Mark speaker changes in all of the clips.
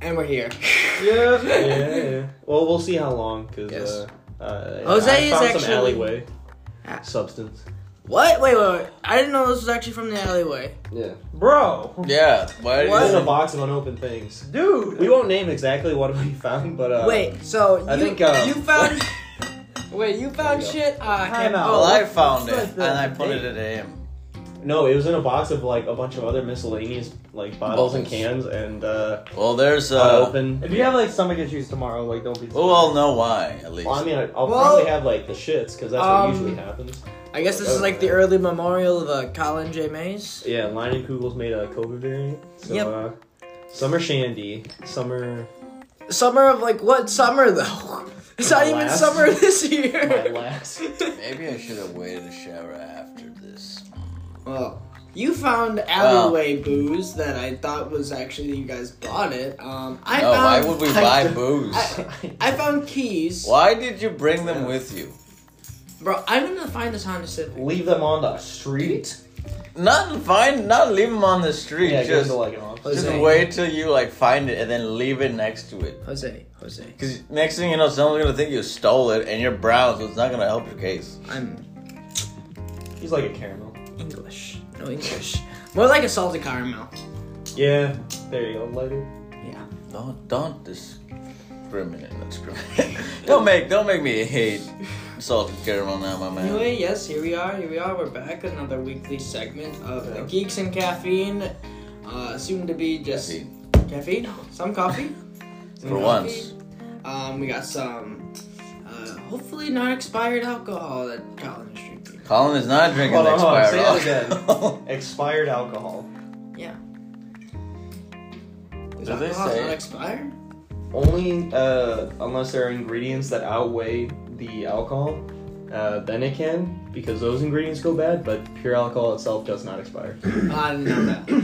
Speaker 1: and we're here.
Speaker 2: Yeah, yeah, yeah. Well, we'll see how long because
Speaker 1: Yes.
Speaker 2: uh, uh,
Speaker 1: Jose
Speaker 2: I
Speaker 1: is
Speaker 2: found some
Speaker 1: actually-
Speaker 2: alleyway
Speaker 1: Ah.
Speaker 2: substance.
Speaker 1: What? Wait, wait, wait. I didn't know this was actually from the alleyway.
Speaker 2: Yeah, bro.
Speaker 3: Yeah. Why?
Speaker 1: What?
Speaker 2: What?
Speaker 3: Did
Speaker 2: In a
Speaker 3: you...
Speaker 2: box of unopened things.
Speaker 1: Dude.
Speaker 2: We won't name exactly what we found, but uh,
Speaker 1: wait, so
Speaker 2: I
Speaker 1: you,
Speaker 2: think,
Speaker 3: um,
Speaker 2: uh,
Speaker 1: you found. wait, you found
Speaker 2: There you
Speaker 1: shit? Uh, I
Speaker 2: Time
Speaker 1: can't.
Speaker 2: out.
Speaker 1: oh,
Speaker 3: Well, I
Speaker 1: what-
Speaker 3: found it
Speaker 1: what's
Speaker 3: and
Speaker 1: the-
Speaker 3: I put it in AM.
Speaker 2: No, it was in a box of like a bunch of other miscellaneous like bottles and cans and uh,
Speaker 3: Well, there's uh.
Speaker 2: unopened.
Speaker 4: If you have like stomach issues tomorrow, like don't be.
Speaker 3: We'll all know why at least.
Speaker 2: Well, I mean, I- I'll
Speaker 1: Well,
Speaker 2: probably have like the shits because that's
Speaker 1: um,
Speaker 2: what usually happens.
Speaker 1: I guess this is like the early memorial of uh, Colin J. Mays.
Speaker 2: Yeah, Lion and Kugels made a COVID variant. So,
Speaker 1: Yep.
Speaker 2: uh, some are shandy, some are
Speaker 1: Summer of like what summer though? It's not
Speaker 2: My
Speaker 1: even
Speaker 2: last-
Speaker 1: summer this year.
Speaker 2: my last.
Speaker 3: Maybe I should have waited a shower after this.
Speaker 1: Well, you found
Speaker 3: Oh.
Speaker 1: alleyway booze that I thought was actually you guys bought it. Um, I
Speaker 3: no,
Speaker 1: found
Speaker 3: why would we buy
Speaker 2: don't-
Speaker 3: booze?
Speaker 1: I found keys,
Speaker 3: Why did you bring them with you?
Speaker 1: bro. I'm gonna find this Honda Civic.
Speaker 2: Leave them on the street.
Speaker 3: Not find, not leave them on the street.
Speaker 2: Yeah, give them
Speaker 3: just,
Speaker 2: to like an
Speaker 4: oh,
Speaker 2: officer.
Speaker 3: just
Speaker 1: Jose.
Speaker 3: wait till you like find it and then leave it next to it.
Speaker 1: Jose, Jose,
Speaker 3: Because next thing you know, someone's gonna think you stole it, and you're brown, so it's not gonna help your case.
Speaker 1: I'm
Speaker 2: He's like a caramel.
Speaker 1: English. No English. More like a salted caramel.
Speaker 2: Yeah, there you go, lighter.
Speaker 1: Yeah.
Speaker 3: Don't don't discriminate. Not discriminate. don't make don't make me hate salted caramel now, my man.
Speaker 1: Anyway, yes, here we are. Here we are. We're back. Another weekly segment of the Geeks and Caffeine. Uh, soon to be just
Speaker 3: See,
Speaker 1: caffeine. Some coffee.
Speaker 3: for once,
Speaker 1: Um, we got some, uh, hopefully not expired alcohol that Colin is drinking.
Speaker 3: Colin is not drinking
Speaker 2: Hold
Speaker 3: the
Speaker 2: on, hold on,
Speaker 3: expired
Speaker 2: say that
Speaker 3: alcohol.
Speaker 2: Expired alcohol.
Speaker 1: Yeah. Is
Speaker 3: Do they
Speaker 1: alcohol
Speaker 3: say-
Speaker 1: not expired?
Speaker 2: Only uh, unless there are ingredients that outweigh the alcohol, uh, then it can, because those ingredients go bad, but pure alcohol itself does not expire.
Speaker 1: I didn't know that.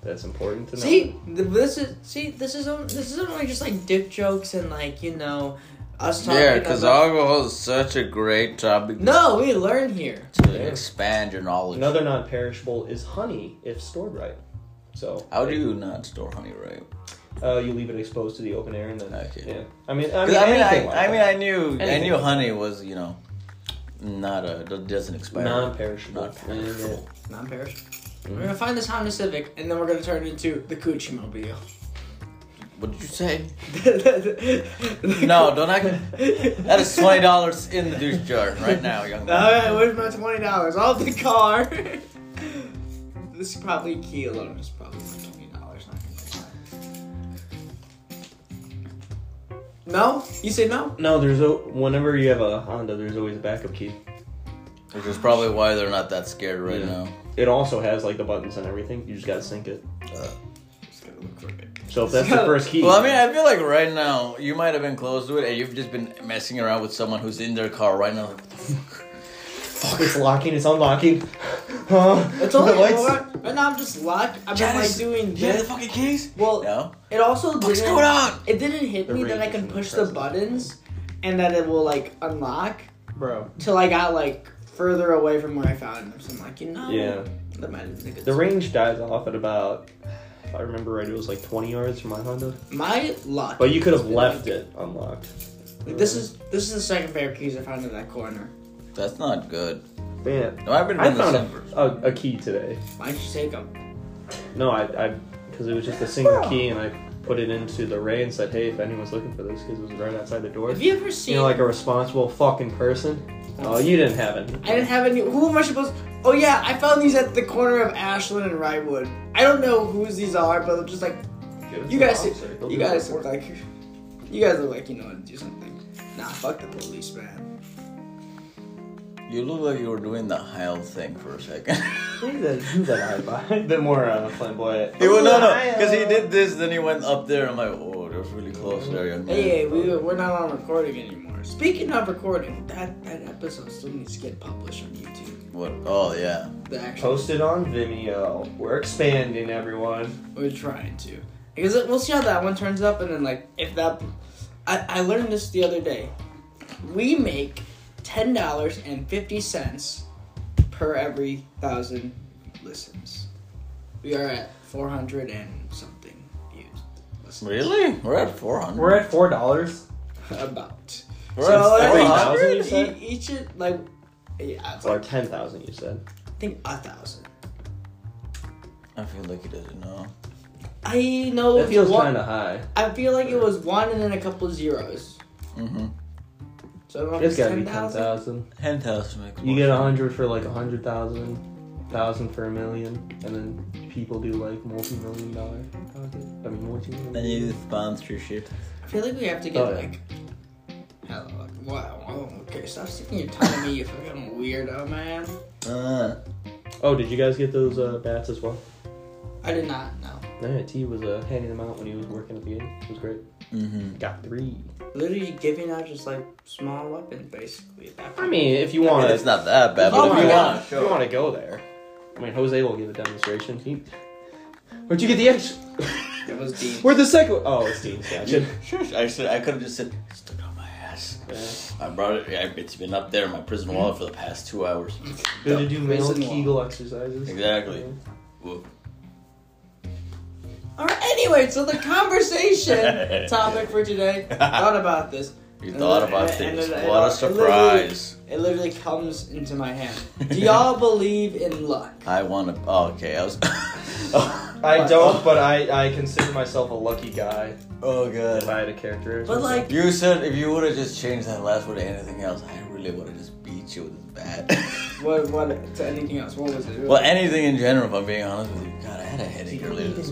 Speaker 2: That's important to know.
Speaker 1: see, th- this is see, this is on- this isn't like just like dick jokes and like you know, us talking.
Speaker 3: yeah, because
Speaker 1: about-
Speaker 3: alcohol is such a great topic
Speaker 1: No, we learn here.
Speaker 3: to expand your knowledge.
Speaker 2: Another non perishable is honey if stored right. So,
Speaker 3: How do you not store honey right?
Speaker 2: uh, you leave it exposed to the open air and then.
Speaker 3: Okay.
Speaker 2: Yeah. I mean, I
Speaker 3: 'Cause
Speaker 2: mean,
Speaker 3: I mean, I,
Speaker 2: anything like
Speaker 3: I,
Speaker 2: that.
Speaker 3: mean, I knew, I
Speaker 2: Anything
Speaker 3: knew
Speaker 2: like
Speaker 3: honey was, you know, not a that doesn't expire.
Speaker 2: Non-perishable.
Speaker 3: Not perishable.
Speaker 1: Non perish. We're
Speaker 3: Mm-hmm.
Speaker 1: gonna find this Honda Civic and then we're gonna turn it into the Coochie Mobile.
Speaker 3: What did you say? No, don't I? That is twenty dollars in the douche jar right now, young man.
Speaker 1: Alright, where's my twenty dollars? Off the car. this is probably key alone is probably my twenty dollars, not gonna lie. No? You say no?
Speaker 2: No, there's a whenever you have a Honda, there's always a backup key.
Speaker 3: Which is probably why they're not that scared right
Speaker 2: Yeah.
Speaker 3: now.
Speaker 2: It also has like the buttons and everything. You just gotta sync it.
Speaker 1: Just gotta look for it.
Speaker 2: So if that's the first key,
Speaker 3: Well, I mean, I feel like right now you might have been close to it, and you've just been messing around with someone who's in their car right now. Like, what the fuck?
Speaker 2: it's locking, it's unlocking. Huh?
Speaker 1: It's only
Speaker 2: the lights.
Speaker 1: Right now I'm just locked. I'm not like
Speaker 3: Janice,
Speaker 1: doing
Speaker 3: Did you have the
Speaker 1: this.
Speaker 3: fucking keys?
Speaker 1: Well
Speaker 3: No.
Speaker 1: it also
Speaker 3: What's
Speaker 1: didn't
Speaker 3: going on?
Speaker 1: it didn't hit
Speaker 2: The
Speaker 1: me that I
Speaker 2: range
Speaker 1: can
Speaker 2: is
Speaker 1: push the
Speaker 2: impressive.
Speaker 1: buttons and that it will like unlock
Speaker 4: bro.
Speaker 1: till I got like further away from where I found them. So I'm like, you know
Speaker 2: Yeah,
Speaker 1: that might have been a good
Speaker 2: the range dies off at about, if I remember right, it was like 20 yards from my Honda.
Speaker 1: My luck.
Speaker 2: But you could have left it unlocked.
Speaker 1: This is this is the second pair of keys I found in that corner.
Speaker 3: That's not good.
Speaker 2: man.
Speaker 3: No, I've been
Speaker 2: I
Speaker 3: in the
Speaker 2: found
Speaker 3: same
Speaker 2: a, a, a key today.
Speaker 1: Why'd you take them?
Speaker 2: No, I, I, because it was just a single key, and I put it into the ray and said, "Hey, if anyone's looking for this, because it was right outside the door."
Speaker 1: Have you ever seen?
Speaker 2: You know, like a responsible fucking person. Oh, you didn't have it.
Speaker 1: I didn't have any. Who am I supposed? Oh yeah, I found these at the corner of Ashland and Ryewood. I don't know whose these are, but I'm just like you guys. You guys look like you guys look like you know how to do something. Nah, fuck the police, man.
Speaker 3: You look like you were doing the Heil thing for a second.
Speaker 2: Oh, a bit more uh, flamboyant.
Speaker 3: he went, no, no, because
Speaker 1: uh,
Speaker 3: he did this, then he went up there. I'm like, oh, that was really close there, young man.
Speaker 1: Hey, we we're not on recording anymore. Speaking of recording, that that episode still needs to get published on YouTube.
Speaker 3: What? Oh, yeah.
Speaker 1: The actual
Speaker 2: Posted on Vimeo. We're expanding, everyone.
Speaker 1: We're trying to. Because we'll see how that one turns up, and then like if that, I, I learned this the other day. We make ten dollars and fifty cents per every thousand listens. We are at four hundred and something views. bucks.
Speaker 3: Really? We're at 400.
Speaker 2: We're at four dollars.
Speaker 1: About.
Speaker 3: We're
Speaker 1: so
Speaker 3: at
Speaker 1: like,
Speaker 3: 400.
Speaker 4: 4,000, you
Speaker 1: each-
Speaker 4: said?
Speaker 1: each it like yeah, it's
Speaker 4: Or
Speaker 1: like
Speaker 4: ten thousand, you said.
Speaker 1: I think a thousand.
Speaker 3: I feel like he doesn't know.
Speaker 1: I know
Speaker 4: That
Speaker 1: it's
Speaker 4: feels
Speaker 1: one-
Speaker 4: kind of high.
Speaker 1: I feel like it was one and then a couple zeros.
Speaker 3: Mm-hmm.
Speaker 1: So I don't know if
Speaker 4: It's gotta be ten
Speaker 1: 10,000.
Speaker 4: thousand.
Speaker 3: 10,000 makes
Speaker 4: You
Speaker 3: more
Speaker 4: get a
Speaker 3: sense.
Speaker 4: hundred for like a hundred thousand, thousand for a million, and then people do like multi-million dollar. project- I mean, multi-million.
Speaker 3: Then you do sponsorship.
Speaker 1: I feel like we have to get
Speaker 4: Oh, yeah.
Speaker 1: like. Hello, like, wow, oh, okay, stop sticking your tongue at me, you fucking weirdo, man.
Speaker 3: Uh,
Speaker 4: Oh, did you guys get those uh, bats as well?
Speaker 1: I did not know.
Speaker 4: Yeah, T was uh, handing them out when he was working at the game. It was great.
Speaker 3: mm-hmm.
Speaker 4: Got three.
Speaker 1: Literally giving out just like small weapons, basically. at That
Speaker 4: I mean, if you want
Speaker 3: It's
Speaker 4: to,
Speaker 3: not that bad, but
Speaker 1: Oh
Speaker 4: if
Speaker 3: if
Speaker 1: my
Speaker 4: you
Speaker 3: you
Speaker 1: God.
Speaker 3: want.
Speaker 4: want, if you want to go there. I mean, Jose will give a demonstration. He, where'd you get the extra?
Speaker 1: it was deep.
Speaker 4: Where'd the second? Oh, it's Dean's. Gotcha.
Speaker 3: Sure, sure. I should. I could have just said, "It's stuck on my ass. I brought it. I- It's been up there in my prison
Speaker 2: Mm-hmm.
Speaker 3: wallet for the past two hours.
Speaker 4: Good to do male
Speaker 1: Prison wall.
Speaker 4: Kegel exercises.
Speaker 3: Exactly.
Speaker 1: All right, anyway, so the conversation topic for today. Thought about this.
Speaker 3: You
Speaker 1: And
Speaker 3: thought
Speaker 1: then-
Speaker 3: about
Speaker 1: and- and
Speaker 3: things.
Speaker 1: then- uh,
Speaker 3: What a
Speaker 1: and literally-
Speaker 3: surprise.
Speaker 1: It literally comes into my hand. Do y'all believe in luck?
Speaker 3: I want to. Oh, okay. I was. oh,
Speaker 4: I don't, but I, I consider myself a lucky guy
Speaker 3: oh,
Speaker 4: if
Speaker 3: God.
Speaker 4: I had a character.
Speaker 1: But like,
Speaker 3: You said if you would have just changed that last word to anything else, I really would have just beat you with this bat.
Speaker 1: what? What? To anything else? What was it?
Speaker 3: well, anything in general, if I'm being honest with you. God, I had a headache earlier. this-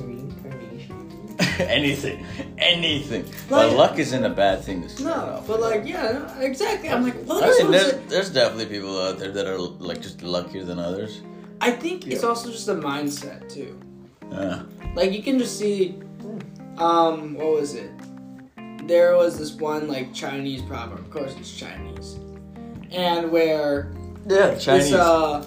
Speaker 3: anything. Anything. But
Speaker 1: Like-
Speaker 3: luck isn't a bad thing to start
Speaker 1: no,
Speaker 3: off
Speaker 1: but
Speaker 3: with.
Speaker 1: like, yeah, no, exactly. I'm like, well,
Speaker 3: I
Speaker 1: this
Speaker 3: mean,
Speaker 1: was
Speaker 3: there's,
Speaker 1: it.
Speaker 3: there's definitely people out there that are like just luckier than others.
Speaker 1: I think it's also just a mindset too.
Speaker 3: Uh,
Speaker 1: Like you can just see, um, what was it? There was this one like Chinese proverb. Of course, it's Chinese, and where
Speaker 3: yeah,
Speaker 1: It's, uh,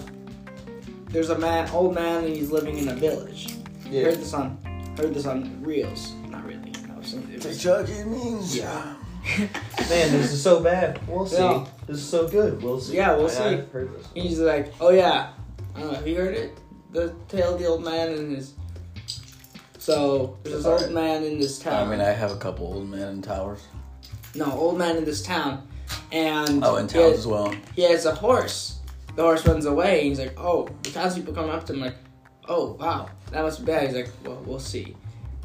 Speaker 1: there's a man, old man, and he's living in a village. Heard this on, heard this on reels. Not really. No, some- it was-
Speaker 3: means.
Speaker 1: Yeah.
Speaker 4: Man, this is so bad. We'll see.
Speaker 1: Yeah.
Speaker 4: This is so good. We'll see.
Speaker 1: Yeah, we'll
Speaker 4: I-
Speaker 1: see.
Speaker 4: I've heard this.
Speaker 1: he's like, oh yeah, I don't know. Have you heard it? The tale of the old man and his. So there's this old man in this
Speaker 3: I
Speaker 1: town.
Speaker 3: mean, I have a couple old men in towers.
Speaker 1: no, old man in this town, and
Speaker 3: Oh, in
Speaker 1: he has-
Speaker 3: towers as well.
Speaker 1: he has a horse. The horse runs away, and he's like, "Oh!" The townspeople come up to him like, "Oh, wow, that must be bad." He's like, "Well, we'll see."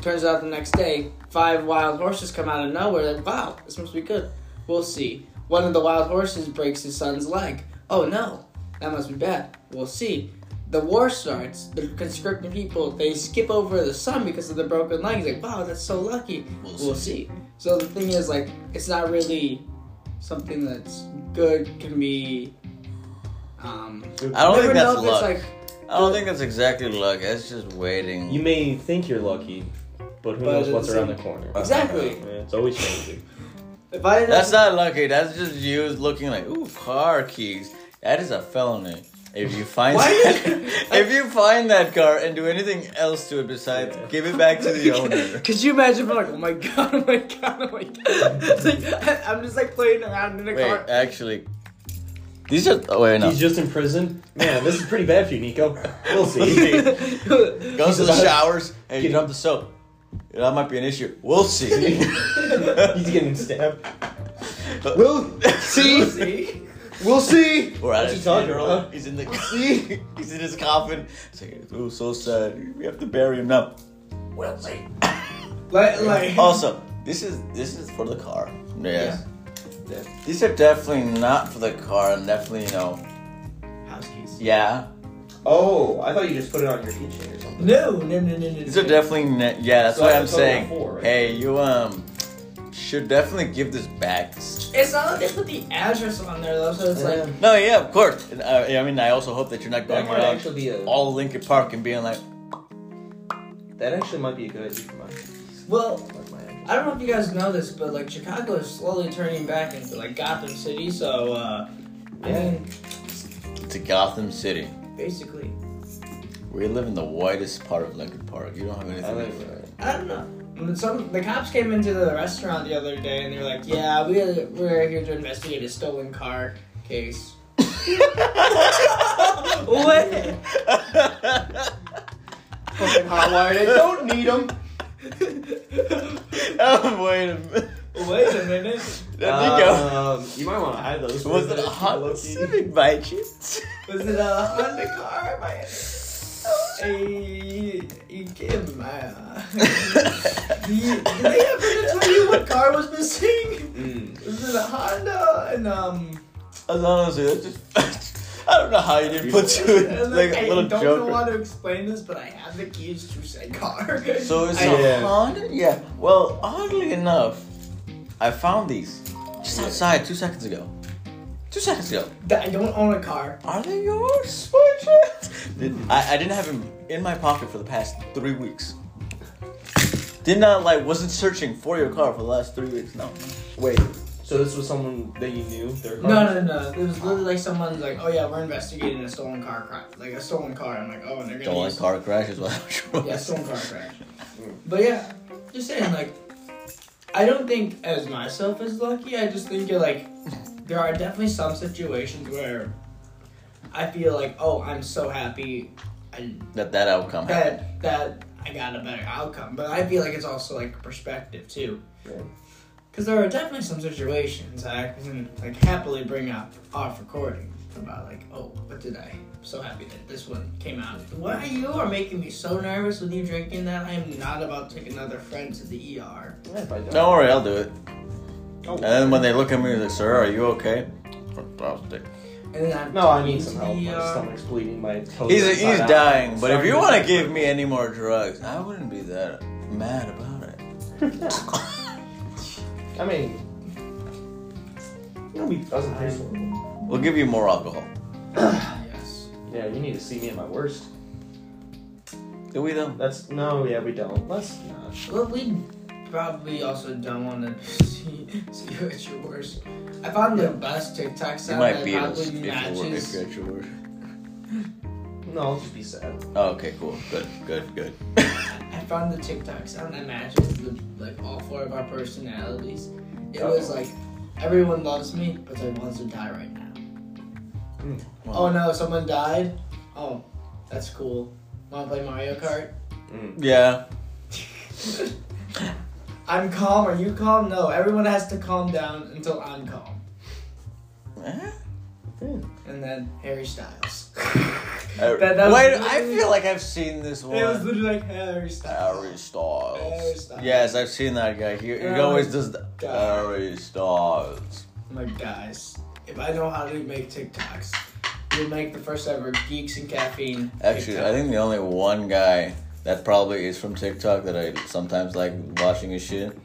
Speaker 1: Turns out the next day, five wild horses come out of nowhere. Like, "Wow, this must be good." We'll see. One of the wild horses breaks his son's leg. Oh no, that must be bad. We'll see. The war starts. The conscripting people they skip over the son because of the broken leg. He's like, "Wow, that's so lucky."
Speaker 3: We'll
Speaker 1: We'll see. So the thing is, like, it's not really something that's good can be. Um,
Speaker 3: I don't
Speaker 1: never
Speaker 3: think
Speaker 1: know
Speaker 3: that's
Speaker 1: if
Speaker 3: luck.
Speaker 1: It's
Speaker 3: I don't think that's exactly luck. That's just waiting.
Speaker 4: You may think you're lucky, but who
Speaker 1: But
Speaker 4: knows what's
Speaker 1: it's-
Speaker 4: around the corner?
Speaker 1: like, exactly.
Speaker 4: Yeah, it's always changing.
Speaker 1: If I didn't,
Speaker 3: Uh, that's not lucky. That's just you looking like ooh car keys. That is a felony. If you find
Speaker 1: Why
Speaker 3: that,
Speaker 1: did-
Speaker 3: if you find that car and do anything else to it besides
Speaker 4: Yeah.
Speaker 3: give it back to the owner.
Speaker 1: Could you imagine? I'm like, oh my god, oh my god, oh my god. It's like, I- I'm just like playing around in a
Speaker 3: Wait, uh,
Speaker 1: car.
Speaker 3: actually, these are. Oh, wait, no.
Speaker 4: He's just in prison. Man, this is pretty bad for you, Nico. We'll see.
Speaker 3: Goes to
Speaker 4: He's
Speaker 3: the
Speaker 4: about-
Speaker 3: showers and you
Speaker 4: Get-
Speaker 3: dump the soap. That might be an issue. We'll see.
Speaker 4: He's getting stabbed. We'll see.
Speaker 1: See?
Speaker 4: We'll see.
Speaker 3: We're at
Speaker 4: What's he
Speaker 3: his
Speaker 4: talking
Speaker 3: funeral.
Speaker 4: about?
Speaker 3: He's in the see. He's in his coffin. It's like, oh, so sad. We have to bury him now. We'll see.
Speaker 1: like, like,
Speaker 3: Also, this is this is for the car. Yes. These are definitely not for the car, and definitely you know.
Speaker 1: house keys.
Speaker 3: Yeah.
Speaker 4: Oh, I thought you just put it on your keychain or something.
Speaker 1: No, no, no, no, no.
Speaker 3: These are definitely ne- yeah. That's
Speaker 4: So
Speaker 3: what
Speaker 4: that's
Speaker 3: I'm
Speaker 4: a total of
Speaker 3: saying.
Speaker 4: four, right?
Speaker 3: Hey, you um should definitely give this back.
Speaker 1: It's not like they put the address on there though, so it's like.
Speaker 3: No, yeah, of course. And, uh, I mean, I also hope that you're not going
Speaker 4: that might
Speaker 3: around
Speaker 4: actually be a.
Speaker 3: all Lincoln Park and being like,
Speaker 4: That actually might be a good idea for my.
Speaker 1: Well,
Speaker 4: Like my
Speaker 1: I don't know if you guys know this, but like Chicago is slowly turning back into like Gotham City, so uh, I
Speaker 4: Yeah.
Speaker 1: mean,
Speaker 3: it's a Gotham City.
Speaker 1: basically,
Speaker 3: We live in the whitest part of Lincoln Park. You don't have anything.
Speaker 4: I
Speaker 3: to
Speaker 4: like
Speaker 3: do.
Speaker 4: that.
Speaker 1: I don't know. And Some the cops came into the restaurant the other day and they're like, "Yeah, we we're here to investigate a stolen car case." what?
Speaker 4: Fucking hotwired. Don't need them.
Speaker 3: Oh, wait a minute.
Speaker 1: Wait a minute.
Speaker 3: There you go.
Speaker 4: Um, you might want to hide those.
Speaker 3: Was
Speaker 4: for a
Speaker 3: it a
Speaker 4: minute,
Speaker 3: hot
Speaker 4: low-key. Mm.
Speaker 3: Civic by chance?
Speaker 1: Was it a Honda car? My. Hey, you kid, my. Do you, uh, did they happen to tell you what car was missing?
Speaker 4: Mm.
Speaker 1: Was it a Honda? And, um.
Speaker 3: As honestly, that's just. I don't know how you didn't put two
Speaker 1: and,
Speaker 3: like
Speaker 1: I
Speaker 3: a little
Speaker 1: don't know
Speaker 3: joke.
Speaker 1: how to explain this, but I have the keys to said car.
Speaker 3: So it's
Speaker 1: I-
Speaker 3: a
Speaker 4: Yeah.
Speaker 3: Honda? Yeah. Well, oddly enough, I found these just outside two seconds ago. Two seconds ago.
Speaker 1: I don't own a car.
Speaker 3: Are they yours? By chance? Did- I, I didn't have them in my pocket for the past three weeks. Did not like wasn't searching for your car for the last three weeks. No.
Speaker 4: Wait. So this was someone that you knew. Their car?
Speaker 1: No, no, no. It was literally like someone's like, "Oh yeah, we're investigating a stolen car crash, like a stolen car." I'm like, "Oh, and they're gonna
Speaker 3: Don't like
Speaker 1: use-
Speaker 3: car crashes. Well, I'm sure.
Speaker 1: yeah, stolen car crash." Mm. but yeah, just saying, like, I don't think as myself as lucky. I just think you're like, there are definitely some situations where I feel like, "Oh, I'm so happy," and
Speaker 3: That that outcome. happened.
Speaker 1: that that I got a better outcome. But I feel like it's also like perspective too.
Speaker 4: Right.
Speaker 1: Because there are definitely some situations that I can like happily bring up off recording about like, oh, what did I? I'm so happy that this one came out. Why you are making me so nervous with you drinking that? I am not about to take another friend to the ER.
Speaker 4: If I don't.
Speaker 3: Don't worry, I'll do it.
Speaker 2: Oh,
Speaker 3: And then when they look at me, they're like, "Sir, are you okay?" I'll stick.
Speaker 1: And then I'm
Speaker 4: No, I
Speaker 1: taken
Speaker 4: need
Speaker 1: to
Speaker 4: some help.
Speaker 1: the
Speaker 4: My
Speaker 5: uh,
Speaker 1: ER.
Speaker 4: stomach's bleeding. My toes.
Speaker 3: He's
Speaker 4: are
Speaker 3: he's
Speaker 4: inside out.
Speaker 3: dying, but if
Speaker 4: Sorry.
Speaker 3: you want to give me any more drugs, I wouldn't be that mad about it.
Speaker 4: I mean, nobody doesn't taste horrible.
Speaker 3: We'll give you more alcohol.
Speaker 1: Yes.
Speaker 4: Yeah, you need to see me at my worst.
Speaker 3: Do we though?
Speaker 4: That's no. Yeah, we don't. Let's not.
Speaker 1: Well, we probably also don't want to see, see you at your worst. I found the best TikTok
Speaker 3: You
Speaker 1: sound
Speaker 3: might
Speaker 1: that
Speaker 3: beat us
Speaker 1: probably
Speaker 3: if you were if
Speaker 1: matches.
Speaker 3: you're at your worst.
Speaker 4: No, I'll just be sad.
Speaker 3: Oh, okay, cool, good, good, good.
Speaker 1: I found the TikTok sound that matches the, like all four of our personalities. It was
Speaker 4: Uh-oh.
Speaker 1: like everyone loves me, but they wants to die right now.
Speaker 4: Hmm.
Speaker 1: Oh no, someone died. Oh, that's cool. Want to play Mario Kart?
Speaker 3: Yeah,
Speaker 1: I'm calm. Are you calm? No. Everyone has to calm down until I'm calm,
Speaker 3: Eh?
Speaker 1: and then Harry Styles.
Speaker 3: Uh,
Speaker 1: That- that was
Speaker 3: Wait, I
Speaker 1: literally-
Speaker 3: feel like I've seen this
Speaker 1: It was
Speaker 3: one.
Speaker 1: literally like Harry Styles.
Speaker 3: Harry
Speaker 1: Harry
Speaker 3: Styles.
Speaker 1: Styles.
Speaker 3: Yes, I've seen that guy. He, he
Speaker 1: Oh,
Speaker 3: always does the
Speaker 1: God.
Speaker 3: Harry Styles.
Speaker 1: I'm like, guys, if I know how to make TikToks, we'll make the first ever Geeks and Caffeine.
Speaker 3: Actually,
Speaker 1: TikTok.
Speaker 3: I think the only one guy that probably is from TikTok that I sometimes like watching his shit.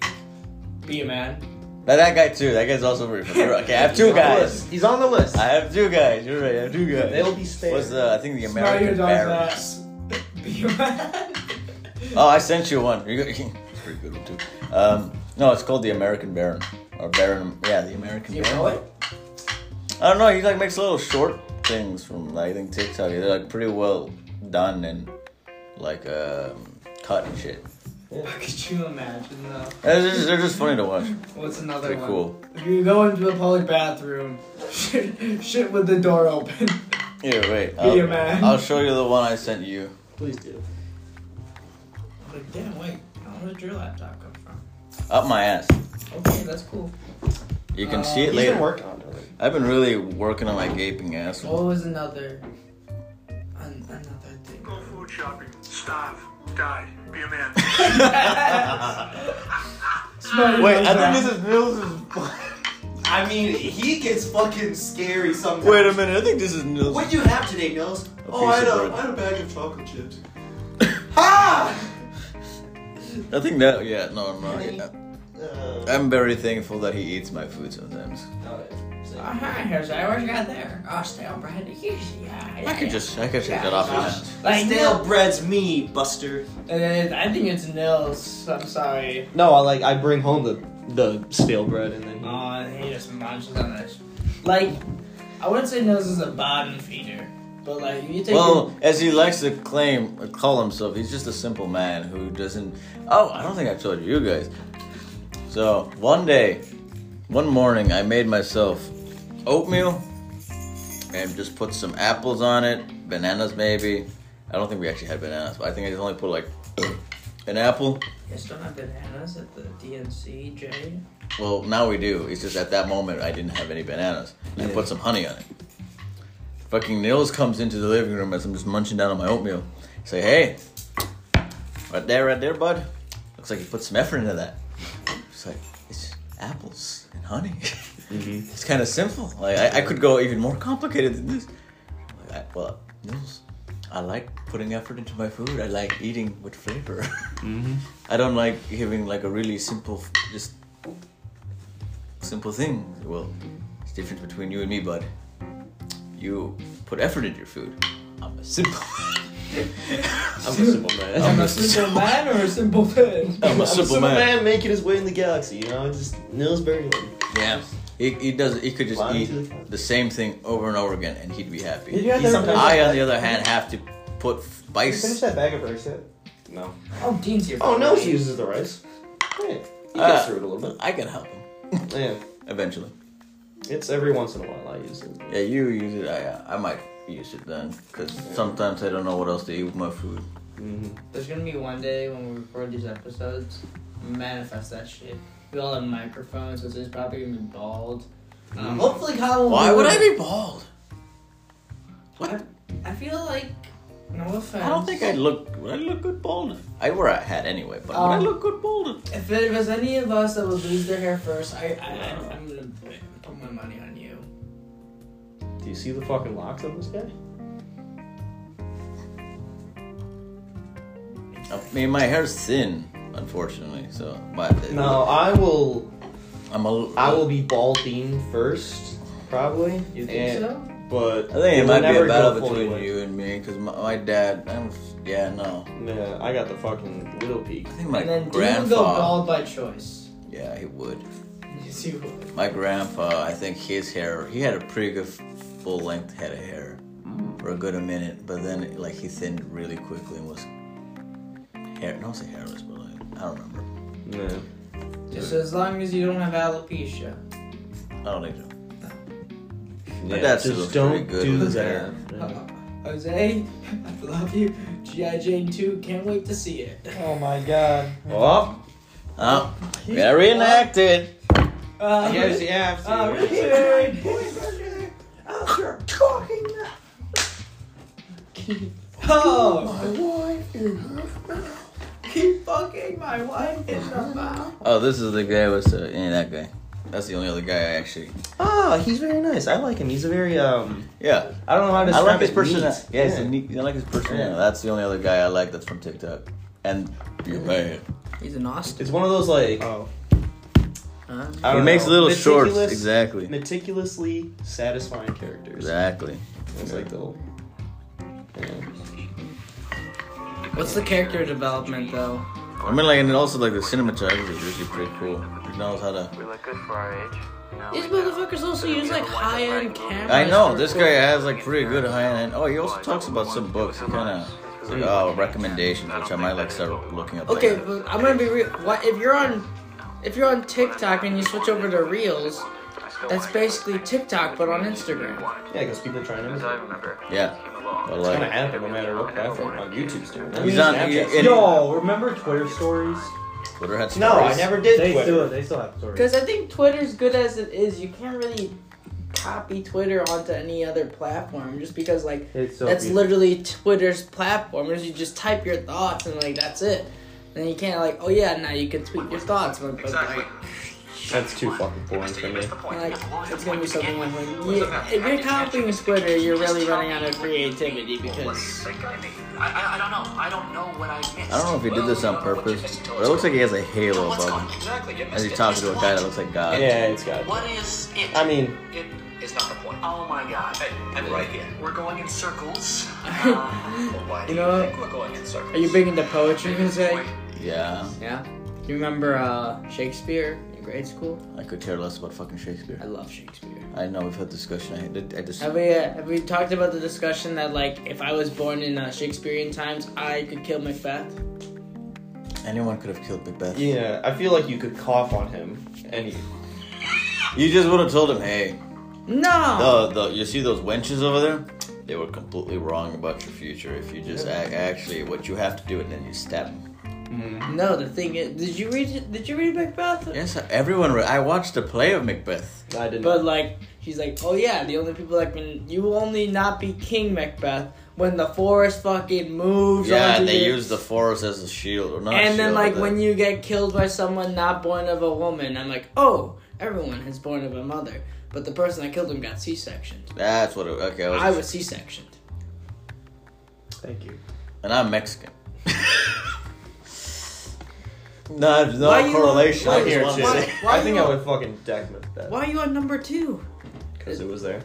Speaker 1: be a man.
Speaker 3: Now that guy too. That guy's also very familiar. Okay, I have two guys.
Speaker 4: He's on the list.
Speaker 3: I have two guys. You're right. I have two guys.
Speaker 4: They'll be spared.
Speaker 3: What's the? I think the
Speaker 1: Smell your
Speaker 3: American
Speaker 1: dog's
Speaker 3: Baron.
Speaker 1: ass. Be a man.
Speaker 3: Oh, I sent you one. You got- It's pretty good one too. Um, no, it's called the American Baron or Baron. Yeah, the American
Speaker 1: You
Speaker 3: Baron.
Speaker 1: know it?
Speaker 3: I don't know. He like makes little short things from like, I think TikTok. They're like pretty well done and like um, cut and shit.
Speaker 1: Could you imagine though?
Speaker 3: They're just, they're just funny to watch.
Speaker 1: What's another
Speaker 3: Pretty
Speaker 1: one?
Speaker 3: cool.
Speaker 1: If you go into a public bathroom, shit, shit with the door open.
Speaker 3: Here, wait.
Speaker 1: Be a
Speaker 3: I'll,
Speaker 1: man.
Speaker 3: I'll show you the one I sent you.
Speaker 4: Please do.
Speaker 1: like, damn, wait, where did your laptop come from?
Speaker 3: Up my ass.
Speaker 1: Okay, that's cool.
Speaker 3: You can
Speaker 1: Uh,
Speaker 3: see
Speaker 4: He's
Speaker 3: it
Speaker 1: He's
Speaker 3: later.
Speaker 4: been working on it.
Speaker 3: I've been really working on my gaping asshole.
Speaker 1: What was another? An- another thing.
Speaker 6: Go food shopping. Starve. Die. Be a man.
Speaker 1: Smell your
Speaker 3: Wait,
Speaker 1: dog's
Speaker 3: I think
Speaker 1: ass.
Speaker 3: this is Nils'.
Speaker 5: I mean, he gets fucking scary sometimes.
Speaker 3: Wait a minute, I think this is Nils.
Speaker 5: What do you have today, Nils? Oh,
Speaker 3: piece
Speaker 5: I had,
Speaker 3: of
Speaker 5: a,
Speaker 3: bread.
Speaker 5: I had a bag of chocolate chips. ha!
Speaker 3: I think that, yeah, no, I'm not. Yeah.
Speaker 4: Uh,
Speaker 3: I'm very thankful that he eats my food sometimes.
Speaker 1: Oh, hi, here's I already got there. Oh, stale bread. Here's yeah.
Speaker 3: I could just, I could take
Speaker 1: Yeah.
Speaker 3: that off your list.
Speaker 1: like
Speaker 5: Stale bread's me, Buster.
Speaker 1: And then uh, I think it's Nils. I'm sorry.
Speaker 4: no, I like I bring home the the stale bread and
Speaker 3: Hmm.
Speaker 4: then.
Speaker 1: Oh, and he just munches on that. sh- Like, I wouldn't say Nils is a bottom feeder, but like you take.
Speaker 3: Well, as he likes to claim, call himself, he's just a simple man who doesn't. Oh, I don't think I told you guys. So one day, one morning, I made myself oatmeal and just put some apples on it, bananas maybe. I don't think we actually had bananas, but I think I just only put like An apple?
Speaker 7: Yes, don't have bananas at the DNC, Jay.
Speaker 3: Well, now we do. It's just at that moment I didn't have any bananas. And I
Speaker 4: Yeah.
Speaker 3: put some honey on it. Fucking Nils comes into the living room as I'm just munching down on my oatmeal. Say, hey, right there, right there, bud. Looks like you put some effort into that. It's like, it's apples and honey. it's kind of simple. Like, I, I could go even more complicated than this. Like, I- well, Nils, I like putting effort into my food. I like eating with flavor. I don't like having like a really simple, just simple thing. Well, it's different between you and me, bud. You put effort into your food. I'm a simple.
Speaker 4: I'm a simple man.
Speaker 3: I'm
Speaker 7: I'm
Speaker 3: a
Speaker 7: a simple man or a simple man?
Speaker 3: I'm
Speaker 4: I'm
Speaker 3: a simple man.
Speaker 4: making his way in the galaxy. You know, just Nils Berglund.
Speaker 3: Yeah. He, he does. He could just
Speaker 4: Blind
Speaker 3: eat
Speaker 4: to the fact.
Speaker 3: the same thing over and over again, and he'd be happy.
Speaker 2: Did you have
Speaker 3: He's-
Speaker 2: that-
Speaker 3: I, on the other hand, have to put
Speaker 2: You finish
Speaker 3: spice.
Speaker 2: that bag of rice yet?
Speaker 4: No.
Speaker 7: Oh, Dean's here.
Speaker 4: Oh, Nils uses the rice. Yeah, he
Speaker 3: Ah.
Speaker 4: gets through it a little
Speaker 3: I can help him
Speaker 4: bit. Yeah,
Speaker 3: eventually.
Speaker 4: it's every once in a while I use it.
Speaker 3: Yeah, you use it. I uh, I might use it then, because sometimes I don't know what else to eat with my food.
Speaker 4: hmm
Speaker 7: There's gonna be one day when we record these episodes, manifest that shit. We all have microphones, so it's probably gonna be bald. Um, hopefully, Kyle. will
Speaker 3: Mm. Why
Speaker 7: do
Speaker 3: would I
Speaker 7: it.
Speaker 3: be bald? What?
Speaker 7: I feel like no offense.
Speaker 3: I don't think I look. Would I look good bald? I wear a hat anyway, but would I
Speaker 7: Um,
Speaker 3: look good bald?
Speaker 7: If it was any of us that would lose their hair first, I, I I- I'm gonna put my money on you.
Speaker 4: Do you see the fucking locks on this guy?
Speaker 3: I mean, my hair's thin, unfortunately. So, but
Speaker 4: No, I will.
Speaker 3: I'm a.
Speaker 4: I will be balding first, probably.
Speaker 7: You think
Speaker 4: and-
Speaker 7: so?
Speaker 4: But
Speaker 3: I think it
Speaker 4: we'll
Speaker 3: might be
Speaker 4: never
Speaker 3: a battle
Speaker 4: go full
Speaker 3: between
Speaker 4: way.
Speaker 3: you and me because my, my dad. I'm. Yeah, no.
Speaker 4: Yeah, I got the fucking little peak.
Speaker 3: I think my
Speaker 7: and then Dean will go
Speaker 3: grandpa.
Speaker 7: bald by choice.
Speaker 3: Yeah, he would.
Speaker 7: Yes, he will.
Speaker 3: My grandpa. I think his hair. He had a pretty good full length head of hair for a good a minute, but then like he thinned really quickly and was hair. Not say hairless, but like I don't remember.
Speaker 4: Yeah.
Speaker 7: Just as long as you don't have alopecia.
Speaker 3: I don't think so.
Speaker 4: Yeah,
Speaker 3: that's
Speaker 4: just
Speaker 3: looks pretty
Speaker 4: don't
Speaker 3: good
Speaker 4: do
Speaker 3: with
Speaker 4: that. Yeah.
Speaker 7: Jose, I love you. G.I. Jane 2, can't wait to see it.
Speaker 2: Oh my god.
Speaker 3: Oh, oh, very enacted.
Speaker 7: Uh,
Speaker 2: Yes, you have to.
Speaker 7: uh, Richard! Oh! Keep fucking my wife in her mouth.
Speaker 3: Oh, this is the guy with the yeah, that guy. That's the only other guy I actually.
Speaker 4: Ah, he's very nice. I like him. He's a very um.
Speaker 3: Yeah,
Speaker 4: I don't know how to
Speaker 3: I
Speaker 4: describe
Speaker 3: like his
Speaker 4: it.
Speaker 3: personality.
Speaker 4: Neat.
Speaker 3: Yeah, It's a neat, I like his personality.
Speaker 4: Yeah.
Speaker 3: That's the only other guy I like that's from TikTok. And you man.
Speaker 7: He's an Austin.
Speaker 4: It's one of those like
Speaker 2: Oh.
Speaker 7: Huh?
Speaker 4: I
Speaker 3: He
Speaker 4: don't
Speaker 3: makes
Speaker 4: know,
Speaker 3: little shorts.
Speaker 4: meticulous-
Speaker 3: Exactly.
Speaker 4: Meticulously satisfying characters.
Speaker 3: Exactly.
Speaker 4: It's like the whole- yeah.
Speaker 7: What's the character development though?
Speaker 3: I mean, like, and also like the cinematography is usually pretty cool. He knows how to.
Speaker 8: We look good for our age. No,
Speaker 7: These
Speaker 8: we don't.
Speaker 7: motherfuckers also use like high end cameras.
Speaker 3: I know
Speaker 7: for-
Speaker 3: this guy has like pretty good high end. Oh, he also talks about some books. He kind of. Oh, recommendations, which I might like start looking up.
Speaker 7: Okay,
Speaker 3: later.
Speaker 7: but I'm gonna be real. What if you're on, if you're on TikTok and you switch over to Reels, that's basically TikTok but on Instagram.
Speaker 4: Yeah, because people are trying to.
Speaker 8: As
Speaker 4: imitate.
Speaker 8: I remember,
Speaker 3: Yeah. But
Speaker 4: It's gonna
Speaker 3: like,
Speaker 4: happen no matter what platform. Like YouTube's doing that.
Speaker 3: He's on-
Speaker 4: Snapchat's
Speaker 3: he-
Speaker 4: doing
Speaker 2: Yo, remember Twitter stories?
Speaker 3: Twitter had
Speaker 4: that. No, I
Speaker 2: stories.
Speaker 4: never did
Speaker 2: They
Speaker 4: Twitter.
Speaker 2: still, they still have stories.
Speaker 7: Because I think Twitter's good as it is. You can't really copy Twitter onto any other platform just because like
Speaker 2: It's so
Speaker 7: that's
Speaker 2: beautiful.
Speaker 7: literally Twitter's platform. Is you just type your thoughts and like that's it. Then you can't like oh yeah now you can tweet your thoughts but, but like.
Speaker 4: That's too fucking boring for me.
Speaker 7: Like, it's gonna be something like, when you, if you're copying Twitter, you're really running out of creativity because.
Speaker 8: I, I don't know. I don't know what I missed.
Speaker 3: I don't know if he did this on purpose, but it looks like he has a halo above him
Speaker 8: Exactly. You
Speaker 3: as
Speaker 8: missed
Speaker 3: he
Speaker 8: it.
Speaker 3: talks
Speaker 8: Just
Speaker 3: to a
Speaker 8: one.
Speaker 3: guy that looks like God.
Speaker 4: Yeah, it's got.
Speaker 8: What is it?
Speaker 4: I mean,
Speaker 8: it is not the point. Oh my god. Hey, I'm right here. We're going in circles. Uh, why do
Speaker 7: You
Speaker 8: you,
Speaker 7: know-
Speaker 8: think we're going in circles?
Speaker 7: Are you big into poetry, Jose?
Speaker 3: Yeah,
Speaker 7: Yeah. Do you remember uh, Shakespeare in grade school?
Speaker 3: I could care less about fucking Shakespeare.
Speaker 7: I love Shakespeare.
Speaker 3: I know we've had discussion. I did. I just.
Speaker 7: Have we uh, have we talked about the discussion that like if I was born in uh, Shakespearean times, I could kill Macbeth?
Speaker 3: Anyone could have killed Macbeth.
Speaker 4: yeah, I feel like you could cough on him, and he,
Speaker 3: You just would have told him, hey,
Speaker 7: No.
Speaker 3: the, the you see those wenches over there? They were completely wrong about your future. If you just act, actually, what you have to do, and then you stab them.
Speaker 4: mm,
Speaker 1: No, the thing is, did you read? it- Did you read Macbeth?
Speaker 3: Yes, everyone. Re- I watched a play of Macbeth.
Speaker 4: I didn't.
Speaker 1: But like, she's like, oh yeah, the only people that can you will only not be King Macbeth when the forest fucking moves.
Speaker 3: Yeah,
Speaker 1: onto
Speaker 3: they
Speaker 1: you.
Speaker 3: use the forest as a shield, or not. a
Speaker 1: And
Speaker 3: shield,
Speaker 1: then like
Speaker 3: but-
Speaker 1: when you get killed by someone not born of a woman, I'm like, oh, everyone is born of a mother, but the person that killed him got C-sectioned.
Speaker 3: that's what. It, okay, I was,
Speaker 1: I was C-sectioned.
Speaker 4: Thank you.
Speaker 3: and I'm Mexican. no, there's no
Speaker 1: Why you-
Speaker 3: correlation.
Speaker 1: why
Speaker 3: I just
Speaker 4: here
Speaker 3: wanted
Speaker 4: too.
Speaker 3: to
Speaker 1: why-
Speaker 3: say-
Speaker 4: I think I would fucking deck with that
Speaker 1: Why are you on number two?
Speaker 4: because it was there.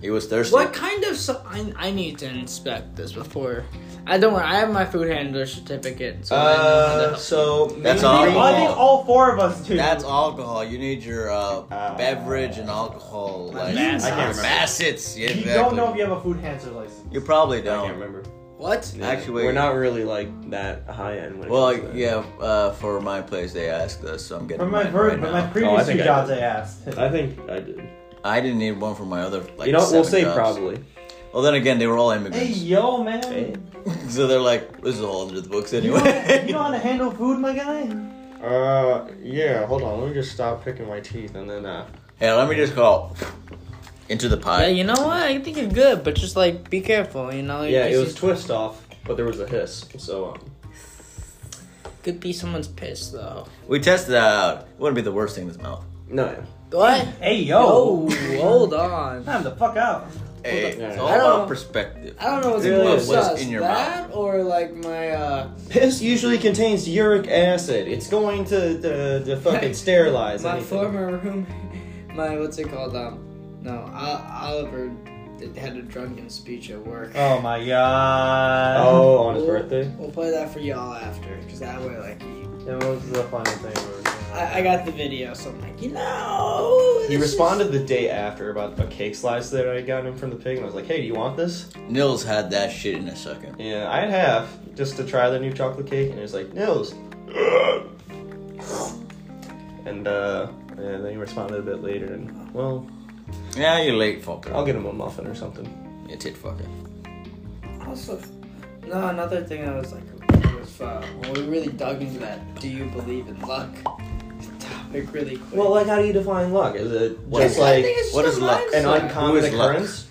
Speaker 3: He was thirsty.
Speaker 1: What kind of so- I, I need to inspect this before. I don't worry. I have my food handler certificate. So I know how to
Speaker 4: Uh,
Speaker 1: help.
Speaker 4: so
Speaker 3: That's
Speaker 4: maybe-
Speaker 3: all.
Speaker 2: I think all four of us do.
Speaker 3: That's alcohol. You need your uh,
Speaker 4: Uh,
Speaker 3: beverage and alcohol like
Speaker 1: Massets.
Speaker 4: I can't remember.
Speaker 3: Massets, Yeah,
Speaker 2: you
Speaker 3: exactly.
Speaker 2: don't know if you have a food
Speaker 4: Oh,
Speaker 2: handler license.
Speaker 3: You probably
Speaker 4: I can't
Speaker 3: don't.
Speaker 4: remember.
Speaker 1: what?
Speaker 3: Actually,
Speaker 4: we're not really like that high end. When it
Speaker 3: Well,
Speaker 4: comes to that.
Speaker 3: yeah. Uh, for my place, they asked us, so I'm getting
Speaker 2: From my
Speaker 3: mine
Speaker 2: ver-
Speaker 3: right
Speaker 2: but
Speaker 3: now.
Speaker 2: my previous two
Speaker 4: think I
Speaker 2: jobs,
Speaker 4: did.
Speaker 2: I asked.
Speaker 4: I think I did.
Speaker 3: I didn't need one for my other. Like,
Speaker 4: you know, what?
Speaker 3: seven
Speaker 4: we'll say
Speaker 3: jobs.
Speaker 4: probably.
Speaker 3: Well, then again, they were all
Speaker 2: Hey
Speaker 3: immigrants,
Speaker 2: yo, man.
Speaker 4: Hey.
Speaker 3: so they're like, "This is all under the books
Speaker 2: You, know,
Speaker 3: anyway."
Speaker 2: you know how to handle food, my guy?
Speaker 4: Uh, yeah. Hold on. Let me just stop picking my teeth and then uh.
Speaker 3: hey, let me just call into the
Speaker 1: Yeah,
Speaker 3: pie.
Speaker 1: you know what? I think you're good, but just like be careful. You know.
Speaker 4: Yeah, it
Speaker 1: just-
Speaker 4: was twist off, but there was a hiss. So um,
Speaker 1: Could be someone's piss though.
Speaker 3: We tested that out. It wouldn't be the worst thing in his mouth.
Speaker 4: no.
Speaker 1: What?
Speaker 2: Hey
Speaker 1: Oh,
Speaker 2: yo.
Speaker 1: hold on.
Speaker 2: Time the fuck out.
Speaker 3: Hey,
Speaker 4: on.
Speaker 3: it's
Speaker 4: Yeah.
Speaker 3: all
Speaker 1: I don't-
Speaker 3: about perspective.
Speaker 1: I don't know what's
Speaker 3: Think
Speaker 1: really
Speaker 3: about
Speaker 1: sus.
Speaker 3: what's in your
Speaker 1: that or like my uh
Speaker 4: Piss usually contains uric acid. It's going to the the fucking sterilize.
Speaker 1: my
Speaker 4: anything.
Speaker 1: former room, my what's it called? Um, no, Ol- Oliver did- had a drunken speech at work.
Speaker 4: Uh.
Speaker 2: Oh my god.
Speaker 4: Oh, on his
Speaker 1: We'll-
Speaker 4: birthday.
Speaker 1: We'll play that for y'all after, cause that way like you-
Speaker 2: It was the funny thing. we were doing.
Speaker 1: I, I got the video, so I'm like, you know.
Speaker 4: He
Speaker 1: this is-
Speaker 4: responded the day after about a cake slice that I got him from the pig, and I was like, "Hey, do you want this?"
Speaker 3: Nils had that shit in a second.
Speaker 4: Yeah, I had half just to try the new chocolate cake, and it was like, "Nils." And uh, yeah, then he responded a bit later, and well,
Speaker 3: Yeah, you're late, fucker.
Speaker 4: I'll get him a muffin or something.
Speaker 3: You tit fucker.
Speaker 1: Also, no, another thing I was like, was, uh, when we really dug into that, do you believe in luck? Topic really quick.
Speaker 4: Well, like, how do you define luck? Is it
Speaker 3: What
Speaker 4: just
Speaker 3: is-
Speaker 4: like
Speaker 3: what is luck?
Speaker 4: an
Speaker 3: Who
Speaker 4: uncommon
Speaker 3: is luck?
Speaker 4: occurrence?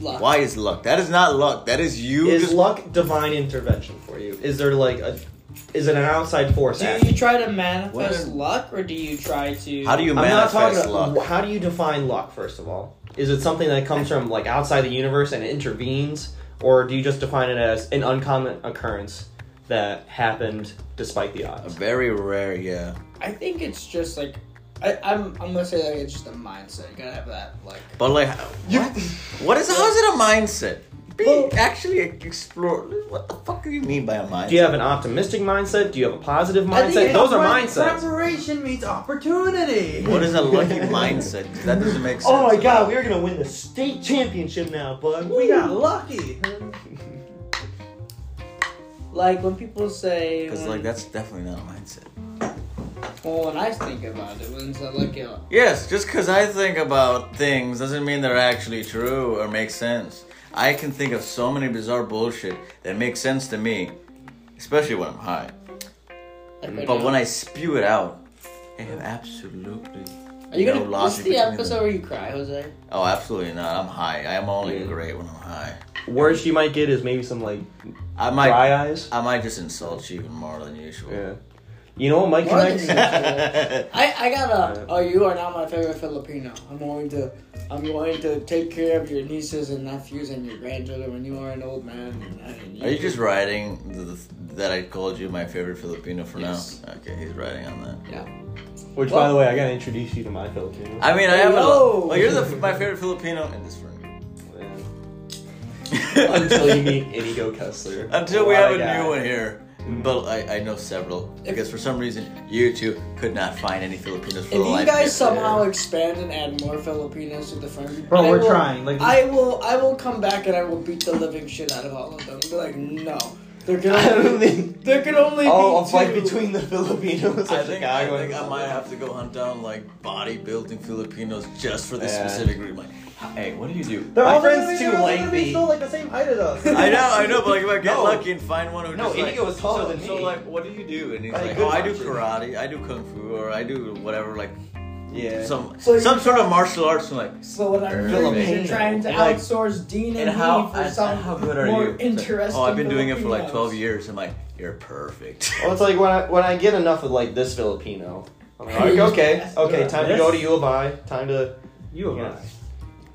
Speaker 1: luck.
Speaker 3: Why is luck? That is not luck. That is you
Speaker 4: Uh, Is
Speaker 3: just
Speaker 4: luck divine intervention for you? Is there like a, is it an outside force?
Speaker 1: Do
Speaker 4: acting?
Speaker 1: you try to
Speaker 3: What
Speaker 1: manifest
Speaker 3: is-
Speaker 1: luck, or do you try to?
Speaker 3: How do you
Speaker 4: I'm not
Speaker 3: manifest
Speaker 4: talking
Speaker 3: luck?
Speaker 4: about how do you define luck first of all? Is it something that comes from like outside the universe and it intervenes or do you just define it as an uncommon occurrence that happened despite the
Speaker 3: A
Speaker 4: odds?
Speaker 3: Very rare, yeah.
Speaker 1: I think it's just like, I, I'm I'm gonna say like it's just a mindset. You gotta have that like.
Speaker 3: But like, what? what is? How is it a mindset? Be
Speaker 1: Well-
Speaker 3: actually explore. What the fuck do you mean by a mindset?
Speaker 4: Do you have an optimistic mindset? Do you have a positive
Speaker 1: I think
Speaker 4: mindset?
Speaker 1: it-
Speaker 4: Those are mindsets.
Speaker 2: Preparation means opportunity.
Speaker 3: What is a lucky mindset? 'Cause that doesn't make sense.
Speaker 4: Oh my god, we are gonna win the state championship now, bud.
Speaker 2: We got lucky.
Speaker 1: Like when people say,
Speaker 3: Because
Speaker 1: when,
Speaker 3: like that's definitely not a mindset.
Speaker 1: well, when I think about it, when it's uh, like, uh,
Speaker 3: Yes, just because I think about things doesn't mean they're actually true or make sense. I can think of so many bizarre bullshit that makes sense to me, especially when I'm high.
Speaker 1: like right
Speaker 3: But
Speaker 1: now-
Speaker 3: when I spew it out, I have absolutely
Speaker 1: are you
Speaker 3: no
Speaker 1: gonna this
Speaker 3: logic
Speaker 1: is the
Speaker 3: between
Speaker 1: episode
Speaker 3: them.
Speaker 1: where you cry, Jose?
Speaker 3: Oh, absolutely not. I'm high. I'm only great when I'm high.
Speaker 4: Worst you might get is maybe some like
Speaker 3: I might,
Speaker 4: dry eyes.
Speaker 3: I might just insult you even more than usual.
Speaker 4: Yeah. You know what might
Speaker 1: More than
Speaker 4: connect?
Speaker 3: Yeah.
Speaker 1: I, I gotta. Oh, you are now my favorite Filipino. I'm going to, I'm going to take care of your nieces and nephews and your grandchildren when you are an old man. And, and
Speaker 3: Are you just writing the, that I called you my favorite Filipino for
Speaker 1: Yes.
Speaker 3: now? Okay, he's writing on that.
Speaker 4: Which by the way, I gotta introduce you to my Filipino.
Speaker 3: I mean, I have a
Speaker 1: Hello.
Speaker 3: lot. Well, you're the, my favorite Filipino in this room.
Speaker 4: Until you meet Inigo Kessler.
Speaker 3: Until we
Speaker 4: What
Speaker 3: have a
Speaker 4: guy.
Speaker 3: new one here. But I, I know several. Because for some reason, you two could not find any Filipinos
Speaker 1: If
Speaker 3: for the life
Speaker 1: you
Speaker 3: of me.
Speaker 1: guys somehow expand and add more Filipinos to the friend group,
Speaker 2: Bro,
Speaker 1: I
Speaker 2: we're
Speaker 1: will-
Speaker 2: trying. Like
Speaker 1: I will, I will come back and I will beat the living shit out of all of them. Be like, no, There can
Speaker 4: I
Speaker 1: only,
Speaker 4: don't think.
Speaker 1: there can only
Speaker 4: Oh, a
Speaker 1: be
Speaker 4: fight
Speaker 1: two.
Speaker 4: between the Filipinos
Speaker 3: I
Speaker 4: and
Speaker 3: think,
Speaker 4: Chicago.
Speaker 3: I think I might have to go hunt down like bodybuilding Filipinos just for this
Speaker 4: Yeah.
Speaker 3: specific reason. Like, hey, what do you do?
Speaker 4: They're
Speaker 3: I-
Speaker 4: all
Speaker 2: My
Speaker 4: friends
Speaker 2: friend's
Speaker 4: too
Speaker 2: too lengthy.
Speaker 4: lengthy.
Speaker 2: like the same height as us.
Speaker 3: I know, I know, but like if I get
Speaker 4: No.
Speaker 3: lucky and find one who
Speaker 4: No,
Speaker 3: just like,
Speaker 4: Inigo is taller
Speaker 3: so,
Speaker 4: than
Speaker 3: so,
Speaker 4: me.
Speaker 3: like, what do you do? And he's
Speaker 4: Like,
Speaker 3: like,
Speaker 4: good
Speaker 3: oh, I do
Speaker 4: punches.
Speaker 3: karate, I do kung fu, or I do whatever, like
Speaker 4: Yeah.
Speaker 3: some
Speaker 1: So you-
Speaker 3: some sort of martial arts. And like,
Speaker 1: So what I'm hearing is you're
Speaker 4: Filipino.
Speaker 1: trying to
Speaker 3: Like,
Speaker 1: outsource Dean and,
Speaker 3: and how
Speaker 1: me for
Speaker 3: and
Speaker 1: some
Speaker 3: how good are
Speaker 1: more
Speaker 3: you? It's like,
Speaker 1: interesting.
Speaker 3: oh, I've been doing it for like
Speaker 1: Filipinos.
Speaker 3: twelve years. I'm like, you're perfect.
Speaker 4: Well, oh, it's like when I when I get enough of like this Filipino, I'm like,
Speaker 1: Yeah.
Speaker 4: okay, okay,
Speaker 1: Yeah.
Speaker 4: time to go to U of I, time to U
Speaker 2: of I.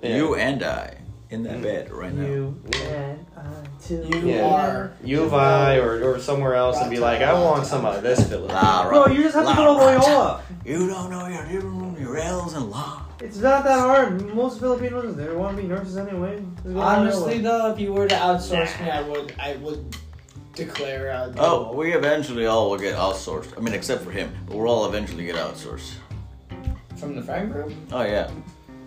Speaker 4: Yeah.
Speaker 3: You and I in that bed right now.
Speaker 2: and I too.
Speaker 1: You
Speaker 4: Yeah.
Speaker 1: are.
Speaker 4: U of I or, or somewhere else and be like, I want some of this Filipino.
Speaker 3: Lara.
Speaker 2: Bro, you just have to go to
Speaker 3: Lara.
Speaker 2: Loyola.
Speaker 3: You don't know your different your L's and
Speaker 4: Oh.
Speaker 3: law.
Speaker 2: It's not that hard. Most Filipinos, they want to be nurses anyway. Just go to
Speaker 7: Honestly,
Speaker 2: Loyola.
Speaker 7: though, if you were to outsource me, I would, I would declare uh, out.
Speaker 3: Oh, we eventually all will get outsourced. I mean, except for him, but we'll all eventually get outsourced.
Speaker 7: from the friend group.
Speaker 3: Oh yeah,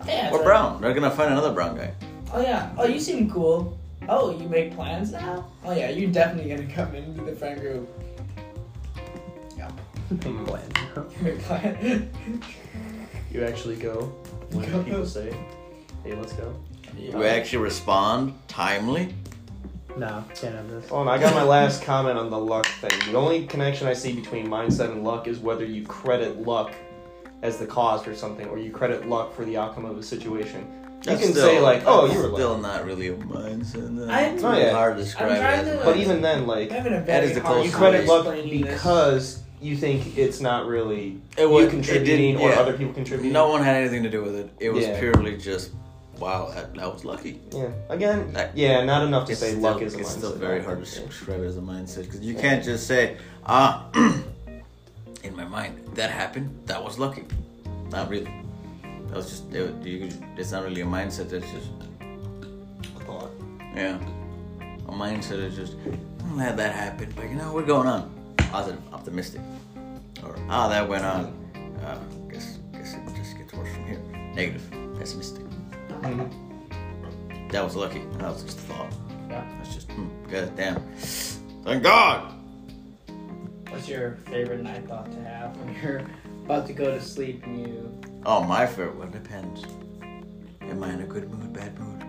Speaker 7: Yeah.
Speaker 3: or brown. They're gonna find another brown guy.
Speaker 7: Oh yeah. Oh, you seem cool. Oh, you make plans now? Oh yeah, you're definitely gonna come into the friend group. You make plans.
Speaker 4: Hmm. you actually go when people say, hey, let's go.
Speaker 3: You actually respond timely.
Speaker 2: No, can't have this.
Speaker 4: Oh, and I got my last comment on the luck thing. The only connection I see between mindset and luck is whether you credit luck as the cause for something or you credit luck for the outcome of a situation.
Speaker 3: That's
Speaker 4: you can
Speaker 3: still-
Speaker 4: say like, oh, you were lucky.
Speaker 3: still not really a mindset. though.
Speaker 7: I'm-
Speaker 3: It's
Speaker 4: Oh,
Speaker 3: really
Speaker 4: yeah.
Speaker 3: hard to describe. it
Speaker 7: trying
Speaker 3: as
Speaker 7: to-
Speaker 3: a
Speaker 4: But
Speaker 3: mindset.
Speaker 4: even then, like,
Speaker 7: I'm having a very
Speaker 3: That is the
Speaker 7: hard
Speaker 4: you
Speaker 3: closest
Speaker 7: time
Speaker 4: credit luck
Speaker 7: explaining this.
Speaker 4: because you think it's not really
Speaker 3: it was,
Speaker 4: you contributing
Speaker 3: it didn't-
Speaker 4: or
Speaker 3: yeah.
Speaker 4: other people contributing.
Speaker 3: No one had anything to do with it. It was
Speaker 4: Yeah.
Speaker 3: purely just, wow, that, that was lucky.
Speaker 4: Yeah. Again,
Speaker 3: That-
Speaker 4: yeah, not enough to
Speaker 3: It's
Speaker 4: say
Speaker 3: still-
Speaker 4: luck is a mindset.
Speaker 3: It's still very hard to
Speaker 4: Yeah.
Speaker 3: describe it as a mindset because you can't just say, ah, in my mind, that happened. That was lucky. Not really. That was just. It, you, it's not really a mindset. It's just a thought. Yeah. A mindset is just, I'm glad that happened, but you know, we're going on. Positive, optimistic. Or, ah, that went on. Uh, guess, guess it just gets worse from here. Negative, pessimistic. That was lucky. That was just a thought.
Speaker 7: Yeah.
Speaker 3: That's just, hmm, god damn. Thank God!
Speaker 7: What's your favorite night thought to have when you're about to go to sleep and you?
Speaker 3: Oh, my favorite one depends. Am I in a good mood, bad mood,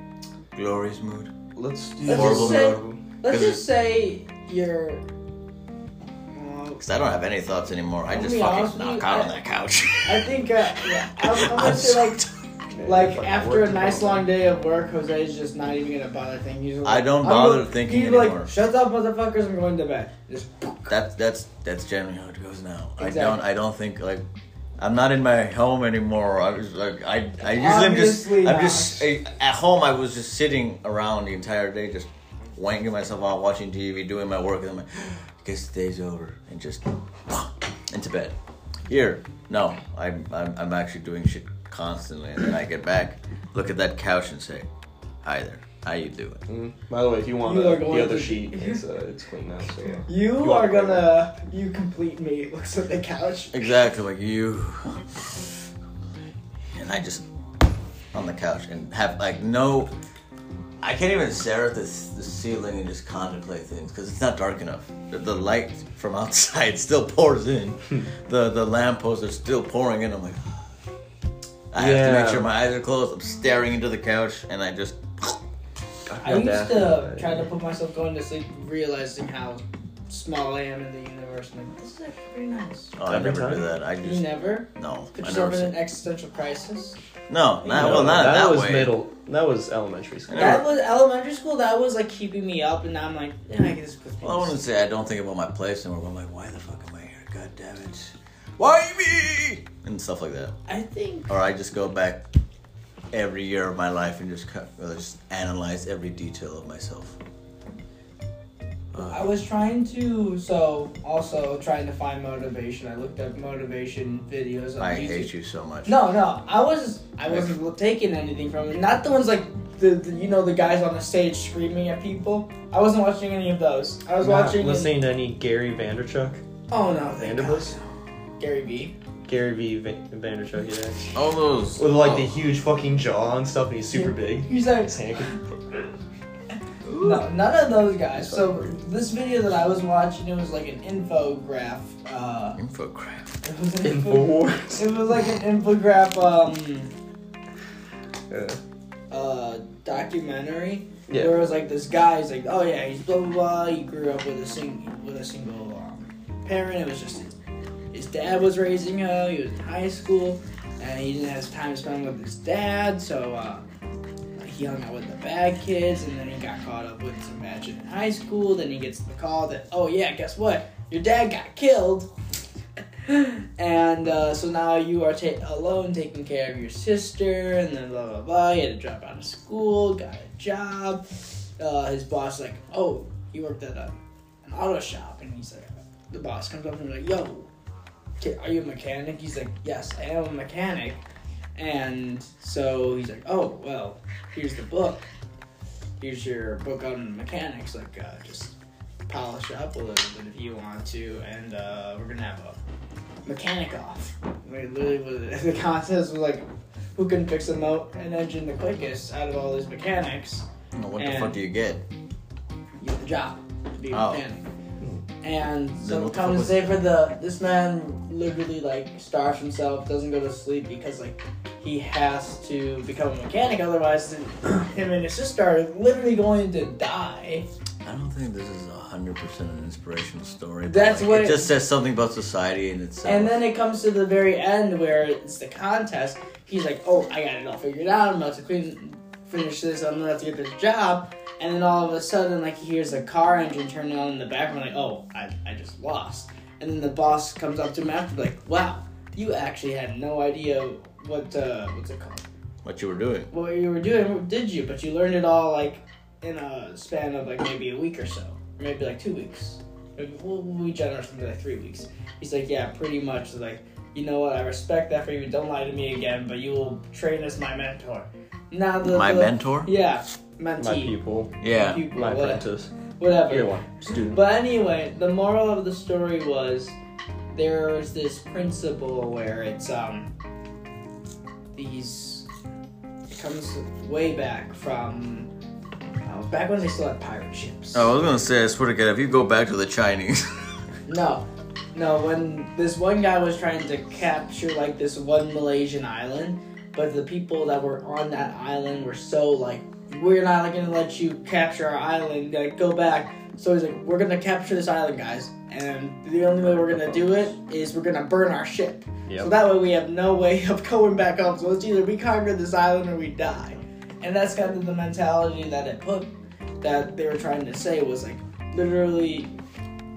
Speaker 3: glorious mood?
Speaker 4: Let's do
Speaker 7: Let's
Speaker 3: Horrible
Speaker 7: just say,
Speaker 3: mood?
Speaker 7: let's
Speaker 3: 'Cause
Speaker 7: just say you're. Uh,
Speaker 3: Because I don't have any thoughts anymore. I
Speaker 7: I'll
Speaker 3: just
Speaker 7: be honest
Speaker 3: fucking knock
Speaker 7: with you,
Speaker 3: out
Speaker 7: I-
Speaker 3: on that couch.
Speaker 7: I think uh, yeah, I, I'm gonna
Speaker 3: I'm
Speaker 7: say
Speaker 3: so
Speaker 7: like
Speaker 4: Man,
Speaker 7: like
Speaker 4: fucking
Speaker 7: after
Speaker 4: work
Speaker 7: a nice
Speaker 4: tomorrow.
Speaker 7: long day of work, Jose's just not even gonna bother thinking. He's
Speaker 3: I
Speaker 7: like,
Speaker 3: don't
Speaker 7: I'm
Speaker 3: bother
Speaker 7: going-
Speaker 3: thinking
Speaker 7: he's
Speaker 3: anymore.
Speaker 7: like, shut up, motherfuckers! I'm going to bed. Just
Speaker 3: That's that's that's generally how it goes now.
Speaker 7: Exactly.
Speaker 3: I don't I don't think like I'm not in my home anymore. I was like I I usually am just
Speaker 7: Obviously
Speaker 3: I'm just I, at home. I was just sitting around the entire day, just wanking myself out, watching TV, doing my work, and I'm like, guess the day's over, and just into bed. Here, no, I'm I'm, I'm actually doing shit constantly, and then I get back, look at that couch, and say, hi there, how you doing?
Speaker 4: Mm. By the way, if you want
Speaker 7: You
Speaker 4: uh,
Speaker 7: are going
Speaker 4: the other
Speaker 7: to-
Speaker 4: sheet, it's uh, it's clean now. So yeah.
Speaker 7: you,
Speaker 4: You
Speaker 7: are
Speaker 4: are
Speaker 7: gonna you complete me. Looks at the couch.
Speaker 3: Exactly, like you. And I just on the couch and have like no. I can't even stare at this the ceiling and just contemplate things because it's not dark enough. The, the light from outside still pours in. the the lampposts are still pouring in. I'm like, I have to
Speaker 4: Yeah.
Speaker 3: make sure my eyes are closed. I'm staring into the couch and I just.
Speaker 7: I used to try to put myself going to sleep, realizing how small I am in the universe. I'm like, this is actually pretty nice.
Speaker 3: Oh, I
Speaker 4: Every
Speaker 3: never
Speaker 4: time?
Speaker 3: do that. I
Speaker 7: You
Speaker 3: just
Speaker 7: never
Speaker 3: no.
Speaker 7: put
Speaker 3: I
Speaker 7: yourself
Speaker 3: never.
Speaker 7: in an
Speaker 3: sit-
Speaker 7: existential crisis.
Speaker 3: No, not,
Speaker 4: No,
Speaker 3: well, not
Speaker 4: that,
Speaker 3: that,
Speaker 4: was
Speaker 3: way.
Speaker 4: middle. That was elementary school.
Speaker 3: Yeah.
Speaker 7: That was elementary school. That was like keeping me up, and now I'm like, yeah, I can just put
Speaker 3: Well, I
Speaker 7: things-
Speaker 3: wouldn't say I don't think about my place anymore, but I'm like, why the fuck am I here? God damn it. Why me? And stuff like that.
Speaker 7: I think
Speaker 3: Or I just go back every year of my life and just, cut, or just analyze every detail of myself.
Speaker 7: I was trying to, so also trying to find motivation. I looked up motivation videos on
Speaker 3: I
Speaker 7: YouTube.
Speaker 3: hate you so much.
Speaker 7: No, no, I was I wasn't taking anything from it. Not the ones like the, the you know the guys on the stage screaming at people. I wasn't watching any of those. I was watching.
Speaker 4: listening to any Gary Vanderchuck,
Speaker 7: oh no, thank God.
Speaker 4: Vanderbilt,
Speaker 7: Gary V.
Speaker 4: Gary V. Van- Vanderchuck, yeah,
Speaker 3: All those.
Speaker 4: with like the huge fucking jaw and stuff, and he's super big.
Speaker 7: He's like,
Speaker 4: His hand could-
Speaker 7: No, none of those guys. So this video that I was watching, it was like an infograph. Uh,
Speaker 3: Oh, Infograph.
Speaker 7: it was an info. It was like an infograph. Um,
Speaker 4: Yeah.
Speaker 7: uh, documentary
Speaker 4: Yeah.
Speaker 7: where it was like this guy's like, oh yeah, he's blah blah blah. He grew up with a sing with a single um, parent. It was just his, his dad was raising him. He was in high school, and he didn't have time to spend with his dad, so uh, he hung out with the bad kids, and then he got caught up with some magic in high school. Then he gets the call that, oh yeah, guess what? Your dad got killed. And uh, so now you are ta- alone taking care of your sister, and then blah blah blah. He had to drop out of school, got a job. Uh, his boss like, oh, he worked at a, an auto shop, and he's like, the boss comes up and he's like, yo, ki- are you a mechanic? He's like, yes, I am a mechanic. And so he's like, oh well, here's the book. Here's your book on mechanics. Like, uh, just polish up a little bit if you want to, and uh, we're gonna have a mechanic off. Like, literally, was, the contest was like, who can fix a mo- an engine the quickest out of all these mechanics?
Speaker 3: Now, What the
Speaker 7: And-
Speaker 3: fuck do you get?
Speaker 7: You have the job to be a
Speaker 3: Oh.
Speaker 7: mechanic. And
Speaker 3: Then
Speaker 7: so
Speaker 3: what the fuck
Speaker 7: come to
Speaker 3: was-
Speaker 7: say for the this man literally like starves himself, doesn't go to sleep because like he has to become a mechanic, otherwise then him and his sister are literally going to die.
Speaker 3: I don't think this is hundred percent an inspirational story. but,
Speaker 7: That's
Speaker 3: like,
Speaker 7: what
Speaker 3: it,
Speaker 7: it-
Speaker 3: just says something about society and uh, itself.
Speaker 7: And then it comes to the very end where it's the contest. He's like, "Oh, I got it all figured out. I'm about to clean, finish this. I'm about to get this job." And then all of a sudden, like he hears a car engine turning on in the background. Like, "Oh, I, I just lost." And then the boss comes up to him after, like, "Wow, you actually had no idea what uh, what's it called?
Speaker 3: what you were doing?
Speaker 7: What you were doing, did you? But you learned it all like in a span of like maybe a week or so, or maybe like two weeks. Maybe- We'll, we'll be generous and be like three weeks." He's like, yeah, pretty much. He's like, you know what? I respect that for you. Don't lie to me again, but you will train as my mentor. Now the
Speaker 3: My
Speaker 7: the-
Speaker 3: mentor?
Speaker 7: Yeah,
Speaker 4: My
Speaker 7: mentee.
Speaker 4: pupil,
Speaker 3: Yeah.
Speaker 7: pupil,
Speaker 4: my
Speaker 7: whatever.
Speaker 4: apprentice,
Speaker 7: whatever.
Speaker 4: either one, student.
Speaker 7: But anyway, the moral of the story was there's this principle where it's um these it comes way back from uh, back when they still had pirate ships.
Speaker 3: Oh, I was gonna say, I swear to God, if you go back to the Chinese,
Speaker 7: No, no. When this one guy was trying to capture like this one Malaysian island, but the people that were on that island were so like, we're not gonna let you capture our island. Like, go back. So he's like, we're gonna capture this island, guys, and the only way we're gonna do it is we're gonna burn our ship. So
Speaker 4: Yep.
Speaker 7: that way we have no way of going back home. So it's either we conquer this island or we die. And that's kind of the mentality that it put that they were trying to say was like literally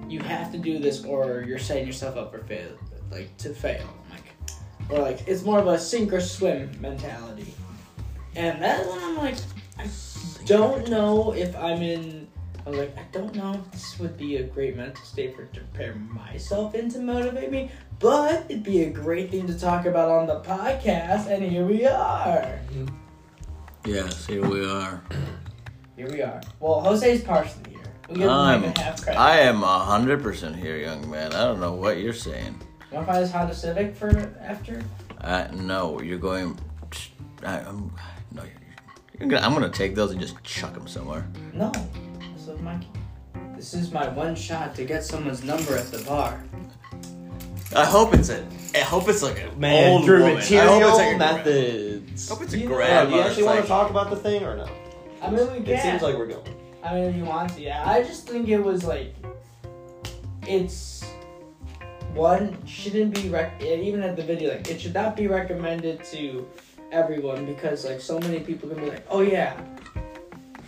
Speaker 7: you have to do this or you're setting yourself up for fail like to fail. Like or like it's more of a sink or swim mentality. And that one I'm like I don't know if I'm in I was like, I don't know if this would be a great mental state for to prepare myself in to motivate me, but it'd be a great thing to talk about on the podcast, and here we are.
Speaker 3: yes, here we are.
Speaker 7: Here we are. Well, Jose's partially here. We give him
Speaker 3: I'm,
Speaker 7: like a half credit.
Speaker 3: I am hundred percent here, young man. I don't know what you're saying.
Speaker 7: Want to buy this Honda Civic for after?
Speaker 3: I no, you're going. I, I'm no, you're, you're gonna. I'm gonna take those and just chuck them somewhere.
Speaker 7: No. This is my. This is my one shot to get someone's number at the bar.
Speaker 3: I hope it's a. I hope it's like a
Speaker 4: Man,
Speaker 3: old
Speaker 4: through
Speaker 3: woman. I hope it's
Speaker 4: material
Speaker 3: like a gra-
Speaker 4: methods.
Speaker 3: I hope it's a
Speaker 7: You-
Speaker 4: Yeah,
Speaker 3: grandma.
Speaker 4: do you actually
Speaker 3: It's
Speaker 4: want
Speaker 3: like-
Speaker 4: to talk about the thing or no?
Speaker 7: I mean, we can.
Speaker 4: It seems like we're going.
Speaker 7: I mean, if you want to, yeah. I just think it was like, it's one shouldn't be rec- even at the video like it should not be recommended to everyone because like so many people can be like, oh yeah,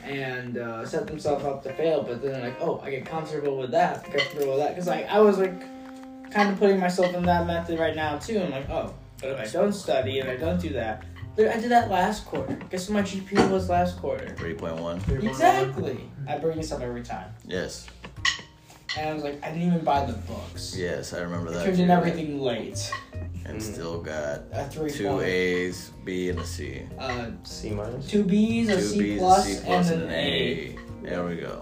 Speaker 7: and uh, set themselves up to fail, but then they're like, oh, I get comfortable with that, comfortable with that, because like I was like kind of putting myself in that method right now too. I'm like, oh, but if I don't study and I don't do that, Dude, I did that last quarter. Guess what my GPA was last quarter.
Speaker 3: 3.1.
Speaker 7: Exactly. I bring this up every time.
Speaker 3: Yes,
Speaker 7: And I was like, I didn't even buy the books.
Speaker 3: yes, I remember that.
Speaker 7: Turned in
Speaker 3: too.
Speaker 7: everything late.
Speaker 3: And still got
Speaker 7: A three
Speaker 3: two A's, B, and a C.
Speaker 7: Uh,
Speaker 4: C minus.
Speaker 7: two B's,
Speaker 3: Two
Speaker 7: a C
Speaker 3: B's,
Speaker 7: plus,
Speaker 3: a C plus,
Speaker 7: and an A.
Speaker 3: There we go.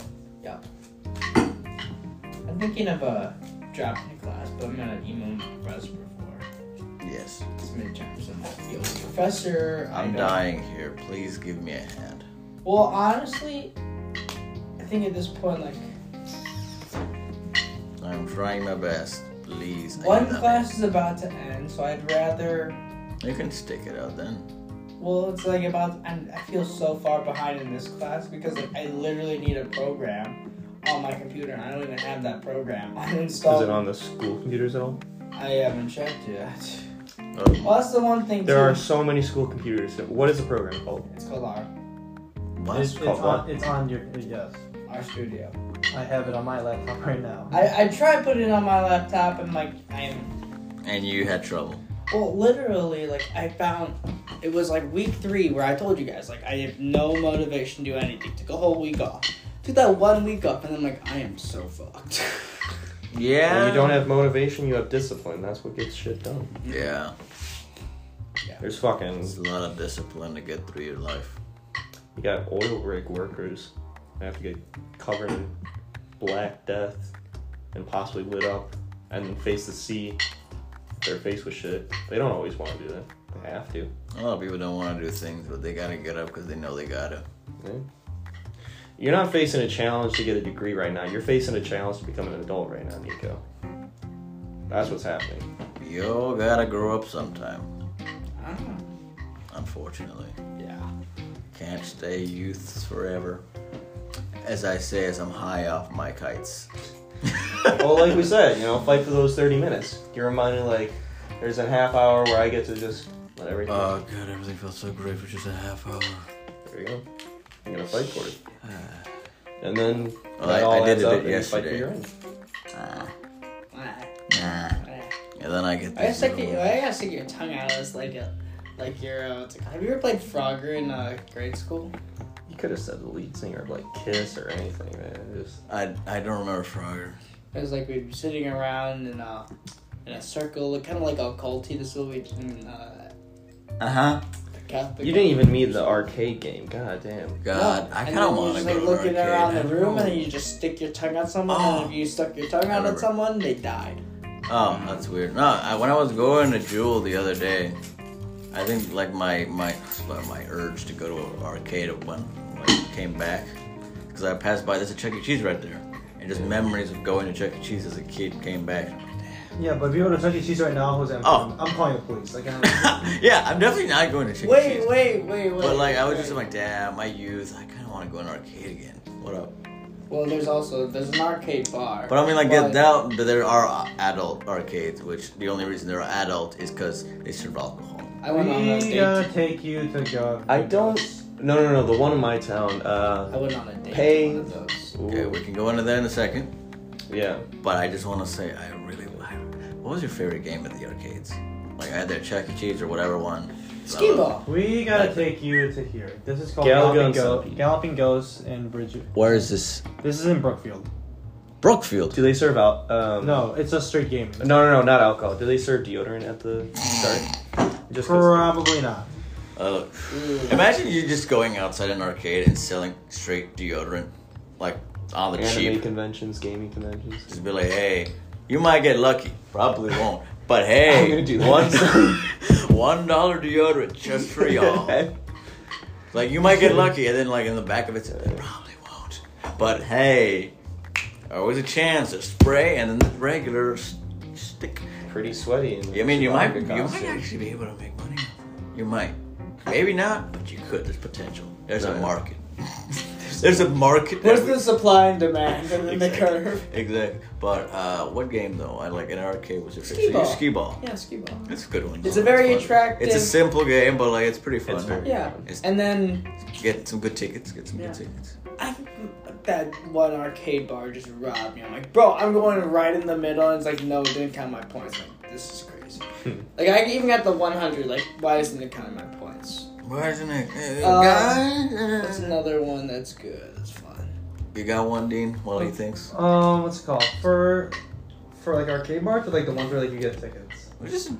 Speaker 7: I'm thinking of a drop in the class, but I'm gonna email my professor before
Speaker 3: Yes,
Speaker 7: this midterm. So I'm like, yo, professor, I
Speaker 3: I'm
Speaker 7: don't-
Speaker 3: dying here. Please give me a hand.
Speaker 7: Well, honestly, think at this point, like
Speaker 3: I'm trying my best. Please. I
Speaker 7: one
Speaker 3: cannot-
Speaker 7: class is about to end, so I'd rather.
Speaker 3: You can stick it out then.
Speaker 7: Well, it's like about. I'm, I feel so far behind in this class because like I literally need a program on my computer, and I don't even have that program. I installed.
Speaker 4: Is it on the school computers at all?
Speaker 7: I haven't checked yet.
Speaker 3: Oh,
Speaker 7: Well, that's the one thing.
Speaker 4: There are
Speaker 7: too.
Speaker 4: so many school computers. What is the program called?
Speaker 7: It's called R
Speaker 3: what?
Speaker 2: It's, it's, on, it's on your. Yes.
Speaker 7: R Studio.
Speaker 2: I have it on my laptop right now.
Speaker 7: I, I tried to put it on my laptop and like I'm
Speaker 3: And you had trouble.
Speaker 7: well literally like I found it was like week three where I told you guys like I have no motivation to do anything. Took a whole week off. Took that one week off and I'm like I am so fucked.
Speaker 3: Yeah.
Speaker 4: When you don't have motivation, you have discipline. That's what gets shit done.
Speaker 3: Yeah.
Speaker 4: There's fucking
Speaker 3: It's a lot of discipline to get through your life.
Speaker 4: you got oil rig workers that have to get covered in black death and possibly lit up and then face the sea. They're faced with shit. They don't always want to do that. They have to.
Speaker 3: A lot of people don't want to do things, but they gotta get up because they know they gotta.
Speaker 4: You're not facing a challenge to get a degree right now. You're facing a challenge to become an adult right now, Nico. That's what's happening.
Speaker 3: You gotta grow up sometime.
Speaker 7: I don't know.
Speaker 3: Unfortunately,
Speaker 7: Ah. Yeah.
Speaker 3: can't stay youths forever. As I say, as I'm high off my kites.
Speaker 4: well, like we said, you know, fight for those 30 minutes. You're reminded, like, there's a half hour where I get to just let everything.
Speaker 3: Oh god, everything felt so great for just a half hour.
Speaker 4: There you go. I'm gonna fight for it. And then
Speaker 3: Well,
Speaker 4: that
Speaker 3: I-
Speaker 4: all
Speaker 3: I did
Speaker 4: adds
Speaker 3: it
Speaker 4: up and you fight for
Speaker 3: yesterday.
Speaker 4: your own.
Speaker 3: Ah,
Speaker 7: Ah,
Speaker 3: nah.
Speaker 7: ah.
Speaker 3: And then I get
Speaker 7: I
Speaker 3: this.
Speaker 7: guess I, could,
Speaker 3: little-
Speaker 7: I gotta stick your tongue out as like a like your uh, what's it called? have you ever played Frogger in uh, grade school?
Speaker 4: You could have said the lead singer of like Kiss or anything, man. Just
Speaker 3: I, I don't remember Frogger.
Speaker 7: It was like we'd be sitting around in a in a circle, kind of like a culty. This is what we did in uh,
Speaker 3: Uh huh.
Speaker 7: the Catholic.
Speaker 4: you didn't even need the arcade game. God damn.
Speaker 3: God,
Speaker 7: No,
Speaker 3: I
Speaker 7: and
Speaker 3: kind
Speaker 7: then
Speaker 3: of
Speaker 7: you
Speaker 3: want to
Speaker 7: just,
Speaker 3: go
Speaker 7: like,
Speaker 3: to
Speaker 7: looking
Speaker 3: an arcade.
Speaker 7: around
Speaker 3: I
Speaker 7: the
Speaker 3: don't
Speaker 7: room,
Speaker 3: know.
Speaker 7: and then you just stick your tongue at someone.
Speaker 3: Oh.
Speaker 7: And if you stuck your tongue out
Speaker 3: remember.
Speaker 7: at someone, they died.
Speaker 3: Oh, that's weird. No, I, when I was going to Jewel the other day, I think like my my my urge to go to an arcade when like, came back because I passed by. There's a Chuck E. Cheese right there, and just memories of going to Chuck E. Cheese as a kid came back.
Speaker 2: Yeah, but if you go to Chuck E. Cheese right now, Jose, I'm,
Speaker 3: Oh.
Speaker 2: I'm calling the police. Like, I'm,
Speaker 3: yeah, I'm definitely not going to Chuck E. Cheese.
Speaker 7: Wait, wait, wait, wait.
Speaker 3: But like I was just
Speaker 7: wait.
Speaker 3: like, damn, my youth. I kind of want to go in an arcade again. What up?
Speaker 7: Well, there's also there's an arcade bar.
Speaker 3: But I mean, like,
Speaker 7: But-
Speaker 3: get out that there are adult arcades, which the only reason they're adult is because they serve alcohol.
Speaker 7: I went on a
Speaker 2: we
Speaker 7: date.
Speaker 3: uh,
Speaker 2: gotta take you to go.
Speaker 4: I don't. No, no, no. The one in my town.
Speaker 7: I
Speaker 4: Uh,
Speaker 7: went on a date.
Speaker 4: Pay-
Speaker 7: To one of those.
Speaker 3: Okay, we can go into that in a second.
Speaker 4: yeah.
Speaker 3: But I just want to say, I really. I, what was your favorite game at the arcades? Like I had their Chuck E. Cheese or whatever one.
Speaker 7: Skee ball.
Speaker 2: We gotta take you to here. This is called
Speaker 4: Gallagher
Speaker 2: Galloping,
Speaker 4: and
Speaker 2: Go-
Speaker 4: Centipede.
Speaker 2: Galloping Ghosts in Bridget.
Speaker 3: Where is this?
Speaker 2: This is in Brookfield.
Speaker 3: Brookfield.
Speaker 4: Do they serve out? Um,
Speaker 2: No, it's a straight game.
Speaker 4: No, no, no. Not alcohol. Do they serve deodorant at the start? Just 'cause-
Speaker 2: Probably not.
Speaker 3: Uh, imagine you just going outside an arcade and selling straight deodorant, like on the
Speaker 4: anime
Speaker 3: cheap.
Speaker 4: conventions, gaming conventions.
Speaker 3: Just be like, hey, you might get lucky. Probably won't. But
Speaker 4: I'm
Speaker 3: hey,
Speaker 4: gonna do that.
Speaker 3: one one dollar deodorant just for y'all. Like you might get lucky, and then like in the back of it, says, "They probably won't. But hey, always a chance. A spray and then the regular s- stick.
Speaker 4: Pretty sweaty. And
Speaker 3: I mean, you might, you might
Speaker 4: costume.
Speaker 3: actually be able to make money. off it. You might, maybe not, but you could. There's potential. There's a
Speaker 4: Right.
Speaker 3: market. There's a market.
Speaker 7: Where's
Speaker 3: that we-
Speaker 7: the supply and demand in the
Speaker 3: Exactly.
Speaker 7: curve?
Speaker 3: Exactly. But uh, what game though? I like an arcade was your
Speaker 7: Skee
Speaker 3: favorite. So you-
Speaker 7: ball.
Speaker 3: Skee ball.
Speaker 7: Yeah, skee ball.
Speaker 3: It's a good one.
Speaker 7: It's a very
Speaker 3: fun.
Speaker 7: attractive-
Speaker 3: It's a simple game, but like it's pretty fun.
Speaker 4: It's very-
Speaker 7: Yeah,
Speaker 3: It's-
Speaker 7: and then
Speaker 3: Get some good tickets. Get some
Speaker 7: Yeah.
Speaker 3: good tickets.
Speaker 7: I that one arcade bar just robbed me. I'm like, bro, I'm going right in the middle, and it's like, no, it didn't count my points. Like, this is crazy. like, I even got the 100. Like, why isn't it counting my points?
Speaker 3: Why isn't it? Uh,
Speaker 7: Uh, That's
Speaker 3: guys?
Speaker 7: another one that's good. That's fun.
Speaker 3: You got one, Dean. Well,
Speaker 7: Oh.
Speaker 3: he thinks.
Speaker 2: Um, what's it called for for like arcade bars or like the ones where like you get tickets?
Speaker 3: Just,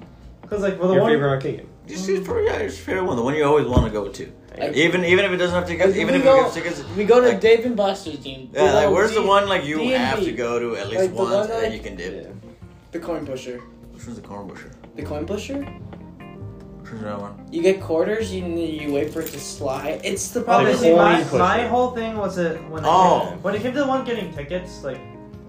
Speaker 2: Cause like for the
Speaker 4: Your
Speaker 2: one
Speaker 4: favorite arcade game.
Speaker 7: Mm.
Speaker 3: just, just for yeah, just fair one. The one you always want to go to.
Speaker 7: Like-
Speaker 3: even, even if it doesn't have tickets.
Speaker 7: Like,
Speaker 3: Even
Speaker 7: we
Speaker 3: if it
Speaker 7: go-
Speaker 3: gets tickets.
Speaker 7: We go to
Speaker 3: Like-
Speaker 7: Dave and Buster's team.
Speaker 3: Yeah, like where's the one like you
Speaker 7: D&D.
Speaker 3: have to go to at least
Speaker 7: Like, the
Speaker 3: once,
Speaker 7: one
Speaker 3: and then
Speaker 7: that-
Speaker 3: you can dip.
Speaker 4: Yeah.
Speaker 7: The coin pusher.
Speaker 3: Which one's the corn busher?
Speaker 7: The coin pusher?
Speaker 3: Which Figure out one.
Speaker 7: You get quarters. You you wait for it to slide. It's the
Speaker 4: Like
Speaker 2: Obviously,
Speaker 7: problem.
Speaker 4: coin
Speaker 2: my,
Speaker 4: pusher.
Speaker 2: my whole thing was that when I
Speaker 3: Oh.
Speaker 2: came, when it came to the one getting tickets, like,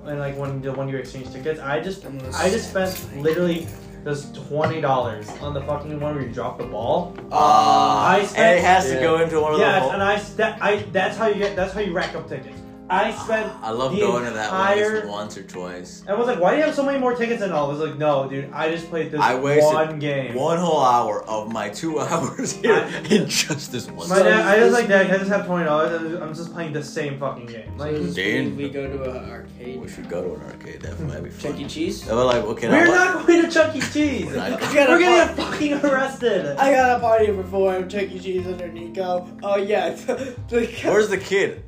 Speaker 2: and like when the one you exchange tickets, I just I just spent literally just twenty dollars on the fucking one where you drop the ball. Uh, I
Speaker 3: Ah, and
Speaker 2: spent-
Speaker 3: it has to
Speaker 2: yeah.
Speaker 3: go into one of
Speaker 2: Yes,
Speaker 3: the.
Speaker 2: and I that I that's how you get that's how you rack up tickets. I spent.
Speaker 3: I love
Speaker 2: the
Speaker 3: going to that one
Speaker 2: entire-
Speaker 3: at least once or twice.
Speaker 2: I was like, why do you have so many more tickets than all? I was like, no, dude, I just played this
Speaker 3: I wasted
Speaker 2: one game.
Speaker 3: One whole hour of my two hours here in just this one.
Speaker 2: My dad, I just like, dad, can I just have twenty dollars? I'm just playing the same fucking game. Like,
Speaker 7: Like,
Speaker 3: Dude.
Speaker 7: we go to an arcade.
Speaker 3: we should go to an arcade. That might be
Speaker 7: Chuck E.
Speaker 3: fun.
Speaker 7: Cheese.
Speaker 3: They were like, okay, now
Speaker 2: we're
Speaker 3: what-
Speaker 2: not going to Chuck E. Cheese.
Speaker 3: We're not-
Speaker 7: I got
Speaker 2: We're
Speaker 7: a
Speaker 2: gonna
Speaker 7: par-
Speaker 2: get fucking arrested.
Speaker 7: I got a party before I'm Chuck E. Cheese under Nico. Oh yeah, the,
Speaker 3: Where's the kid?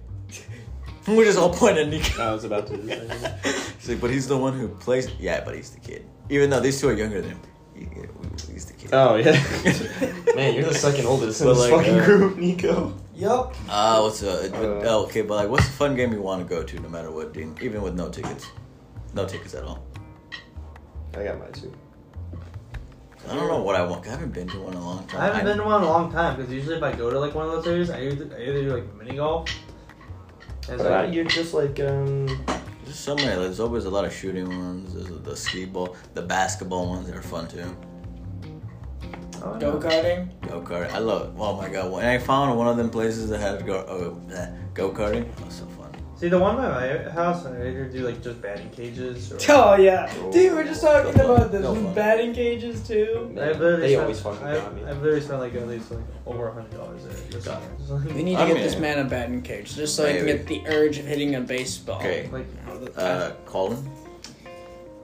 Speaker 3: We're just all pointing at Nico.
Speaker 4: I was about to do the same.
Speaker 3: He's like, but he's the one who plays. Yeah, but he's the kid. Even though these two are younger than him, he- he- he's the kid.
Speaker 4: Oh yeah. Man, you're the second oldest in
Speaker 3: But
Speaker 4: this
Speaker 3: like,
Speaker 4: fucking
Speaker 3: uh,
Speaker 4: group, Nico.
Speaker 7: Yup.
Speaker 3: Uh, what's a, oh, okay, but like, what's a fun game you want to go to no matter what, Dean? Even with no tickets, no tickets at all.
Speaker 4: I got mine too.
Speaker 3: I don't know what I want. 'cause I haven't been to one in a long time.
Speaker 2: I haven't been to one in a long time because usually if I go to like one of those areas, I either, I either do like mini golf. And so,
Speaker 4: Uh, you're just like um.
Speaker 3: There's somewhere. There's always a lot of shooting ones. There's the ski ball, the basketball ones that are fun too.
Speaker 2: oh,
Speaker 7: Go karting.
Speaker 3: Go kart. I love it. Oh my god! When I found one of them places that had go oh, go karting, that was so fun.
Speaker 2: See the one by my house, I either do like just batting cages or.
Speaker 7: Oh yeah, dude, we're just talking
Speaker 3: Go fun.
Speaker 7: about this
Speaker 3: Go fun.
Speaker 7: batting cages too.
Speaker 2: I
Speaker 4: Man,
Speaker 2: literally
Speaker 4: they
Speaker 2: spent-
Speaker 4: always fucking
Speaker 2: I-
Speaker 4: got me.
Speaker 2: I've literally spent like at least like over a hundred dollars there. Just,
Speaker 3: Got
Speaker 2: just, like,
Speaker 7: We need to
Speaker 3: I
Speaker 7: get
Speaker 3: mean-
Speaker 7: this man a batting cage just so he can
Speaker 3: Maybe.
Speaker 7: get the urge of hitting a baseball.
Speaker 3: Okay,
Speaker 2: like,
Speaker 3: uh, Colin.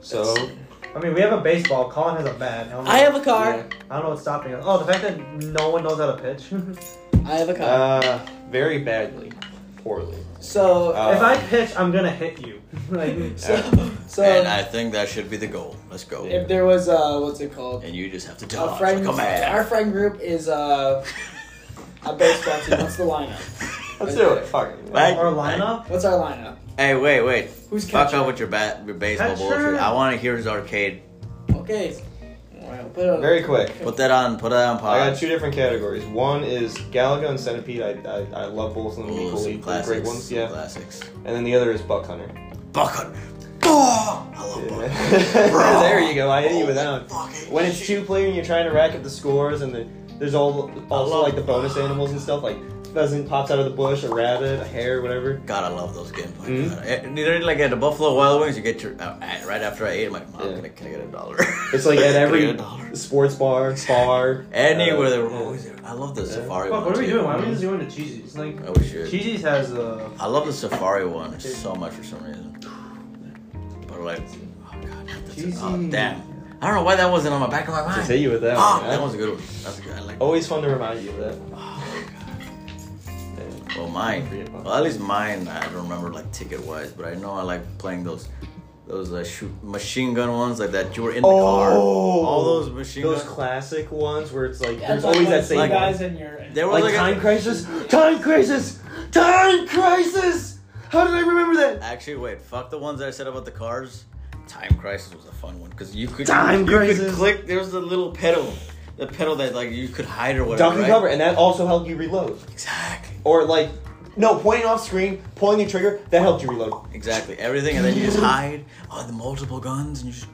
Speaker 4: So
Speaker 2: I mean, we have a baseball. Colin has a bat. I don't know,
Speaker 7: I have a car.
Speaker 2: I don't know what's stopping us. Oh, the fact that no one knows how to pitch. if
Speaker 7: I have a car.
Speaker 4: uh, very badly, poorly.
Speaker 7: so,
Speaker 4: Uh,
Speaker 2: I pitch, I'm gonna hit you. like,
Speaker 7: so, so
Speaker 3: and I think that should be the goal. Let's go.
Speaker 7: if there was uh, what's it called?
Speaker 3: And you just have to
Speaker 7: Our
Speaker 3: dodge
Speaker 7: friend,
Speaker 3: like a man.
Speaker 7: our friend group is uh, a baseball team. What's the lineup?
Speaker 4: Let's do it. Fuck. it.
Speaker 3: Back-
Speaker 2: our lineup.
Speaker 7: What's our lineup?
Speaker 3: Hey, wait, wait.
Speaker 7: Who's
Speaker 3: Fuck
Speaker 7: catcher?
Speaker 3: up with your bat, your baseball
Speaker 2: Catcher.
Speaker 3: bullshit. I want to hear his arcade.
Speaker 7: Okay. Well, put on-
Speaker 4: Very quick.
Speaker 3: Put that on. Put that on
Speaker 4: I
Speaker 3: pause.
Speaker 4: got two different categories. One is Galaga and Centipede. I, I, I love both of them
Speaker 3: Ooh,
Speaker 4: equally.
Speaker 3: some
Speaker 4: They're
Speaker 3: classics.
Speaker 4: Great ones,
Speaker 3: some
Speaker 4: yeah.
Speaker 3: Classics.
Speaker 4: And then the other is Buck Hunter.
Speaker 3: Buck Hunter. Oh, I love Buck Hunter. Bro. Oh,
Speaker 4: there you go. I hit you with that one.
Speaker 3: Fucking
Speaker 4: When it's two player and you're trying to rack up the scores, and the, there's all also like the bonus animals and stuff, like pheasant pops out of the bush, a rabbit, a hare, whatever.
Speaker 3: God, I love those games. Like
Speaker 4: Mhm.
Speaker 3: that. Eh, You know, like at the Buffalo Wild Wings, you get your uh, eh, right after I ate. I'm like, Mom,
Speaker 4: Yeah.
Speaker 3: can, I, can I get a dollar?
Speaker 4: It's like
Speaker 3: Can
Speaker 4: at
Speaker 3: I
Speaker 4: every
Speaker 3: get a dollar?
Speaker 4: sports bar, bar.
Speaker 3: Anywhere
Speaker 4: uh,
Speaker 3: they were always there. I love the
Speaker 4: Yeah.
Speaker 3: Safari
Speaker 2: Fuck,
Speaker 3: one.
Speaker 2: what are we
Speaker 3: too.
Speaker 2: doing? Why are we just doing the cheesies? Like,
Speaker 3: Oh, we should.
Speaker 2: cheesies has uh,
Speaker 3: I love the Safari one so much for some reason. But like, oh god, that's oh,
Speaker 2: Cheesy.
Speaker 3: damn. I don't know why that wasn't on my back of my
Speaker 4: Just
Speaker 3: mind.
Speaker 4: hit you with that
Speaker 3: Ah,
Speaker 4: one. Oh.
Speaker 3: that was a good one. That's a good. I like.
Speaker 4: Always fun to remind you of that.
Speaker 3: Well, mine. Well, at least mine. I don't remember like ticket wise, but I know I like playing those, those uh, shoot machine gun ones like that. You were in
Speaker 4: Oh.
Speaker 3: the car. All those machine
Speaker 4: Those
Speaker 3: gun-
Speaker 4: classic ones where it's like
Speaker 7: Yeah,
Speaker 4: there's
Speaker 7: it's
Speaker 4: always
Speaker 7: like
Speaker 4: that same
Speaker 7: you
Speaker 3: like-
Speaker 7: guys in your.
Speaker 3: They were
Speaker 4: like,
Speaker 3: like,
Speaker 4: time
Speaker 3: a-
Speaker 4: crisis, time crisis, time crisis. How did I remember that?
Speaker 3: Actually, wait. Fuck the ones that I said about the cars. Time Crisis was a fun one because you could
Speaker 4: Time
Speaker 3: you could
Speaker 4: Crisis.
Speaker 3: click. There was the little pedal, the pedal that like you could hide or whatever.
Speaker 4: Duck and
Speaker 3: right?
Speaker 4: cover, and that also helped you reload.
Speaker 3: Exactly.
Speaker 4: Or like, no, pointing off screen, pulling the trigger, that helped you reload.
Speaker 3: Exactly. Everything, and then you just hide on the multiple guns, and you just.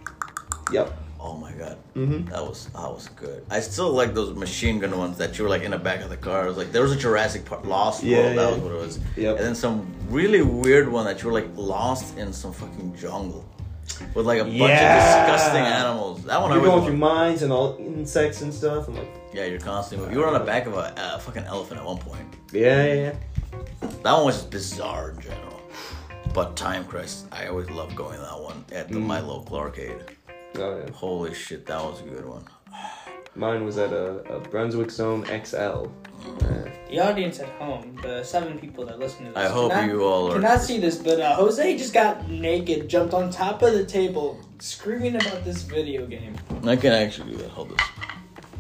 Speaker 4: Yep.
Speaker 3: Oh my god.
Speaker 4: Mhm.
Speaker 3: That was that was good. I still like those machine gun ones that you were like in the back of the car. It was like there was a Jurassic Park Lost
Speaker 4: Yeah,
Speaker 3: World. That
Speaker 4: yeah.
Speaker 3: was what it was.
Speaker 4: Yep.
Speaker 3: And then some really weird one that you were like lost in some fucking jungle with like a bunch
Speaker 4: Yeah.
Speaker 3: of disgusting animals. That one I
Speaker 4: You're
Speaker 3: always
Speaker 4: going through
Speaker 3: wanted-
Speaker 4: mines and all insects and stuff. I'm like,
Speaker 3: Yeah, you're constantly moving. You were on the back of a uh, fucking elephant at one point.
Speaker 4: yeah, yeah, yeah.
Speaker 3: That one was bizarre in general. But Time Crisis, I always loved going to that one at the my local arcade.
Speaker 4: Oh, yeah.
Speaker 3: Holy shit, that was a good one.
Speaker 4: Mine was at a, a Brunswick Zone Uh, XL.
Speaker 7: The audience at home, the seven people that listen to this.
Speaker 3: I hope
Speaker 7: cannot-
Speaker 3: you all are.
Speaker 7: Cannot see this, but uh, Jose just got naked, jumped on top of the table, screaming about this video game.
Speaker 3: I can actually do that. Hold this.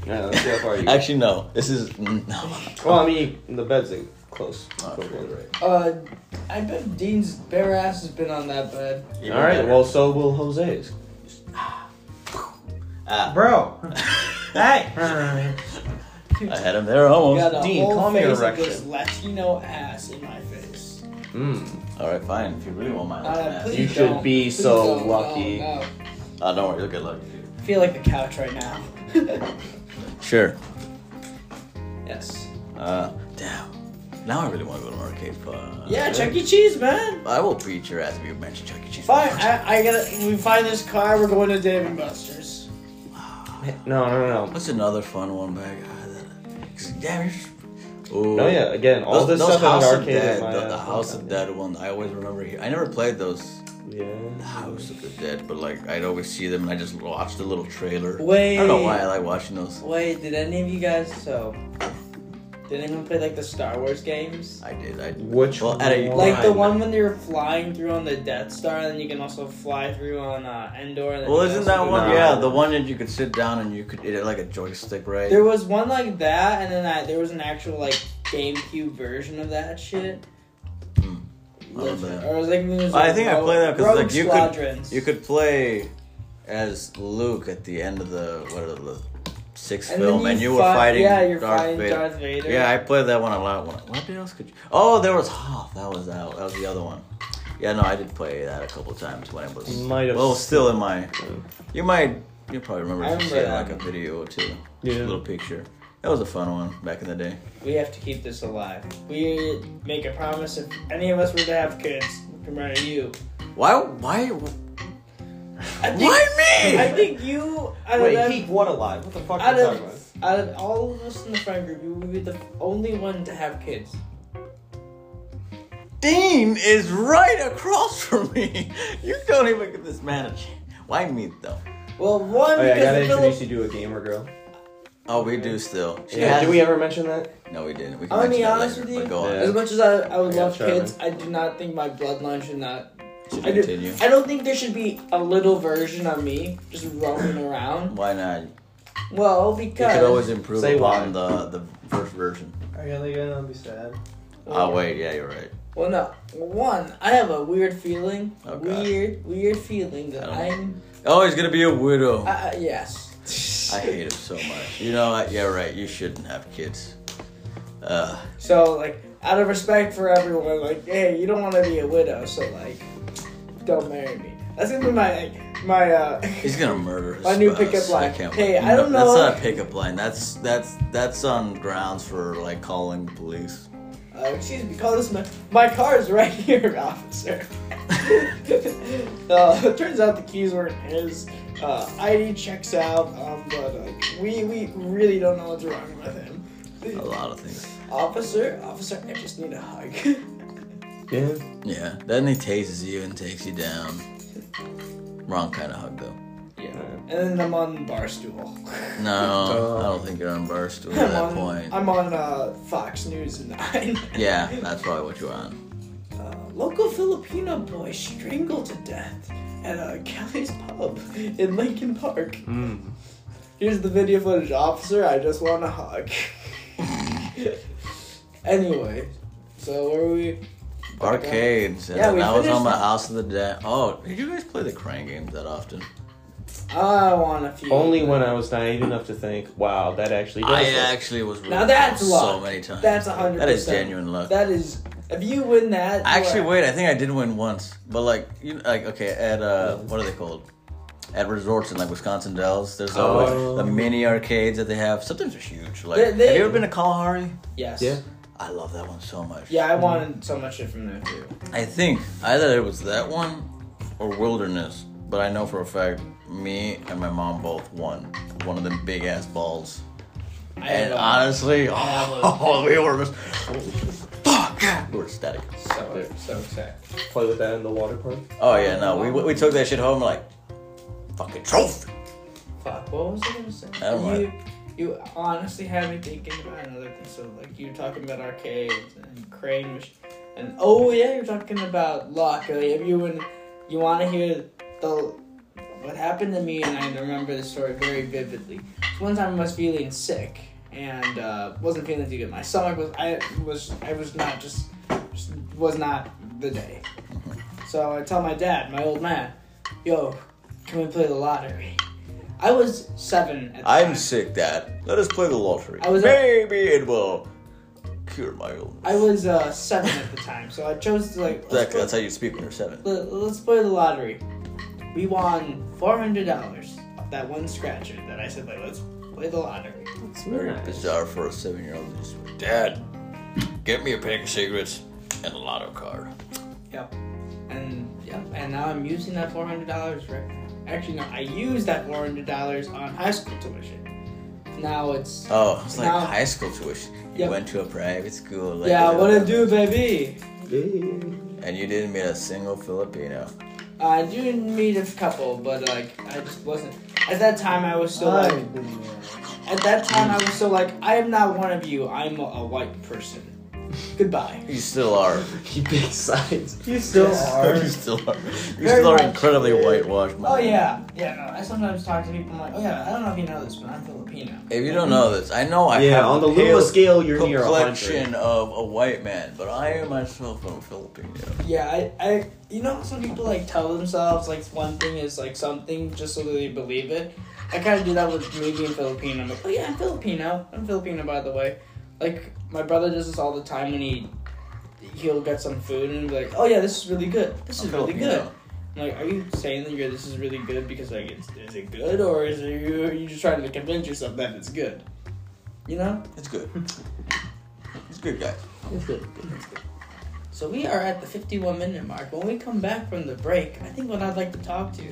Speaker 4: Yeah, let's see how far you get.
Speaker 3: Actually, no. This is mm, no.
Speaker 4: Well, I mean, the bed's like, close.
Speaker 3: Oh,
Speaker 4: Close
Speaker 3: you're
Speaker 4: one.
Speaker 3: right.
Speaker 7: Uh, I bet Dean's bare ass has been on that bed.
Speaker 3: Even
Speaker 4: All right.
Speaker 3: better.
Speaker 4: Well, so will Jose's.
Speaker 3: Ah,
Speaker 2: bro. Hey!
Speaker 3: I had him there almost.
Speaker 7: Got a
Speaker 4: Dean,
Speaker 7: whole
Speaker 4: call me
Speaker 7: face of
Speaker 4: erection.
Speaker 7: this Latino ass in my face.
Speaker 4: Mm.
Speaker 3: All right, fine. If you really want my
Speaker 7: Uh,
Speaker 3: ass,
Speaker 7: please
Speaker 4: You should
Speaker 7: don't.
Speaker 4: be
Speaker 7: Please
Speaker 4: so
Speaker 7: don't. No,
Speaker 4: lucky.
Speaker 7: no.
Speaker 3: oh, don't worry, you'll get lucky. dude.
Speaker 7: I feel like the couch right now.
Speaker 3: Sure.
Speaker 7: yes.
Speaker 3: Uh, damn. Now I really want to go to an arcade. uh, Fuck.
Speaker 7: Yeah, Chuck E. Cheese, man.
Speaker 3: I will beat your ass if you mention Chuck E. Cheese.
Speaker 7: Fine. I, I gotta. We find this car. We're going to Dave and Buster's.
Speaker 4: No, no, no.
Speaker 3: What's another fun one back? Damn, you're just- Ooh.
Speaker 4: No, yeah. Again, all this
Speaker 3: those, those
Speaker 4: stuff
Speaker 3: House
Speaker 4: in the
Speaker 3: of
Speaker 4: arcade. is
Speaker 3: Dead,
Speaker 4: my uh,
Speaker 3: the, the
Speaker 4: ass.
Speaker 3: House of Dead one. I always remember. Here. I never played those
Speaker 4: Yeah.
Speaker 3: House of the Dead, but like I'd always see them and I just watched the little trailer.
Speaker 7: Wait.
Speaker 3: I don't know why I like watching those.
Speaker 7: Wait, did any of you guys so? Did anyone play like the Star Wars games?
Speaker 3: I did. I
Speaker 4: Which
Speaker 3: Well, at a-
Speaker 4: one?
Speaker 7: Like the one when you're flying through on the Death Star, and then you can also fly through on uh, Endor. And then
Speaker 3: Well,
Speaker 7: you
Speaker 3: isn't
Speaker 7: also
Speaker 3: that
Speaker 7: do-
Speaker 3: one?
Speaker 4: No.
Speaker 3: Yeah, the one that you could sit down and you could it had like a joystick, right?
Speaker 7: There was one like that, and then I, there was an actual like GameCube version of that shit.
Speaker 3: Hmm. I don't
Speaker 7: Legit.
Speaker 3: know.
Speaker 7: Or it was like, it was,
Speaker 3: I
Speaker 7: like,
Speaker 3: think I
Speaker 7: Rogue-
Speaker 3: played that 'cause, like,
Speaker 7: Rogue
Speaker 3: you could-
Speaker 7: Squadrons.
Speaker 3: You could play as Luke at the end of the what are the sixth
Speaker 7: And then
Speaker 3: film, and you were
Speaker 7: fight-
Speaker 3: fighting
Speaker 7: Yeah, you're
Speaker 3: Darth
Speaker 7: fighting
Speaker 3: Vader.
Speaker 7: Darth Vader.
Speaker 3: Yeah, I played that one a lot. What, what else could you? Oh, there was Hoth. That was that. That was the other one. Yeah, no, I did play that a couple times when it was.
Speaker 4: Might have.
Speaker 3: Well, still in my. You might. You probably remember
Speaker 7: I
Speaker 3: if you see
Speaker 7: remember
Speaker 3: like
Speaker 7: that.
Speaker 3: a video or two,
Speaker 4: Yeah.
Speaker 3: a little picture. That was a fun one back in the day.
Speaker 7: We have to keep this alive. We make a promise if any of us were to have kids, to marry you.
Speaker 3: Why? Why?
Speaker 7: I think,
Speaker 3: Why me?
Speaker 7: I think you out of, them-
Speaker 4: one alive. What the fuck
Speaker 7: out, of, out of all of us in the friend group, you would be the only one to have kids.
Speaker 3: Dean is right across from me. You don't even give this man a chance. Why me though?
Speaker 7: Well, one
Speaker 4: Oh, yeah, I
Speaker 7: because
Speaker 4: gotta
Speaker 7: of Philip.
Speaker 4: introduce you to a gamer girl.
Speaker 3: Oh, we do still. She
Speaker 4: Yeah,
Speaker 3: has-
Speaker 4: did we ever mention that?
Speaker 3: No, we didn't. We can
Speaker 7: I'm gonna
Speaker 3: mention
Speaker 7: be
Speaker 3: that
Speaker 7: honest
Speaker 3: later,
Speaker 7: with you.
Speaker 3: But go on.
Speaker 4: Yeah.
Speaker 7: As much as I, I would
Speaker 4: Yeah,
Speaker 7: love
Speaker 4: Charlie.
Speaker 7: kids, I do not think my bloodline should not.
Speaker 3: Should
Speaker 7: I do-
Speaker 3: continue.
Speaker 7: I don't think there should be a little version of me just roaming around.
Speaker 3: Why not? You
Speaker 7: Well,
Speaker 3: could always
Speaker 7: because
Speaker 3: improve
Speaker 4: Say
Speaker 3: upon the the first version.
Speaker 2: Are you only gonna be sad?
Speaker 3: Oh wait, yeah, you're right.
Speaker 7: Well, no. One, I have a weird feeling.
Speaker 3: Oh, God.
Speaker 7: weird, weird feeling that
Speaker 3: I
Speaker 7: I'm.
Speaker 3: Oh, he's gonna be a widow. I,
Speaker 7: Uh, yes.
Speaker 3: Oh. hate him so much. You know, what? yeah, right. You shouldn't have kids. Uh,
Speaker 7: So, like, out of respect for everyone, like, hey, you don't want to be a widow, so like, don't marry me. That's gonna be my like, my uh.
Speaker 3: he's gonna murder his
Speaker 7: My new
Speaker 3: spouse.
Speaker 7: pickup line.
Speaker 3: I can't
Speaker 7: Hey,
Speaker 3: wait.
Speaker 7: I don't
Speaker 3: No,
Speaker 7: know-
Speaker 3: That's not a pickup line. That's that's that's on grounds for like calling the police.
Speaker 7: uh excuse me, call this my my car is right here, officer. uh, it turns out the keys weren't his. Uh, ID checks out, um, but like, we we really don't know what's wrong with him.
Speaker 3: A lot of things.
Speaker 7: Officer, officer, I just need a hug.
Speaker 4: Yeah.
Speaker 3: Yeah. Then he tases you and takes you down. Wrong kind of hug though.
Speaker 7: and then I'm on barstool.
Speaker 3: No, I don't think you're on Barstool at
Speaker 7: I'm
Speaker 3: that
Speaker 7: Oh. on,
Speaker 3: point.
Speaker 7: I'm on uh, Fox News and Nine.
Speaker 3: Yeah, that's probably what you're on.
Speaker 7: Uh, local Filipino boy strangled to death at uh, Kelly's Pub in Lincoln Park.
Speaker 4: Mm.
Speaker 7: Here's the video footage, officer. I just want a hug. anyway, so where were we?
Speaker 3: Arcades.
Speaker 7: Yeah,
Speaker 3: Yeah,
Speaker 7: we
Speaker 3: that was
Speaker 7: finished
Speaker 3: on my
Speaker 7: that.
Speaker 3: House of the Dead. Oh, did you guys play the crane games that often?
Speaker 7: I want a few.
Speaker 4: Only when I was naive enough to think, wow, that actually does.
Speaker 3: I
Speaker 4: look-
Speaker 3: actually was really
Speaker 7: Now that's
Speaker 3: close
Speaker 7: luck.
Speaker 3: so many times.
Speaker 7: That's a hundred.
Speaker 3: That is
Speaker 7: percent.
Speaker 3: genuine luck.
Speaker 7: That is. If you win that, you
Speaker 3: Actually,
Speaker 7: are-
Speaker 3: wait. I think I did win once, but like, you like, okay, at uh, what are they called? At resorts in like Wisconsin Dells, there's always
Speaker 4: Oh.
Speaker 3: the mini arcades that they have. Sometimes they're huge. Like,
Speaker 7: They- they-
Speaker 3: have you ever been to Kalahari?
Speaker 7: Yes.
Speaker 4: Yeah.
Speaker 3: I love that one so much.
Speaker 7: Yeah, I wanted so much shit from there too.
Speaker 3: I think either it was that one or Wilderness, but I know for a fact me and my mom both won one of them big ass balls.
Speaker 7: I
Speaker 3: And
Speaker 7: love
Speaker 3: honestly,
Speaker 7: have a-
Speaker 3: oh, we were just fuck, we were ecstatic.
Speaker 7: it. so so excited.
Speaker 4: play with that in the water park.
Speaker 3: Oh yeah, no, we we took that shit home like fucking trophy.
Speaker 7: Fuck. What was I gonna say?
Speaker 3: I don't know.
Speaker 7: you, you honestly had me thinking about another thing. So like you were talking about arcades and crane mach- and oh yeah, you're talking about luck. Like, if you would, you want to hear the what happened to me, and I remember the story very vividly. So one time I was feeling sick and uh, wasn't feeling too good. My stomach was I was I was not just, just was not the day. So I tell my dad, my old man, yo, can we play the lottery? I was seven. At the
Speaker 3: I'm
Speaker 7: time.
Speaker 3: sick, Dad. Let us play the lottery.
Speaker 7: I was-
Speaker 3: Maybe it will cure my illness.
Speaker 7: I was uh, seven at the time, so I chose to like. let's
Speaker 3: Exactly. That's how you speak when you're seven.
Speaker 7: play, let- let's play the lottery. We won four hundred dollars off that one scratcher that I said like let's play the lottery.
Speaker 3: It's very bizarre for a seven-year-old. to just, Dad, get me a pack of cigarettes and a lotto card.
Speaker 7: Yep. And yep. And now I'm using that four hundred dollars for. Actually, no. I used that four hundred dollars on high school tuition. Now it's.
Speaker 3: Oh, it's like
Speaker 7: Now-
Speaker 3: high school tuition. You
Speaker 7: Yep.
Speaker 3: went to a private school. Like
Speaker 7: yeah, what it do, baby?
Speaker 3: And you didn't meet a single Filipino.
Speaker 7: I do meet a couple, but like I just wasn't. At that time, I was still like. At that time, I was still like, I am not one of you. I'm a, a white person. Goodbye.
Speaker 3: You still are.
Speaker 4: He picks sides.
Speaker 2: You still are.
Speaker 3: you still are. You
Speaker 7: Very
Speaker 3: still are
Speaker 7: much.
Speaker 3: incredibly whitewashed.
Speaker 7: Oh
Speaker 3: man.
Speaker 7: yeah, yeah. No, I sometimes talk to people I'm like, oh yeah, I don't know if you know this, but I'm Filipino.
Speaker 3: If you don't know this, I know I have
Speaker 4: yeah, on the
Speaker 3: a
Speaker 4: little
Speaker 3: pale
Speaker 4: scale, you're near a hundred.
Speaker 3: complexion of a white man, but I am myself am Filipino.
Speaker 7: Yeah, I, I, you know, some people like tell themselves like one thing is like something just so that they believe it. I kind of do that with me being Filipino. I'm like, oh yeah, I'm Filipino. I'm Filipino, by the way. Like my brother does this all the time when he he'll get some food and be like, oh yeah, this is really good. This is really good.
Speaker 3: Filipino.
Speaker 7: I'm like, are you saying that you're, this is really good because like it's, is it good or is it you are you just trying to convince yourself that it's good? You know.
Speaker 3: It's good. It's good, guys.
Speaker 7: So we are at the 51 minute mark. When we come back from the break, I think what I'd like to talk to.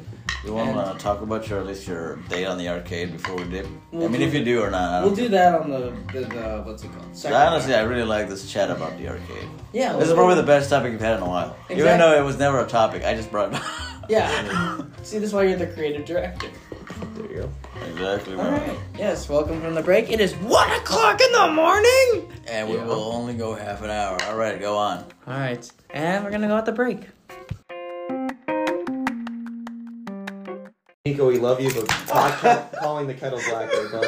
Speaker 3: You want to talk about your at least your date on the arcade before we dip? I
Speaker 7: We'll
Speaker 3: mean,
Speaker 7: do-
Speaker 3: if you do or not. I don't
Speaker 7: We'll do that on the, the, the what's it called?
Speaker 3: So honestly, I really like this chat about the arcade.
Speaker 7: yeah.
Speaker 3: This is probably the best topic you've had in a while. Even
Speaker 7: Exactly.
Speaker 3: though it was never a topic, I just brought it up.
Speaker 7: Yeah. See, this is why you're the creative director.
Speaker 4: There you go.
Speaker 3: exactly
Speaker 7: All
Speaker 3: right.
Speaker 7: right. Yes. Welcome from the break. It is one o'clock in the morning.
Speaker 3: And we
Speaker 4: Yeah.
Speaker 3: will only go half an hour. All right, go on.
Speaker 7: All right, and we're gonna go at the break.
Speaker 4: Nico, we love you, but stop calling the kettle black, eh, there,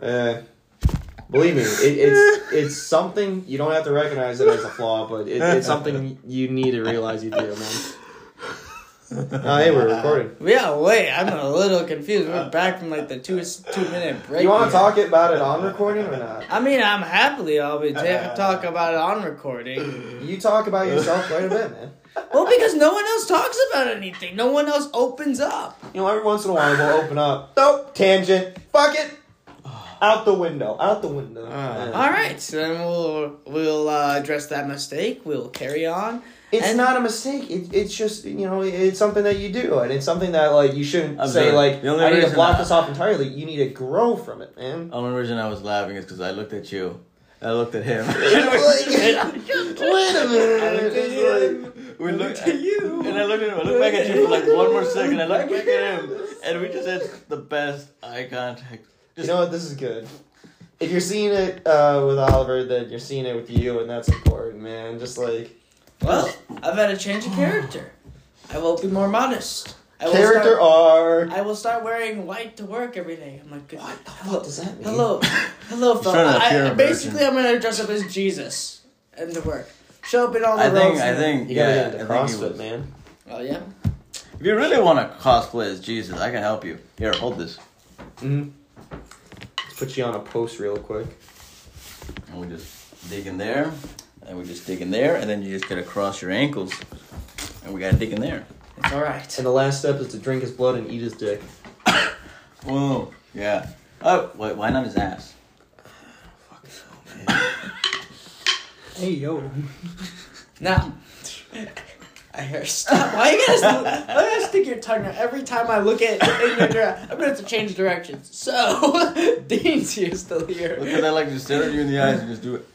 Speaker 4: bud. Uh, believe me, it, it's it's something you don't have to recognize it as a flaw, but it, it's something you need to realize you do, man. Oh, hey, we're recording.
Speaker 7: Yeah. Wait. I'm a little confused.
Speaker 3: Uh,
Speaker 7: We're back from like the two two minute break.
Speaker 4: You want
Speaker 7: we
Speaker 4: to talk about it on recording or not?
Speaker 7: had. I mean, I'm happily I'll be ta- talk about it on recording.
Speaker 4: You talk about yourself quite a bit, man.
Speaker 7: well, because no one else talks about anything. No one else opens up.
Speaker 4: You know, every once in a while we'll open up. Nope, tangent. Fuck it. Out the window. Out the window. Uh,
Speaker 7: All right. So then we'll we'll uh, address that mistake. We'll carry on.
Speaker 4: it's
Speaker 7: and-
Speaker 4: not a mistake. It, it's just you know it- it's something that you do, and it's something that like you shouldn't
Speaker 3: I'm
Speaker 4: say
Speaker 3: sorry.
Speaker 4: like
Speaker 3: The only
Speaker 4: I need to
Speaker 3: reason
Speaker 4: block
Speaker 3: I-
Speaker 4: this off entirely. You need to grow from it, man.
Speaker 3: Only reason I was laughing is because I looked at you. I looked at him.
Speaker 4: Wait a minute. It's like-
Speaker 3: we looked at you. And I looked at him. I looked back at you for like one more second. I looked back at him. And we just had the best eye contact.
Speaker 4: you know what? This is good. If you're seeing it uh, with Oliver, then you're seeing it with you, and that's important, man. Just like
Speaker 7: Well, I've had a change of character. I will be more modest. I will
Speaker 4: character
Speaker 7: Start,
Speaker 4: arc.
Speaker 7: I will start wearing white to work every day. I'm like, what the hello,
Speaker 4: does that mean?
Speaker 7: hello, hello,
Speaker 3: trying
Speaker 7: fella.
Speaker 3: to appear
Speaker 7: I, I-
Speaker 3: a
Speaker 7: basically, I'm gonna dress up as Jesus and to work. Show up in all the
Speaker 3: I think,
Speaker 7: robes
Speaker 3: I
Speaker 7: and-
Speaker 3: think,
Speaker 4: You gotta
Speaker 3: yeah,
Speaker 4: get into
Speaker 3: I think he
Speaker 4: CrossFit,
Speaker 3: was.
Speaker 4: man.
Speaker 7: Oh yeah.
Speaker 3: If you really want to cosplay as Jesus, I can help you. Here, hold this.
Speaker 4: Mm-hmm. Let's put you on a post real quick.
Speaker 3: And we just dig in there, and we just dig in there, and then you just gotta cross your ankles, and we gotta dig in there.
Speaker 7: It's all right.
Speaker 4: And the last step is to drink his blood and eat his dick.
Speaker 3: Whoa, yeah. Oh, wait, why not his ass?
Speaker 2: Hey yo.
Speaker 7: Now. I hear stop. Why you guys? Why you guys stick your tongue out every time I look at in your direction? I'm gonna have to change directions. So, Dean's here, still here.
Speaker 3: Because I like to stare at you in the eyes and just do it.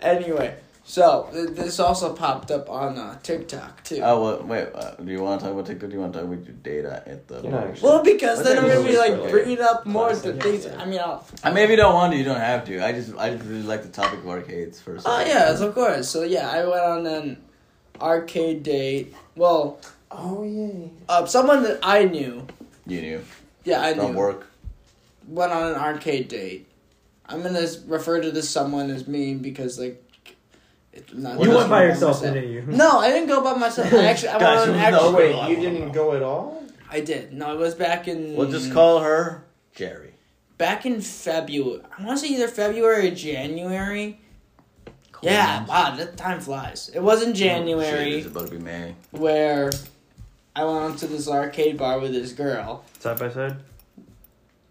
Speaker 7: Anyway, so th- this also popped up on uh, TikTok too.
Speaker 3: Oh, well, wait, uh, do you want to talk about TikTok? Do you want to talk about your data at the.
Speaker 4: You're not actually-
Speaker 7: well, because
Speaker 3: But
Speaker 7: then
Speaker 3: that
Speaker 7: I'm gonna
Speaker 3: was
Speaker 7: be
Speaker 3: always
Speaker 7: like
Speaker 3: for
Speaker 7: bringing up more of
Speaker 4: Classic,
Speaker 7: the
Speaker 4: yeah,
Speaker 7: things.
Speaker 4: yeah.
Speaker 7: I mean, I'll,
Speaker 3: I mean, if you don't want to, you don't have to. I just, I just really like the topic of arcades first.
Speaker 7: oh yes, of course. So yeah, I went on an arcade date. Well,
Speaker 4: Oh yeah.
Speaker 7: uh, someone that I knew,
Speaker 3: You knew.
Speaker 7: yeah, I
Speaker 3: From
Speaker 7: knew,
Speaker 3: work.
Speaker 7: went on an arcade date. I'm gonna s- refer to this someone as mean because like. it's Not
Speaker 2: You went by
Speaker 7: myself.
Speaker 2: yourself, didn't you?
Speaker 7: No, I didn't go by myself. I actually, I
Speaker 3: Guys,
Speaker 7: went on an
Speaker 3: you know
Speaker 7: actual.
Speaker 4: Oh wait, you didn't go at all.
Speaker 7: I did. No, it was back in.
Speaker 3: We'll
Speaker 1: Mm.
Speaker 3: just call her Jerry.
Speaker 7: back in February. I want to say either February or January. Yeah, wow, that time flies. It was in
Speaker 3: Oh, Shit, it's
Speaker 7: January
Speaker 3: about to be May.
Speaker 7: where I went onto this arcade bar with this girl.
Speaker 2: Side by side?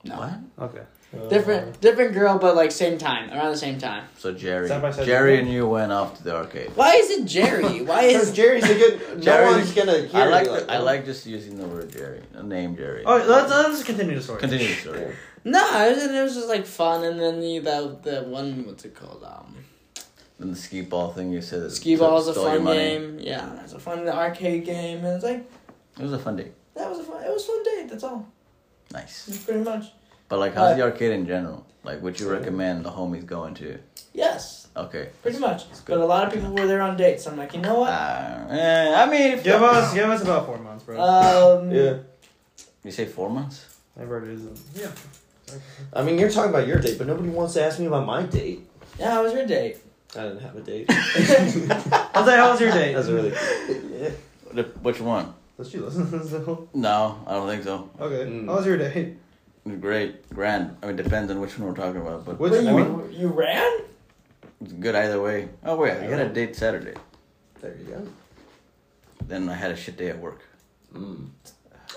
Speaker 7: No.
Speaker 3: What?
Speaker 2: Okay.
Speaker 3: Uh-huh.
Speaker 7: Different different girl but like same time, around the same time.
Speaker 3: So Jerry,
Speaker 2: Side by side
Speaker 3: Jerry
Speaker 2: with
Speaker 3: and you went off to the arcade.
Speaker 7: Why is it Jerry? Why is
Speaker 9: Jerry's a good.
Speaker 3: Jerry-
Speaker 9: no one's gonna hear
Speaker 3: I like
Speaker 9: you
Speaker 3: the, I
Speaker 9: that.
Speaker 3: like just using the word Jerry, the name Jerry.
Speaker 2: Uh, Alright, let's, let's just continue the story.
Speaker 3: Continue the story.
Speaker 7: No, it was, it was just like fun and then the that the one what's it called? Um
Speaker 3: Then the skee ball thing you said. that
Speaker 7: Skee
Speaker 3: took-
Speaker 7: Ball is a
Speaker 3: stole your
Speaker 7: fun
Speaker 3: money.
Speaker 7: game. Yeah, it's a fun arcade game and it's like
Speaker 3: It was a fun day.
Speaker 7: that was a fun it was a fun date, that's all.
Speaker 3: Nice.
Speaker 7: That's pretty much.
Speaker 3: But like, how's
Speaker 7: Uh,
Speaker 3: the arcade in general? Like, would you recommend the homies going to?
Speaker 7: Yes.
Speaker 3: Okay.
Speaker 7: Pretty much.
Speaker 3: good.
Speaker 7: But a lot of people were there on dates. I'm like, you know
Speaker 3: Uh,
Speaker 7: what?
Speaker 3: eh, I mean, if
Speaker 2: Give us give us about four months, bro.
Speaker 7: Um,
Speaker 9: Yeah,
Speaker 3: you say four months.
Speaker 2: Whatever it is. Yeah.
Speaker 9: I mean, you're talking about your date, but nobody wants to ask me about my date.
Speaker 7: yeah, how was your date?
Speaker 9: I didn't have a date.
Speaker 2: I'll say, how was your day?
Speaker 9: That's really.
Speaker 3: The- Which one?
Speaker 2: Let's do listen to this though.
Speaker 3: No, I don't think so.
Speaker 2: Okay.
Speaker 9: Mm.
Speaker 2: How was your day?
Speaker 3: Great, grand. I mean, depends on which one we're talking about, but
Speaker 2: Which
Speaker 7: Wait,
Speaker 2: one?
Speaker 7: you, you ran?
Speaker 3: it's good either way. Oh wait, I got a date Saturday.
Speaker 9: There you go.
Speaker 3: Then I had a shit day at work.
Speaker 9: Mm.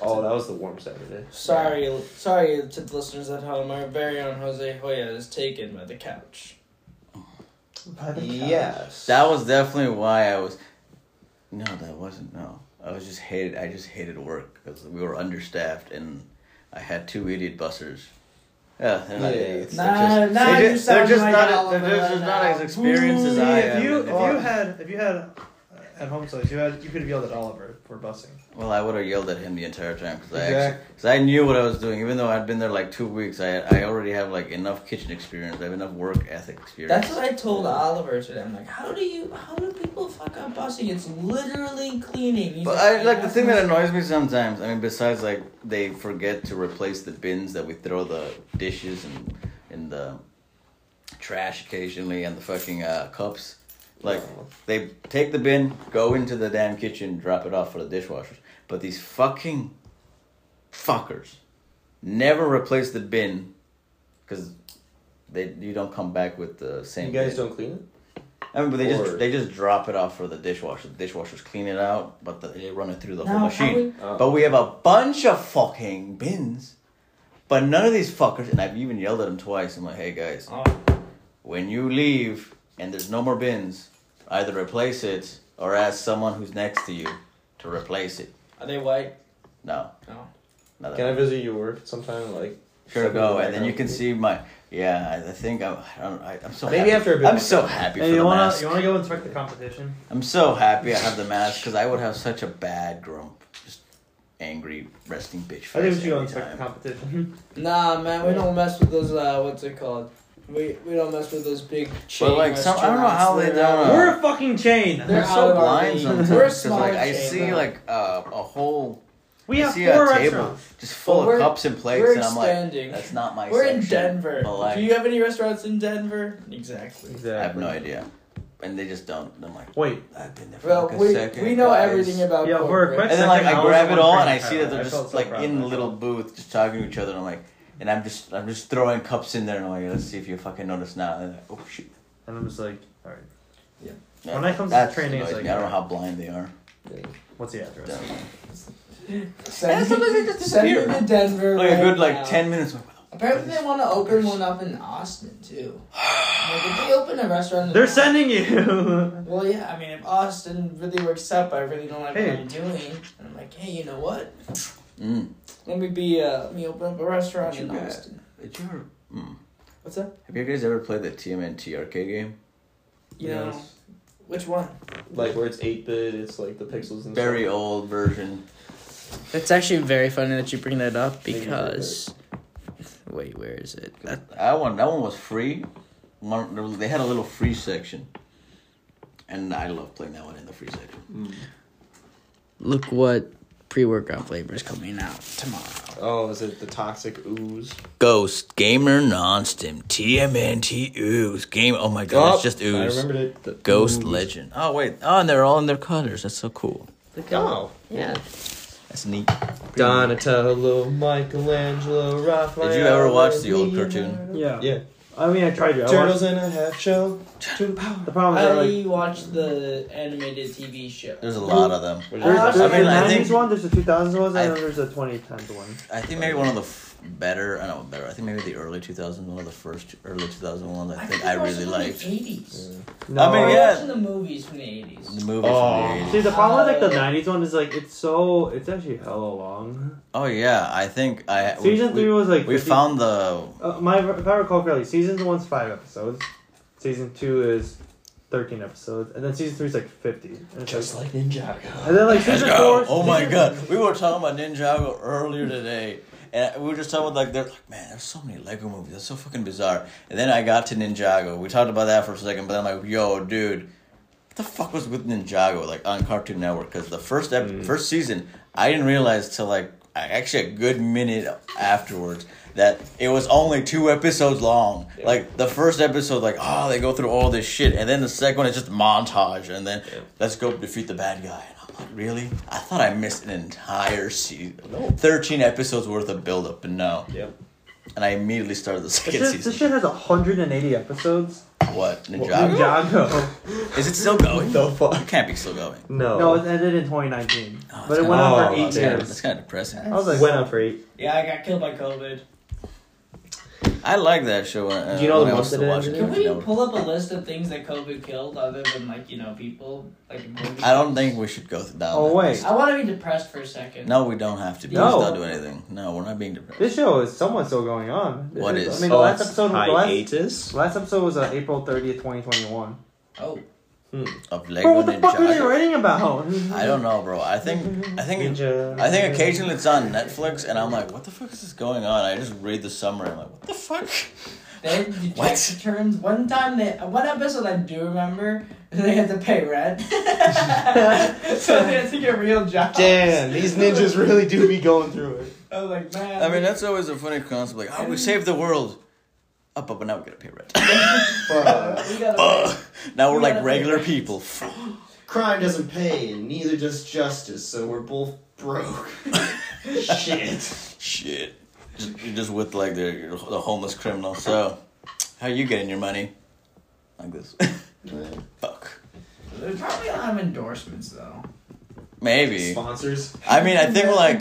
Speaker 9: Oh, that was the warm Saturday.
Speaker 7: Sorry, sorry to the listeners at home. Our very own Jose Hoya is taken by the couch.
Speaker 9: Yes.
Speaker 3: That was definitely why I was. No, that wasn't. No, I was just hated. I just hated work because we were understaffed and I had two idiot busters. Yeah, they're not
Speaker 9: Yeah.
Speaker 3: idiots. They're
Speaker 7: Nah,
Speaker 3: just,
Speaker 7: nah,
Speaker 3: they
Speaker 7: you
Speaker 3: ju- they're
Speaker 7: sound
Speaker 3: just
Speaker 7: like
Speaker 3: not.
Speaker 7: all
Speaker 3: They're
Speaker 7: of
Speaker 3: just,
Speaker 7: us
Speaker 3: just not
Speaker 7: now.
Speaker 3: as experienced as I am.
Speaker 2: if you if
Speaker 3: and-
Speaker 2: you had if you had uh, at home slice, you had you could have yelled at Oliver for busing.
Speaker 3: well, I would have yelled at him the entire time because I
Speaker 2: Exact-
Speaker 3: actually, cause I knew what I was doing. Even though I'd been there like two weeks, I I already have like enough kitchen experience. I have enough work ethic experience.
Speaker 7: That's what I told Oliver today. I'm like, how do you, how do people fuck up busing? It's literally cleaning. He's
Speaker 3: But I like the thing that annoys me sometimes. I mean, besides like they forget to replace the bins that we throw the dishes and in the trash occasionally and the fucking uh, cups. Like they take the bin, go into the damn kitchen, drop it off for the dishwashers. But these fucking fuckers never replace the bin because they you don't come back with the same.
Speaker 9: You guys
Speaker 3: bin.
Speaker 9: don't clean it?
Speaker 3: I mean, but they
Speaker 9: Or-
Speaker 3: just they just drop it off for the dishwasher. The dishwashers clean it out, but the, they run it through the
Speaker 7: Now,
Speaker 3: whole machine.
Speaker 7: how we-
Speaker 9: Oh.
Speaker 3: But we have a bunch of fucking bins, but none of these fuckers. And I've even yelled at them twice. I'm like, hey guys,
Speaker 9: Oh.
Speaker 3: when you leave and there's no more bins, either replace it or ask someone who's next to you to replace it.
Speaker 7: Are they white?
Speaker 3: No,
Speaker 7: No.
Speaker 3: not that.
Speaker 9: Oh. Can I visit your work sometime? Like,
Speaker 3: Sure
Speaker 9: Send me
Speaker 3: go,
Speaker 9: the
Speaker 3: and then you can
Speaker 9: background.
Speaker 3: see my. Yeah, I I think I'm. I don't, I, I'm so
Speaker 9: Maybe
Speaker 3: happy.
Speaker 9: after a bit
Speaker 3: I'm
Speaker 9: more
Speaker 3: so
Speaker 9: time.
Speaker 3: happy for
Speaker 2: Hey, you
Speaker 3: the
Speaker 2: wanna
Speaker 3: mask.
Speaker 2: you wanna go inspect the competition?
Speaker 3: I'm so happy I have the mask because I would have such a bad grump, just angry resting bitch face.
Speaker 2: I think we should go
Speaker 3: every
Speaker 2: inspect the
Speaker 3: time.
Speaker 2: competition.
Speaker 7: Nah, man, we don't mess with those. Uh, what's it called? We we don't mess with those big chain
Speaker 3: But, like, some- I don't know
Speaker 7: restaurants.
Speaker 3: how they
Speaker 7: They're out-
Speaker 3: don't-
Speaker 2: We're a fucking chain.
Speaker 7: They're
Speaker 3: They're
Speaker 7: out
Speaker 3: so
Speaker 7: of our
Speaker 3: blind
Speaker 7: league.
Speaker 3: sometimes
Speaker 7: We're a
Speaker 3: 'cause,
Speaker 7: smaller
Speaker 3: like I
Speaker 7: chain,
Speaker 3: see
Speaker 7: though.
Speaker 3: like uh, a whole
Speaker 2: We
Speaker 3: I
Speaker 2: have
Speaker 3: see
Speaker 2: four
Speaker 3: a table
Speaker 2: restaurants.
Speaker 3: just full
Speaker 7: Well,
Speaker 3: of
Speaker 7: we're-
Speaker 3: cups and plates,
Speaker 7: we're
Speaker 3: and I'm like,
Speaker 7: expanding.
Speaker 3: that's not my.
Speaker 7: We're in
Speaker 3: section.
Speaker 7: Denver.
Speaker 3: But, like,
Speaker 7: Do you have any restaurants in Denver? Exactly.
Speaker 3: I
Speaker 2: Exactly.
Speaker 3: have no idea, and they just don't. And I'm like,
Speaker 2: Wait.
Speaker 3: I've been there for
Speaker 7: Well,
Speaker 3: like a
Speaker 7: we,
Speaker 3: second.
Speaker 7: we know
Speaker 3: guys.
Speaker 7: everything about
Speaker 2: Yeah, we're a
Speaker 7: corporate.
Speaker 2: quick-
Speaker 3: And then like
Speaker 2: Second, I
Speaker 3: I
Speaker 2: was
Speaker 3: grab
Speaker 2: the
Speaker 3: it
Speaker 2: one
Speaker 3: all
Speaker 2: crying
Speaker 3: and I
Speaker 2: proud
Speaker 3: see
Speaker 2: of
Speaker 3: that
Speaker 2: it.
Speaker 3: they're
Speaker 2: I felt
Speaker 3: just
Speaker 2: so
Speaker 3: like
Speaker 2: proud of
Speaker 3: in the
Speaker 2: myself.
Speaker 3: little booth just talking to each other and I'm like and I'm just I'm just throwing cups in there and I'm like let's see if you fucking notice now and they're like, oh shit
Speaker 2: And I'm just like, alright.
Speaker 3: Yeah,
Speaker 2: When I come to
Speaker 3: that's
Speaker 2: training, it's
Speaker 3: annoying.
Speaker 2: like-
Speaker 3: I don't know how blind they are.
Speaker 2: What's the address?
Speaker 3: Yeah.
Speaker 7: Send,
Speaker 3: And sometimes they just
Speaker 7: send
Speaker 3: disappear.
Speaker 7: me to Denver.
Speaker 3: Like a
Speaker 7: right
Speaker 3: good like
Speaker 7: now.
Speaker 3: ten minutes. I'm Like, what
Speaker 7: Apparently, they want to open one up in Austin too. Like, if they open a restaurant, in
Speaker 2: They're
Speaker 7: Austin-
Speaker 2: sending you.
Speaker 7: Well, yeah. I mean, if Austin really works up, I really don't like
Speaker 2: Hey.
Speaker 7: what I'm doing. And I'm like, hey, you know what?
Speaker 3: the- mm.
Speaker 7: Let me be. Uh, let me open up a restaurant
Speaker 3: What you
Speaker 7: in
Speaker 3: got?
Speaker 7: Austin.
Speaker 3: Did you ever, mm.
Speaker 7: What's that?
Speaker 3: Have you guys ever played the TMNT arcade game?
Speaker 7: You know which one?
Speaker 9: Like, where it's 8 bit, it's like the pixels and
Speaker 3: Very
Speaker 9: stuff.
Speaker 3: old version.
Speaker 7: It's actually very funny that you bring that up
Speaker 9: Thank you for because-
Speaker 7: Wait, where is it?
Speaker 3: That one that one was free. One there was- they had a little free section, and I love playing that one in the free section.
Speaker 7: Look what pre-workout flavor is coming out tomorrow.
Speaker 9: Oh, is it the toxic ooze?
Speaker 3: Ghost Gamer Non-Stim TMNT Ooze Game. Oh my god, it's just
Speaker 9: I
Speaker 3: Ooze.
Speaker 9: remembered it. The
Speaker 3: Ghost
Speaker 9: ooze.
Speaker 3: Legend. Oh wait, oh, and they're all in their colors. That's so cool.
Speaker 9: Oh.
Speaker 3: That's neat.
Speaker 9: Donatello, Michelangelo, Raphael.
Speaker 3: Did you ever watch the old cartoon?
Speaker 9: Leonardo.
Speaker 2: Yeah.
Speaker 9: Yeah.
Speaker 2: I mean, I tried to. I
Speaker 9: Turtles
Speaker 2: watched,
Speaker 9: in a half shell. To the power.
Speaker 2: the problem is, that, like,
Speaker 7: I watched the animated TV show.
Speaker 3: There's a lot of them.
Speaker 4: Which
Speaker 2: there's,
Speaker 7: I
Speaker 2: there's
Speaker 3: mean,
Speaker 2: the
Speaker 3: I
Speaker 2: 90s
Speaker 3: think-
Speaker 2: one, there's the 2000s one, and
Speaker 3: I-
Speaker 2: then there's the 2010s one.
Speaker 3: I think maybe one of the f- better, I don't know better, I think maybe the early 2000s, one of the first early 2000 ones I think I, really liked.
Speaker 7: The 80s.
Speaker 2: No,
Speaker 3: I mean,
Speaker 7: I'm
Speaker 3: yeah.
Speaker 7: watching the movies from the 80s.
Speaker 3: The movie from the 80s.
Speaker 2: See, the problem with like the
Speaker 7: Uh,
Speaker 2: 90s one is like it's so it's actually hella long.
Speaker 3: Oh, yeah, I think I. we-
Speaker 2: Season
Speaker 3: we,
Speaker 2: three was like
Speaker 3: We
Speaker 2: 50
Speaker 3: found the.
Speaker 2: Uh, my if I recall correctly, season one's five episodes, season two is thirteen episodes, and then season three is like fifty. And it's
Speaker 9: Just
Speaker 2: like,
Speaker 9: like Ninjago.
Speaker 2: and then like season four.
Speaker 3: Oh my
Speaker 2: season-
Speaker 3: god, we were talking about Ninjago earlier today, and we were just talking about like, they're like, man, there's so many Lego movies, that's so fucking bizarre. And then I got to Ninjago. We talked about that for a second, but then I'm like, yo, dude, what the fuck was with Ninjago like on Cartoon Network? Because the first ep-
Speaker 9: Mm.
Speaker 3: first season, I didn't realize till like I- actually a good minute afterwards. That it was only two episodes long. Like the first episode, like oh, they go through all this shit, and then the second one is just montage, and then let's go defeat the bad guy. And I'm like, really? I thought I missed an entire season, thirteen episodes worth of buildup, but no.
Speaker 4: Yep.
Speaker 3: And I immediately started the second
Speaker 2: This shit, this
Speaker 3: season.
Speaker 2: shit has hundred and eighty episodes.
Speaker 3: What Ninjago?
Speaker 2: Ninjago.
Speaker 3: Is it still going?
Speaker 9: The fuck?
Speaker 3: It can't be still going.
Speaker 9: No.
Speaker 2: No, it ended in 2019,
Speaker 3: Oh, it's
Speaker 2: but it
Speaker 3: kinda-
Speaker 2: went on for
Speaker 9: Oh,
Speaker 2: eight
Speaker 9: damn.
Speaker 3: That's
Speaker 2: years.
Speaker 3: kind of depressing.
Speaker 2: I was like,
Speaker 9: went on for eight.
Speaker 7: Yeah, I got killed by COVID.
Speaker 3: I like that show. Uh,
Speaker 9: Do you know
Speaker 3: when
Speaker 9: the
Speaker 3: I
Speaker 9: most
Speaker 3: was still
Speaker 9: it is?
Speaker 3: watching
Speaker 7: Can
Speaker 3: it,
Speaker 7: we
Speaker 3: you know.
Speaker 7: pull up a list of things that COVID killed other than, like, you know, people? Like, movies?
Speaker 3: I don't think we should go th- down.
Speaker 2: Oh,
Speaker 3: that
Speaker 2: wait.
Speaker 3: list.
Speaker 7: I want to be depressed for a second.
Speaker 3: No, we don't have to. Be.
Speaker 2: No.
Speaker 3: No, not do anything. No, we're not being depressed.
Speaker 2: this show is somewhat still going on.
Speaker 3: What
Speaker 2: It
Speaker 3: is?
Speaker 2: I mean, the last episode. The last,
Speaker 9: Oh, hiatus.
Speaker 2: last episode was uh, April 30th, 2021.
Speaker 7: Oh,
Speaker 3: Of
Speaker 2: Bro,
Speaker 3: Lego
Speaker 2: what the fuck are they
Speaker 3: Ninjago.
Speaker 2: writing about?
Speaker 3: I don't know, bro. I think I think
Speaker 9: Ninja.
Speaker 3: I think occasionally it's on Netflix, and I'm like, what the fuck is this going on? I just read the summary. I'm like, what the fuck?
Speaker 7: they had to
Speaker 3: What?
Speaker 7: check the terms. One time, they one episode I do remember, they had to pay rent, so they had to get real jobs.
Speaker 9: Damn, these ninjas really do be going through it.
Speaker 7: I was like, man.
Speaker 3: I mean, that's always a funny concept. Like, oh, we saved the world. Up, up, but now we gotta pay rent.
Speaker 7: we gotta,
Speaker 3: Ugh. now we're
Speaker 7: We
Speaker 3: like
Speaker 7: gotta pay
Speaker 3: regular
Speaker 7: rent.
Speaker 3: people.
Speaker 5: Crime doesn't pay, and neither does justice, so we're both broke. Shit.
Speaker 3: Shit. Just, you're just with like the, you're the homeless criminal. So, how you getting your money? Like this. Fuck.
Speaker 7: They probably don't have endorsements though.
Speaker 3: Maybe.
Speaker 5: Sponsors.
Speaker 3: I mean, I think like I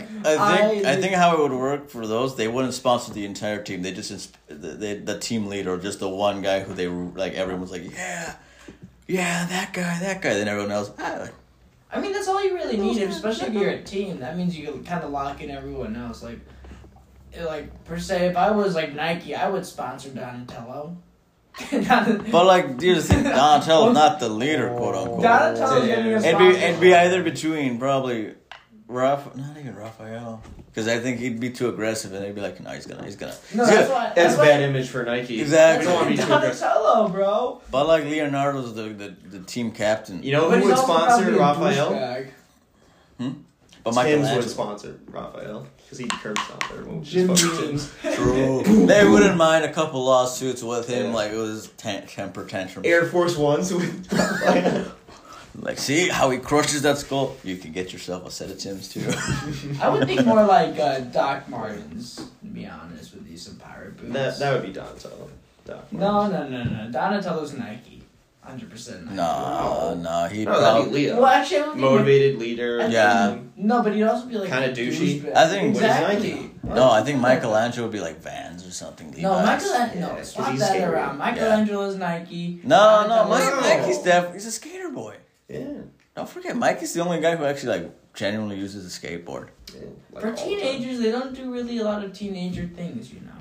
Speaker 3: think
Speaker 7: I-
Speaker 3: I, think how it would work for those they wouldn't sponsor the entire team. They just ins- the, they, the team leader or just the one guy who they were- like everyone's like yeah, yeah that guy that guy. Then everyone else ah,
Speaker 7: I mean, that's all you really need, especially if you're a team. That means you can kind of lock in everyone else. Like, eh, like per se, if I was like Nike, I would sponsor Donatello.
Speaker 3: But like here's the thing, Donatello's
Speaker 7: Well,
Speaker 3: not the leader quote unquote.
Speaker 7: Donatello's gonna be a
Speaker 3: It'd
Speaker 7: sponsor.
Speaker 3: be it'd be either between probably Raph not even Raphael because I think he'd be too aggressive and they'd be like no he's gonna he's gonna
Speaker 7: no,
Speaker 3: he's gonna-
Speaker 7: that's why.
Speaker 9: That's
Speaker 7: That's
Speaker 9: a
Speaker 7: why-
Speaker 9: bad image for Nike.
Speaker 7: that's
Speaker 3: exactly.
Speaker 9: I don't wanna be too aggressive.
Speaker 7: Donatello, bro.
Speaker 3: But like Leonardo's the the, the team captain.
Speaker 9: You know who
Speaker 7: But he's
Speaker 9: would
Speaker 7: also
Speaker 9: sponsor
Speaker 7: probably a
Speaker 9: Raphael?
Speaker 7: douchebag.
Speaker 3: but
Speaker 9: Tim's would
Speaker 3: Michelangelo.
Speaker 9: sponsor Raphael because he curb stomped everyone. which
Speaker 7: Jim
Speaker 9: is fucking
Speaker 7: Beam.
Speaker 9: Tim's.
Speaker 3: True. they wouldn't mind a couple lawsuits with him. Like it was tan- temper tantrums.
Speaker 9: Air Force Ones with Raphael.
Speaker 3: Like see how he crushes that skull. You can get yourself a set of Tim's too.
Speaker 7: I would think more like uh, Doc Martens. To be honest with you, some pirate boots.
Speaker 9: that that would be Donatello. Doc
Speaker 7: no, no, no, no. Donatello's Nike. Hundred percent Nike.
Speaker 3: nah, nah. He
Speaker 9: No, that'd be
Speaker 3: probably.
Speaker 9: Leo.
Speaker 7: Well, actually, I would be
Speaker 9: Motivated leader.
Speaker 3: Yeah.
Speaker 7: No, but he'd also be like
Speaker 9: Kinda
Speaker 7: a
Speaker 9: douchey.
Speaker 7: douchebag.
Speaker 3: I think-
Speaker 7: exactly.
Speaker 3: No, I think Michelangelo would be like Vans or something.
Speaker 7: No,
Speaker 3: Levi's.
Speaker 7: Michelangelo.
Speaker 9: Yeah,
Speaker 7: No,
Speaker 9: 'cause
Speaker 7: swap
Speaker 9: he's
Speaker 7: that
Speaker 9: scary.
Speaker 7: around. Michelangelo's Nike.
Speaker 3: No, no, Mike,
Speaker 7: Donatello's-
Speaker 3: Mike he's def- he's a skater boy.
Speaker 9: Yeah.
Speaker 3: Don't forget, Mike is the only guy who actually like genuinely uses a skateboard.
Speaker 9: yeah. Like
Speaker 7: For
Speaker 9: all the time.
Speaker 7: teenagers, they don't do really a lot of teenager things, you know.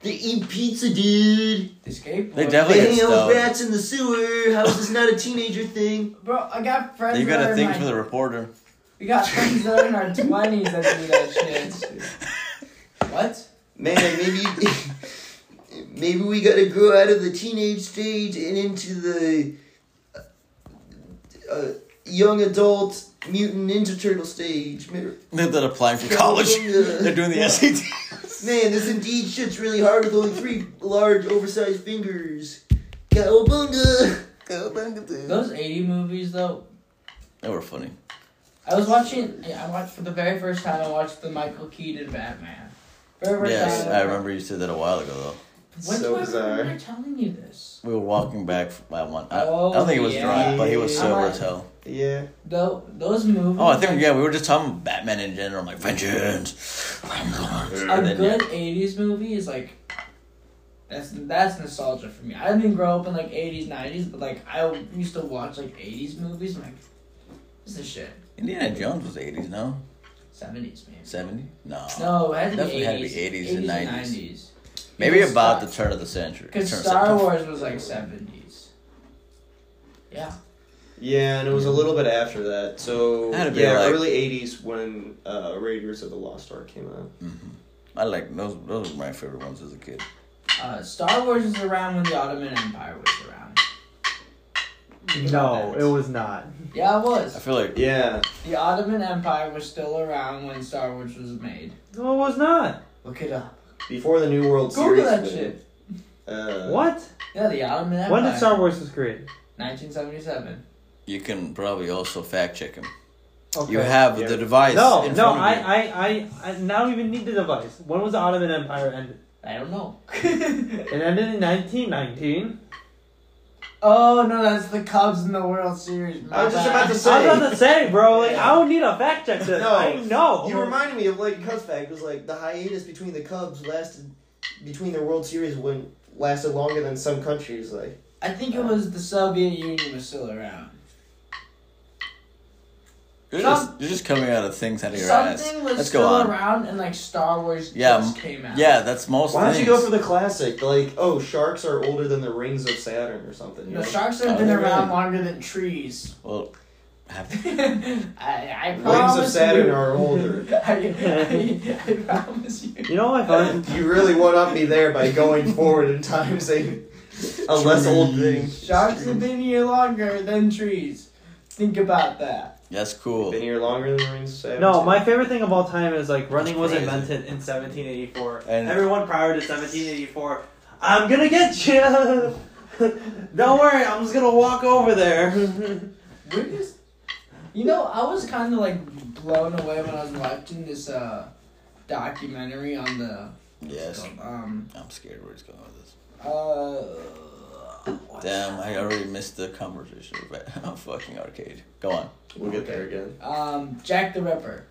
Speaker 5: They eat pizza, dude.
Speaker 7: They skateboard.
Speaker 3: They definitely get
Speaker 5: Hey, yo,
Speaker 3: stoned.
Speaker 5: rats in the sewer. How is this not a teenager thing?
Speaker 7: Bro, I got friends.
Speaker 3: You
Speaker 7: that
Speaker 3: got
Speaker 7: are
Speaker 3: a
Speaker 7: in
Speaker 3: thing
Speaker 7: my-
Speaker 3: for the reporter.
Speaker 7: We got friends that are in our twenties that do that shit. What?
Speaker 5: Man, maybe maybe we gotta grow out of the teenage stage and into the uh, uh, young adult mutant ninja turtle stage. Man,
Speaker 3: They're they're applying for college. They're doing the SAT.
Speaker 5: man, this indeed shit's really hard with only three large, oversized fingers. Cowabunga! Cowabunga, dude.
Speaker 7: Those eighty movies though,
Speaker 3: They were funny.
Speaker 7: I was watching. Yeah, I watched for the very first time. I watched the Michael Keaton Batman. Very first
Speaker 3: Yes,
Speaker 7: time.
Speaker 3: I remember you said that a while ago though.
Speaker 7: When
Speaker 9: So
Speaker 7: do I
Speaker 9: bizarre.
Speaker 7: remember telling you this?
Speaker 3: We were walking back from that one. I, I
Speaker 7: Oh,
Speaker 3: don't think it was
Speaker 7: yeah.
Speaker 3: drunk, but he was
Speaker 9: Yeah.
Speaker 3: sober as hell.
Speaker 9: Yeah.
Speaker 7: Though those movies.
Speaker 3: Oh, I think
Speaker 7: like,
Speaker 3: yeah, we were just talking about Batman in general. I'm like vengeance, vengeance.
Speaker 7: a
Speaker 3: And then,
Speaker 7: good '80s movie is like. That's that's nostalgia for me. I didn't grow up in like '80s, '90s, but like I used to watch like '80s movies. And, like, this is shit.
Speaker 3: yeah. Indiana Jones was 80s, no?
Speaker 7: '70s, man.
Speaker 3: 70? No.
Speaker 7: No, it had to
Speaker 3: Definitely
Speaker 7: be 80s,
Speaker 3: had to be 80s and 90s. Maybe
Speaker 7: Because
Speaker 3: about
Speaker 7: Star-
Speaker 3: the turn of the century.
Speaker 7: Because
Speaker 3: turn of
Speaker 7: Star
Speaker 3: century.
Speaker 7: Wars was like 70s. Yeah.
Speaker 9: Yeah, and it was a little bit after that. So
Speaker 3: That'd be
Speaker 9: yeah,
Speaker 3: like-
Speaker 9: early '80s when uh, Raiders of the Lost Ark came out.
Speaker 3: Mm-hmm. I like those. Those were my favorite ones as a kid.
Speaker 7: Uh, Star Wars was around when the Ottoman Empire was around.
Speaker 2: No, it was not.
Speaker 7: Yeah, it
Speaker 3: I
Speaker 7: was.
Speaker 3: feel like
Speaker 9: Yeah.
Speaker 7: The Ottoman Empire was still around when Star Wars was made.
Speaker 2: No, it was not.
Speaker 7: Look it up.
Speaker 9: Before the New World Series.
Speaker 7: Google that
Speaker 9: made,
Speaker 7: shit.
Speaker 9: Uh,
Speaker 2: What?
Speaker 7: Yeah, the Ottoman Empire.
Speaker 2: When did Star Wars was created?
Speaker 7: 1977.
Speaker 3: you can probably also fact check him.
Speaker 2: Okay.
Speaker 3: You have
Speaker 9: Yeah.
Speaker 3: the device.
Speaker 2: no,
Speaker 3: in
Speaker 2: no,
Speaker 3: front of
Speaker 2: I,
Speaker 3: you.
Speaker 2: I, I, I now even need the device. When was the Ottoman Empire ended?
Speaker 7: I don't know.
Speaker 2: It ended in 1919.
Speaker 7: oh, no, that's the Cubs in the World Series. My
Speaker 9: I was just about to
Speaker 7: bad.
Speaker 9: say.
Speaker 2: I was about to say, bro, like I don't need a fact check this.
Speaker 9: No.
Speaker 2: I know.
Speaker 9: You reminded me of like a Cubs fact. It was like the hiatus between the Cubs lasted between their World Series when lasted longer than some countries. Like
Speaker 7: I think it was the Soviet Union was still around.
Speaker 3: You're just, you're just coming out of things out of your ass.
Speaker 7: Something was
Speaker 3: Let's
Speaker 7: still
Speaker 3: go on.
Speaker 7: around and like Star Wars
Speaker 3: Yeah,
Speaker 7: just
Speaker 3: m-
Speaker 7: came out.
Speaker 3: Yeah, that's most.
Speaker 9: why don't you
Speaker 3: things.
Speaker 9: go for the classic? Like oh, sharks are older than the rings of Saturn or something. you
Speaker 7: The
Speaker 9: know?
Speaker 7: sharks
Speaker 3: Oh,
Speaker 7: have been
Speaker 3: really?
Speaker 7: around longer than trees.
Speaker 3: Well, have
Speaker 7: I, I
Speaker 9: Rings
Speaker 7: promise
Speaker 9: of Saturn
Speaker 7: you.
Speaker 9: are older.
Speaker 7: I, I, I promise you.
Speaker 2: You know what I found?
Speaker 9: you really one up me there by going forward in time saying a less old thing.
Speaker 7: Sharks have been here longer than trees. Think about that.
Speaker 3: that's cool.
Speaker 9: Been here longer than the rings of Saturn.
Speaker 2: No,
Speaker 9: too.
Speaker 2: my favorite thing of all time is like running was
Speaker 3: crazy.
Speaker 2: invented in 1784.
Speaker 3: And-
Speaker 2: Everyone prior to 1784, I'm gonna get you. Don't worry, I'm just gonna walk over there.
Speaker 7: We're just, you know, I was kind of like blown away when I was watching this uh, documentary on the
Speaker 3: Yes,
Speaker 7: um
Speaker 3: I'm scared where it's going with this.
Speaker 7: uh.
Speaker 3: Damn, I already missed the conversation about oh, fucking arcade. Go on.
Speaker 9: We'll get there again. Oh.
Speaker 7: Um, Jack the Ripper.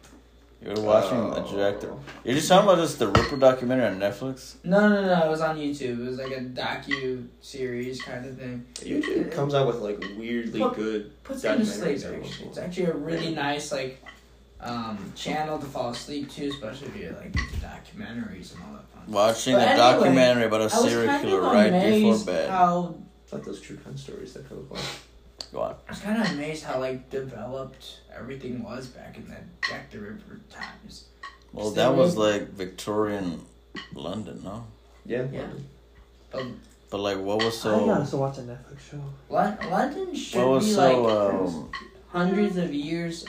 Speaker 3: You're watching a director. You're just talking about this the Ripper documentary on Netflix.
Speaker 7: No, no, no. It was on YouTube. It was like a docu series kind of thing.
Speaker 9: YouTube comes out with like weirdly
Speaker 7: Look,
Speaker 9: good.
Speaker 7: Puts you to
Speaker 9: Documentary
Speaker 7: sleep.
Speaker 9: type of
Speaker 7: Actually,
Speaker 9: thing.
Speaker 7: it's actually a really nice like um, channel to fall asleep to, especially if you're like into documentaries and all that fun.
Speaker 3: Watching
Speaker 7: But
Speaker 3: a
Speaker 7: anyway,
Speaker 3: documentary about a
Speaker 7: I was
Speaker 3: serial
Speaker 7: kind
Speaker 3: killer
Speaker 7: of
Speaker 3: right before
Speaker 7: amazed
Speaker 3: bed.
Speaker 7: how
Speaker 9: Like those true crime stories that come up.
Speaker 3: Go on.
Speaker 7: I was kind of amazed how like developed everything was back in that Jack the Ripper times.
Speaker 3: Well,
Speaker 7: Just
Speaker 3: that
Speaker 7: the
Speaker 3: was
Speaker 7: way-
Speaker 3: like Victorian London, no?
Speaker 9: Yeah.
Speaker 7: Yeah.
Speaker 3: But like, what was
Speaker 2: I gotta
Speaker 3: so?
Speaker 2: still watch a Netflix show.
Speaker 7: Lon- London should
Speaker 3: What
Speaker 7: be
Speaker 3: was
Speaker 7: like
Speaker 3: so? Um,
Speaker 7: hundreds of years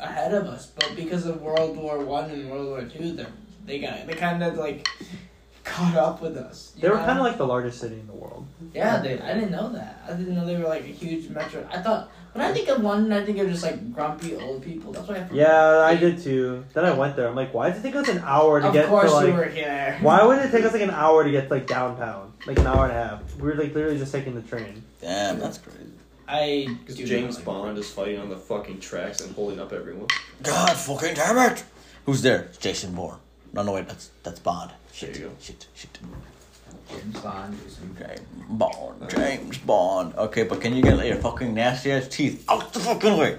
Speaker 7: ahead of us, but because of World War One and World War Two, they they got they kind of like caught up with us. you
Speaker 2: They were
Speaker 7: know?
Speaker 2: kind of like the largest city in the world.
Speaker 7: yeah, they, I didn't know that. I didn't know they were like a huge metro. I thought when I think of London, I think of just like grumpy old people. That's what I.
Speaker 2: Yeah, I did too. Then I went there. I'm like, why did it take us an hour to
Speaker 7: Of
Speaker 2: get to
Speaker 7: course, we
Speaker 2: like?
Speaker 7: were here.
Speaker 2: Why would it take us like an hour to get like downtown? Like an hour and a half. We were like literally just taking the train.
Speaker 3: damn, that's crazy.
Speaker 7: I
Speaker 9: Because
Speaker 7: do
Speaker 9: James
Speaker 7: not like-
Speaker 9: Bond is fighting on the fucking tracks and holding up everyone.
Speaker 3: God fucking damn it! Who's there? It's Jason Bourne. No, no, wait, that's that's Bond. Shit,
Speaker 9: There you go.
Speaker 3: shit, shit.
Speaker 7: James Bond is
Speaker 3: James Bond, James Bond. Okay, but can you get like, your fucking nasty ass teeth out the fucking way?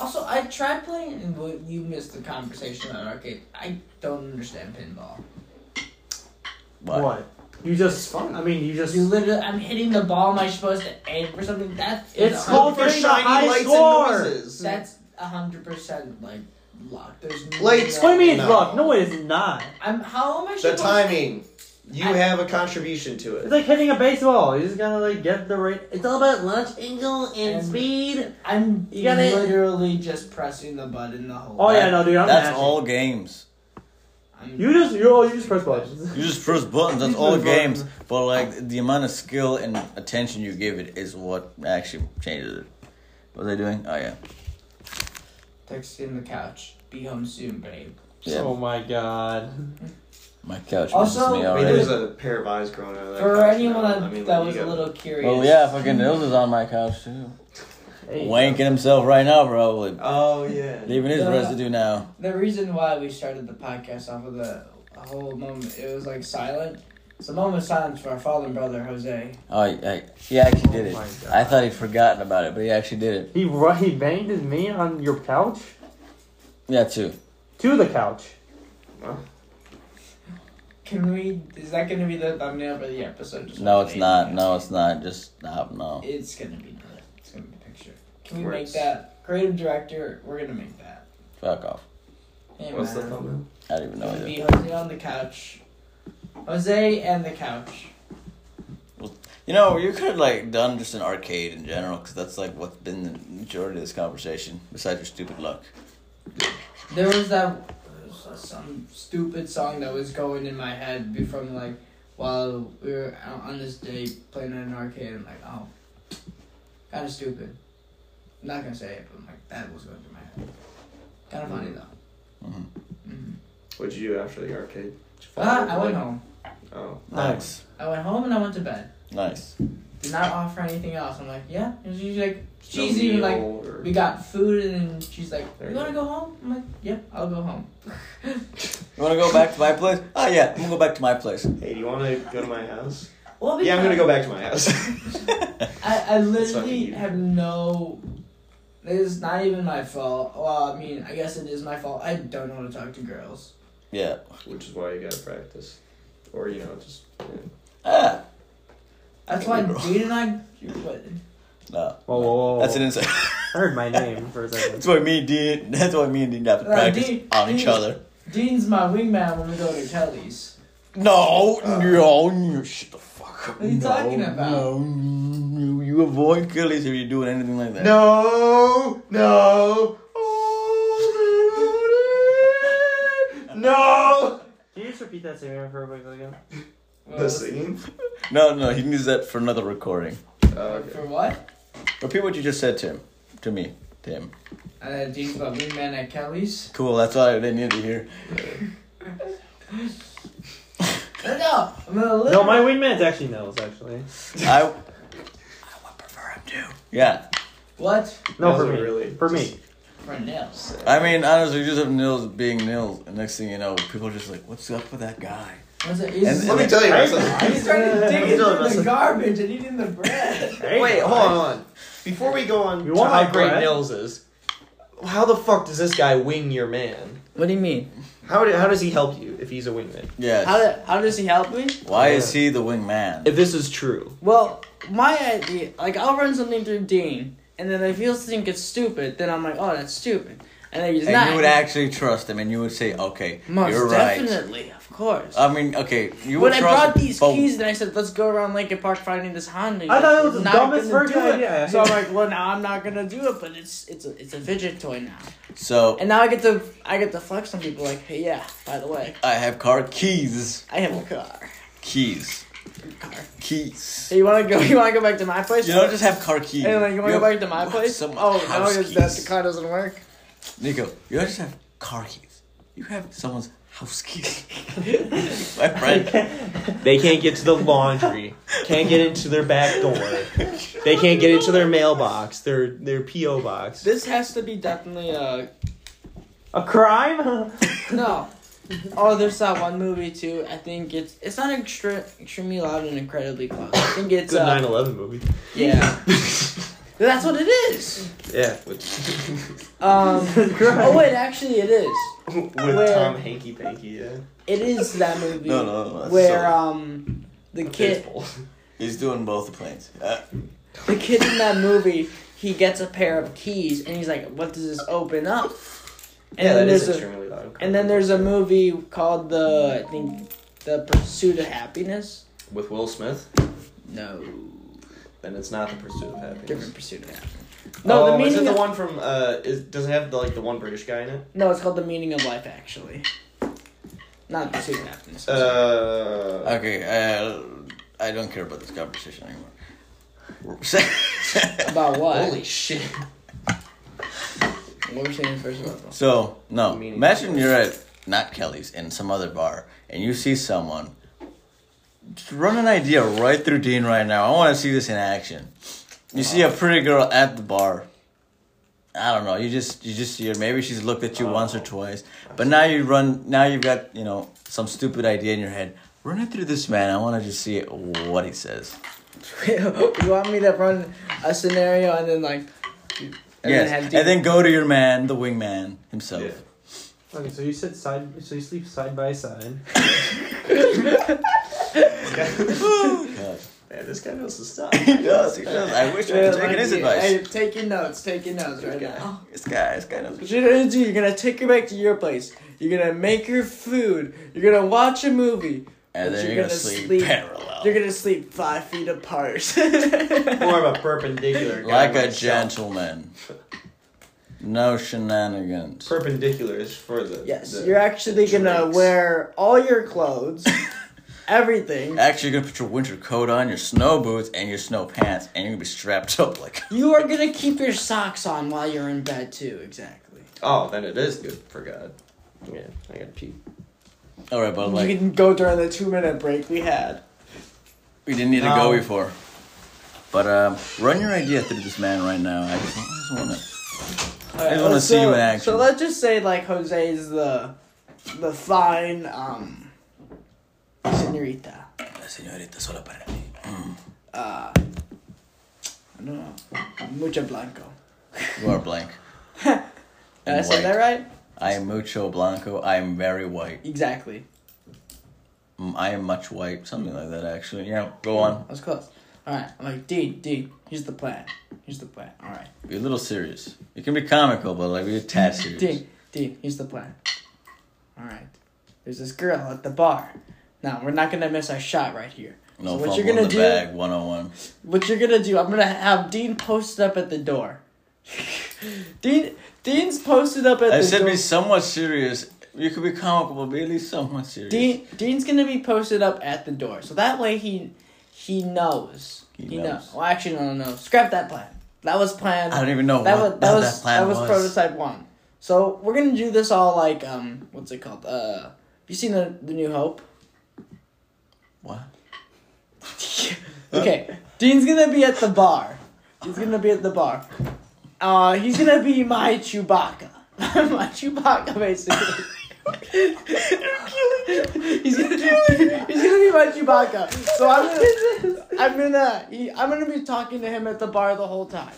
Speaker 7: Also, I tried playing, and well, you missed the conversation about arcade. I don't understand pinball.
Speaker 3: What?
Speaker 2: You just. I mean, you just.
Speaker 7: You literally, I'm hitting the ball. Am I supposed to aim for something? That's
Speaker 2: It's called
Speaker 9: for
Speaker 2: getting the high
Speaker 9: lights
Speaker 2: score.
Speaker 9: and noises.
Speaker 7: That's hundred percent like luck. There's no
Speaker 9: Lights.
Speaker 2: What do you mean it's
Speaker 9: No.
Speaker 2: luck? No, it is not.
Speaker 7: I'm how am I
Speaker 9: the
Speaker 7: supposed?
Speaker 9: timing. You
Speaker 7: I-
Speaker 9: have a contribution to
Speaker 2: It's
Speaker 9: it.
Speaker 2: like hitting a baseball. You just gotta like get the right. It's all about launch angle and,
Speaker 7: And-
Speaker 2: speed.
Speaker 7: I'm
Speaker 2: You gotta-
Speaker 7: literally just pressing the button the whole.
Speaker 2: Oh
Speaker 7: time.
Speaker 2: yeah, no, dude, I'm
Speaker 3: that's
Speaker 2: mashing.
Speaker 3: all games.
Speaker 7: I'm,
Speaker 2: You just you, oh, you just press buttons.
Speaker 3: You just press buttons. That's
Speaker 2: You
Speaker 3: all
Speaker 2: press
Speaker 3: games.
Speaker 2: buttons.
Speaker 3: But like the amount of skill and attention you give it is what actually changes it. What are they doing? Oh yeah.
Speaker 7: Like sit on the couch. Be home soon, babe.
Speaker 3: Yeah.
Speaker 10: Oh my god.
Speaker 3: My couch
Speaker 7: Also,
Speaker 3: misses me
Speaker 7: wait,
Speaker 4: I mean, there's
Speaker 3: already.
Speaker 4: a pair of eyes growing out of that.
Speaker 7: For
Speaker 4: couch
Speaker 7: anyone
Speaker 4: now. I mean,
Speaker 7: that
Speaker 4: like,
Speaker 7: was
Speaker 4: you
Speaker 7: a
Speaker 4: got-
Speaker 7: little curious.
Speaker 2: Oh,
Speaker 3: Well, Oh, yeah, fucking Nils is on my couch too. Wanking himself right now, probably.
Speaker 4: Oh yeah.
Speaker 3: Leaving his
Speaker 7: Yeah.
Speaker 3: residue now.
Speaker 7: The reason why we started the podcast off of the whole moment, it was like silent. It's a moment of silence for our fallen brother Jose.
Speaker 3: Oh, I, I, he actually did
Speaker 2: Oh my
Speaker 3: it.
Speaker 2: God.
Speaker 3: I thought he'd forgotten about it, but he actually did it.
Speaker 2: He ru- he banged his knee on your couch
Speaker 3: Yeah, too.
Speaker 2: to the couch.
Speaker 7: Can we? Is that going to be the thumbnail for the episode? Just
Speaker 3: No,
Speaker 7: wait.
Speaker 3: it's not. No, it's not. Just stop. No.
Speaker 7: It's going to be. the- It's going to be a picture. Can we
Speaker 4: Works.
Speaker 7: make that creative director? We're going to make that.
Speaker 3: Fuck off.
Speaker 7: Hey,
Speaker 4: What's the
Speaker 7: man.
Speaker 4: thumbnail?
Speaker 3: I don't even know
Speaker 7: It would
Speaker 3: either.
Speaker 7: be Jose on the couch. Jose and the couch.
Speaker 3: You know, you could have like done just an arcade in general, because that's like what's been the majority of this conversation. Besides your stupid luck.
Speaker 7: There was that uh, some stupid song that was going in my head be- from like while we were out on this day playing in an arcade. I'm like, oh, kind of stupid. I'm not gonna say it, but I'm like, that was going through my head. Kind of funny though.
Speaker 3: Mhm.
Speaker 7: Mm-hmm.
Speaker 4: What'd you do after the arcade? Did you fall
Speaker 7: Ah,
Speaker 4: over,
Speaker 7: I went
Speaker 4: like-
Speaker 7: home.
Speaker 4: Oh.
Speaker 3: Nice.
Speaker 7: I went home and I went to bed.
Speaker 3: Nice.
Speaker 7: Did not offer anything else. I'm like, yeah. And she's like,
Speaker 4: No
Speaker 7: she's even like,
Speaker 4: meal or-
Speaker 7: we got food, and then she's like,
Speaker 4: There
Speaker 7: you
Speaker 4: you
Speaker 7: wanna go home? I'm like, yep, I'll go home.
Speaker 3: You want to go back to my place? Oh yeah, I'm gonna go back to my place.
Speaker 4: Hey, do you want to go to my house?
Speaker 7: Well,
Speaker 4: Yeah, I'm gonna go
Speaker 7: because-
Speaker 4: back to my house.
Speaker 7: I, I
Speaker 4: fucking
Speaker 7: literally
Speaker 4: easy.
Speaker 7: have no. It's not even my fault. Well, I mean, I guess it is my fault. I don't know how to talk to girls.
Speaker 3: Yeah.
Speaker 4: Which is why you gotta practice, or you know, just
Speaker 3: Ah.
Speaker 7: That's
Speaker 3: Okay,
Speaker 7: why
Speaker 3: bro.
Speaker 7: dude and I. What?
Speaker 3: No.
Speaker 2: Whoa, whoa, whoa, whoa.
Speaker 3: That's an inside.
Speaker 2: I heard my name for a second.
Speaker 3: That's why me and Dean. That's why me and Dean have to
Speaker 7: Uh,
Speaker 3: practice
Speaker 7: Dean-
Speaker 3: on
Speaker 7: Dean-
Speaker 3: each other.
Speaker 7: Dean's my wingman when we go to Kelly's.
Speaker 3: No, no, no, shut the fuck up.
Speaker 7: Uh. What are you
Speaker 3: no,
Speaker 7: talking about?
Speaker 3: No, no, you avoid Kelly's if you're doing anything like that.
Speaker 4: no, no, no.
Speaker 2: Can you just repeat that statement for a quick second?
Speaker 7: Well,
Speaker 4: The singing.
Speaker 3: no, no, he needs that for another recording.
Speaker 4: Oh, okay.
Speaker 7: For what?
Speaker 3: Repeat what you just said to him, to me, to him.
Speaker 7: Uh, Dean's my wingman at Kelly's.
Speaker 3: Cool, that's all I needed to hear.
Speaker 7: No, no, I'm gonna literally.
Speaker 2: No, my wingman's actually Nils, actually.
Speaker 3: I, I would prefer him to. Yeah,
Speaker 7: What?
Speaker 2: No,
Speaker 4: Nils
Speaker 2: for
Speaker 4: are
Speaker 2: me.
Speaker 4: really
Speaker 2: for me.
Speaker 7: For nails.
Speaker 3: I mean, honestly, just have Nils being Nils, and next thing you know, people are just like, "What's up with that guy?"
Speaker 7: What's it?
Speaker 3: And-
Speaker 7: He's,
Speaker 3: and-
Speaker 4: Let me tell you about something.
Speaker 7: he's trying to dig
Speaker 2: I'm still
Speaker 7: into the
Speaker 2: messing-
Speaker 7: garbage and eating the bread.
Speaker 2: Hey,
Speaker 4: Wait,
Speaker 2: guys.
Speaker 4: hold on, hold on. Before we go on
Speaker 2: You
Speaker 4: to
Speaker 2: want my
Speaker 4: how great
Speaker 2: bread?
Speaker 4: Nils is, how the fuck does this guy wing your man?
Speaker 7: What do you mean?
Speaker 4: How, do, how does he help you if he's a wingman?
Speaker 3: Yes.
Speaker 7: how does he help me?
Speaker 3: Why is he the wingman?
Speaker 4: If this is true.
Speaker 7: Well, my idea, like, I'll run something through Dean, and then if he'll think it's stupid, then I'm like, oh, that's stupid. And then he's
Speaker 3: and
Speaker 7: not.
Speaker 3: you would actually trust him, and you would say, "Okay,
Speaker 7: Most
Speaker 3: you're right."
Speaker 7: definitely, of course.
Speaker 3: I mean, okay, you would
Speaker 7: when I
Speaker 3: trust
Speaker 7: brought these
Speaker 3: both-
Speaker 7: keys and I said, let's go around Lincoln Park finding this Honda.
Speaker 2: I thought it was
Speaker 7: You're
Speaker 2: the
Speaker 7: not
Speaker 2: dumbest
Speaker 7: gonna
Speaker 2: freaking
Speaker 7: do it.
Speaker 2: idea.
Speaker 7: So I'm like, well, now I'm not gonna do it, but it's it's a, it's a fidget toy now,
Speaker 3: So
Speaker 7: and now I get to I get to flex on people like, hey, yeah, by the way,
Speaker 3: I have car keys,
Speaker 7: I have a car.
Speaker 3: keys,
Speaker 7: Car.
Speaker 3: keys.
Speaker 7: Hey, you wanna go? You wanna go back to my place?
Speaker 3: You don't just have car keys.
Speaker 7: Hey, like, you wanna
Speaker 3: have-
Speaker 7: go back to my
Speaker 3: you have
Speaker 7: place?
Speaker 3: so
Speaker 7: Oh,
Speaker 3: much
Speaker 7: no,
Speaker 3: house
Speaker 7: it's- that
Speaker 3: keys.
Speaker 7: the car doesn't work.
Speaker 3: Nico, you don't just have car keys. You have someone's house keys. My friend.
Speaker 4: They can't get to the laundry, can't get into their back door, they can't get into their mailbox, their their P.O. box.
Speaker 7: This has to be definitely a
Speaker 2: A crime?
Speaker 7: no. Oh, there's that one movie too. I think it's it's not extra, extremely loud and incredibly close. I think it's
Speaker 4: Good
Speaker 7: uh,
Speaker 4: 9 11 movie.
Speaker 7: yeah. That's what it is.
Speaker 4: Yeah, with,
Speaker 7: Um. oh wait, actually, it is.
Speaker 4: with
Speaker 7: Where-
Speaker 4: Tom Hanky Panky, yeah.
Speaker 7: It is that movie
Speaker 3: No, no, no. that's
Speaker 7: where
Speaker 3: so-
Speaker 7: um the kid
Speaker 4: Pitbull.
Speaker 3: he's doing both the planes. Uh,
Speaker 7: the kid in that movie he gets a pair of keys and he's like, what does this open up? And
Speaker 4: Yeah,
Speaker 7: then
Speaker 4: that is
Speaker 7: there's a-
Speaker 4: extremely loud.
Speaker 7: And then there's a movie called the I think the Pursuit of Happiness.
Speaker 4: With Will Smith,
Speaker 7: No,
Speaker 4: then it's not the pursuit of happiness.
Speaker 7: different Pursuit of Happiness. No, the
Speaker 4: Oh, is
Speaker 7: meaning.
Speaker 4: it the
Speaker 7: of,
Speaker 4: one from? Uh, is, does it have the, like the one British guy in it?
Speaker 7: No, it's called the meaning of life. Actually, not Pursuit of Happiness. I'm sorry.
Speaker 4: Uh,
Speaker 3: okay, uh, I don't care about this conversation anymore. Oh,
Speaker 7: About what?
Speaker 4: Holy shit!
Speaker 1: What were you saying first of all?
Speaker 3: So no,
Speaker 4: Meaning-
Speaker 3: imagine you're at not Kelly's in some other bar, and you see someone. Just run an idea right through Dean right now. I want to see this in action. You see a pretty girl at the bar. I don't know. You just you just see her. Maybe she's looked at you once or twice, but now you run. Now you've got you know some stupid idea in your head. Run it through this man. I want to just see what he says.
Speaker 1: you want me to run a scenario and then like, and
Speaker 3: yes,
Speaker 1: have
Speaker 3: and
Speaker 1: Dean-
Speaker 3: then go to your man, the wingman himself.
Speaker 4: Yeah.
Speaker 2: Okay, so you sit side, so you sleep side by side.
Speaker 3: God.
Speaker 4: Man, this guy knows the stuff.
Speaker 3: He does, he does. I wish I
Speaker 1: Yeah,
Speaker 3: could take
Speaker 1: like,
Speaker 3: his
Speaker 1: yeah,
Speaker 3: advice.
Speaker 1: Hey, take your notes. Take your notes right now.
Speaker 3: This guy, this guy knows.
Speaker 1: What you're gonna do? You're gonna take her back to your place. You're gonna make her food. You're gonna watch a movie.
Speaker 3: And
Speaker 1: but
Speaker 3: then you're, gonna, sleep, parallel.
Speaker 1: You're gonna sleep five feet apart.
Speaker 2: More of a perpendicular. guy
Speaker 3: like a
Speaker 2: myself.
Speaker 3: gentleman. No shenanigans.
Speaker 9: Perpendicular is for the.
Speaker 1: yes,
Speaker 9: the-
Speaker 1: you're actually gonna
Speaker 9: drinks.
Speaker 1: wear all your clothes, everything.
Speaker 3: Actually, you're gonna put your winter coat on, your snow boots, and your snow pants, and you're gonna be strapped up like.
Speaker 7: You are gonna keep your socks on while you're in bed too. Exactly.
Speaker 9: Oh, then it is good for God.
Speaker 4: Yeah, I gotta pee.
Speaker 3: All right, but
Speaker 1: you
Speaker 3: like
Speaker 1: can go during the two minute break we had.
Speaker 3: we didn't need to go
Speaker 2: No.
Speaker 3: before. But um, run your idea through this man right now. I just, I just wanna.
Speaker 1: I
Speaker 3: just wanna see you in action.
Speaker 1: So let's just say like Jose is the the fine um senorita.
Speaker 3: Señorita, solo para mí.
Speaker 1: Uh I don't know. Mucha Blanco.
Speaker 3: You are blank.
Speaker 1: Did I
Speaker 3: And
Speaker 1: say
Speaker 3: white.
Speaker 1: that right?
Speaker 3: I am mucho blanco. I am very white.
Speaker 1: Exactly.
Speaker 3: Mm, I am much white. Something like that, actually. Yeah, go on.
Speaker 1: I was close. Alright, I'm like, Dean, Dean, here's the plan. Here's the plan. Alright.
Speaker 3: Be a little serious. You can be comical, but like be a tad serious.
Speaker 1: Dean, Dean, here's the plan. Alright. There's this girl at the bar. Now we're not gonna miss our shot right here.
Speaker 3: No
Speaker 1: So
Speaker 3: fumble
Speaker 1: what you're gonna
Speaker 3: in the
Speaker 1: do
Speaker 3: bag, 101.
Speaker 1: What you're gonna do? I'm gonna have Dean posted up at the door. Dean, Dean's posted up at
Speaker 3: I
Speaker 1: the
Speaker 3: said
Speaker 1: door.
Speaker 3: be somewhat serious. You could be comical, but be at least somewhat serious.
Speaker 1: Dean, Dean's gonna be posted up at the door, so that way he he knows.
Speaker 3: He
Speaker 1: He,
Speaker 3: knows.
Speaker 1: knows. Well, actually, no, no, no. Scrap that plan. That was plan.
Speaker 3: I don't even know
Speaker 1: that was
Speaker 3: what that,
Speaker 1: that was
Speaker 3: plan
Speaker 1: that was,
Speaker 3: was.
Speaker 1: prototype one. So we're gonna do this all like um, what's it called? Uh, you seen the the New Hope?
Speaker 3: What?
Speaker 1: okay, Dean's gonna be at the bar. He's gonna be at the bar. Uh, he's gonna be my Chewbacca. my Chewbacca, basically. he's gonna he's gonna be my Chewbacca. So I'm gonna I'm gonna he, I'm gonna be talking to him at the bar the whole time.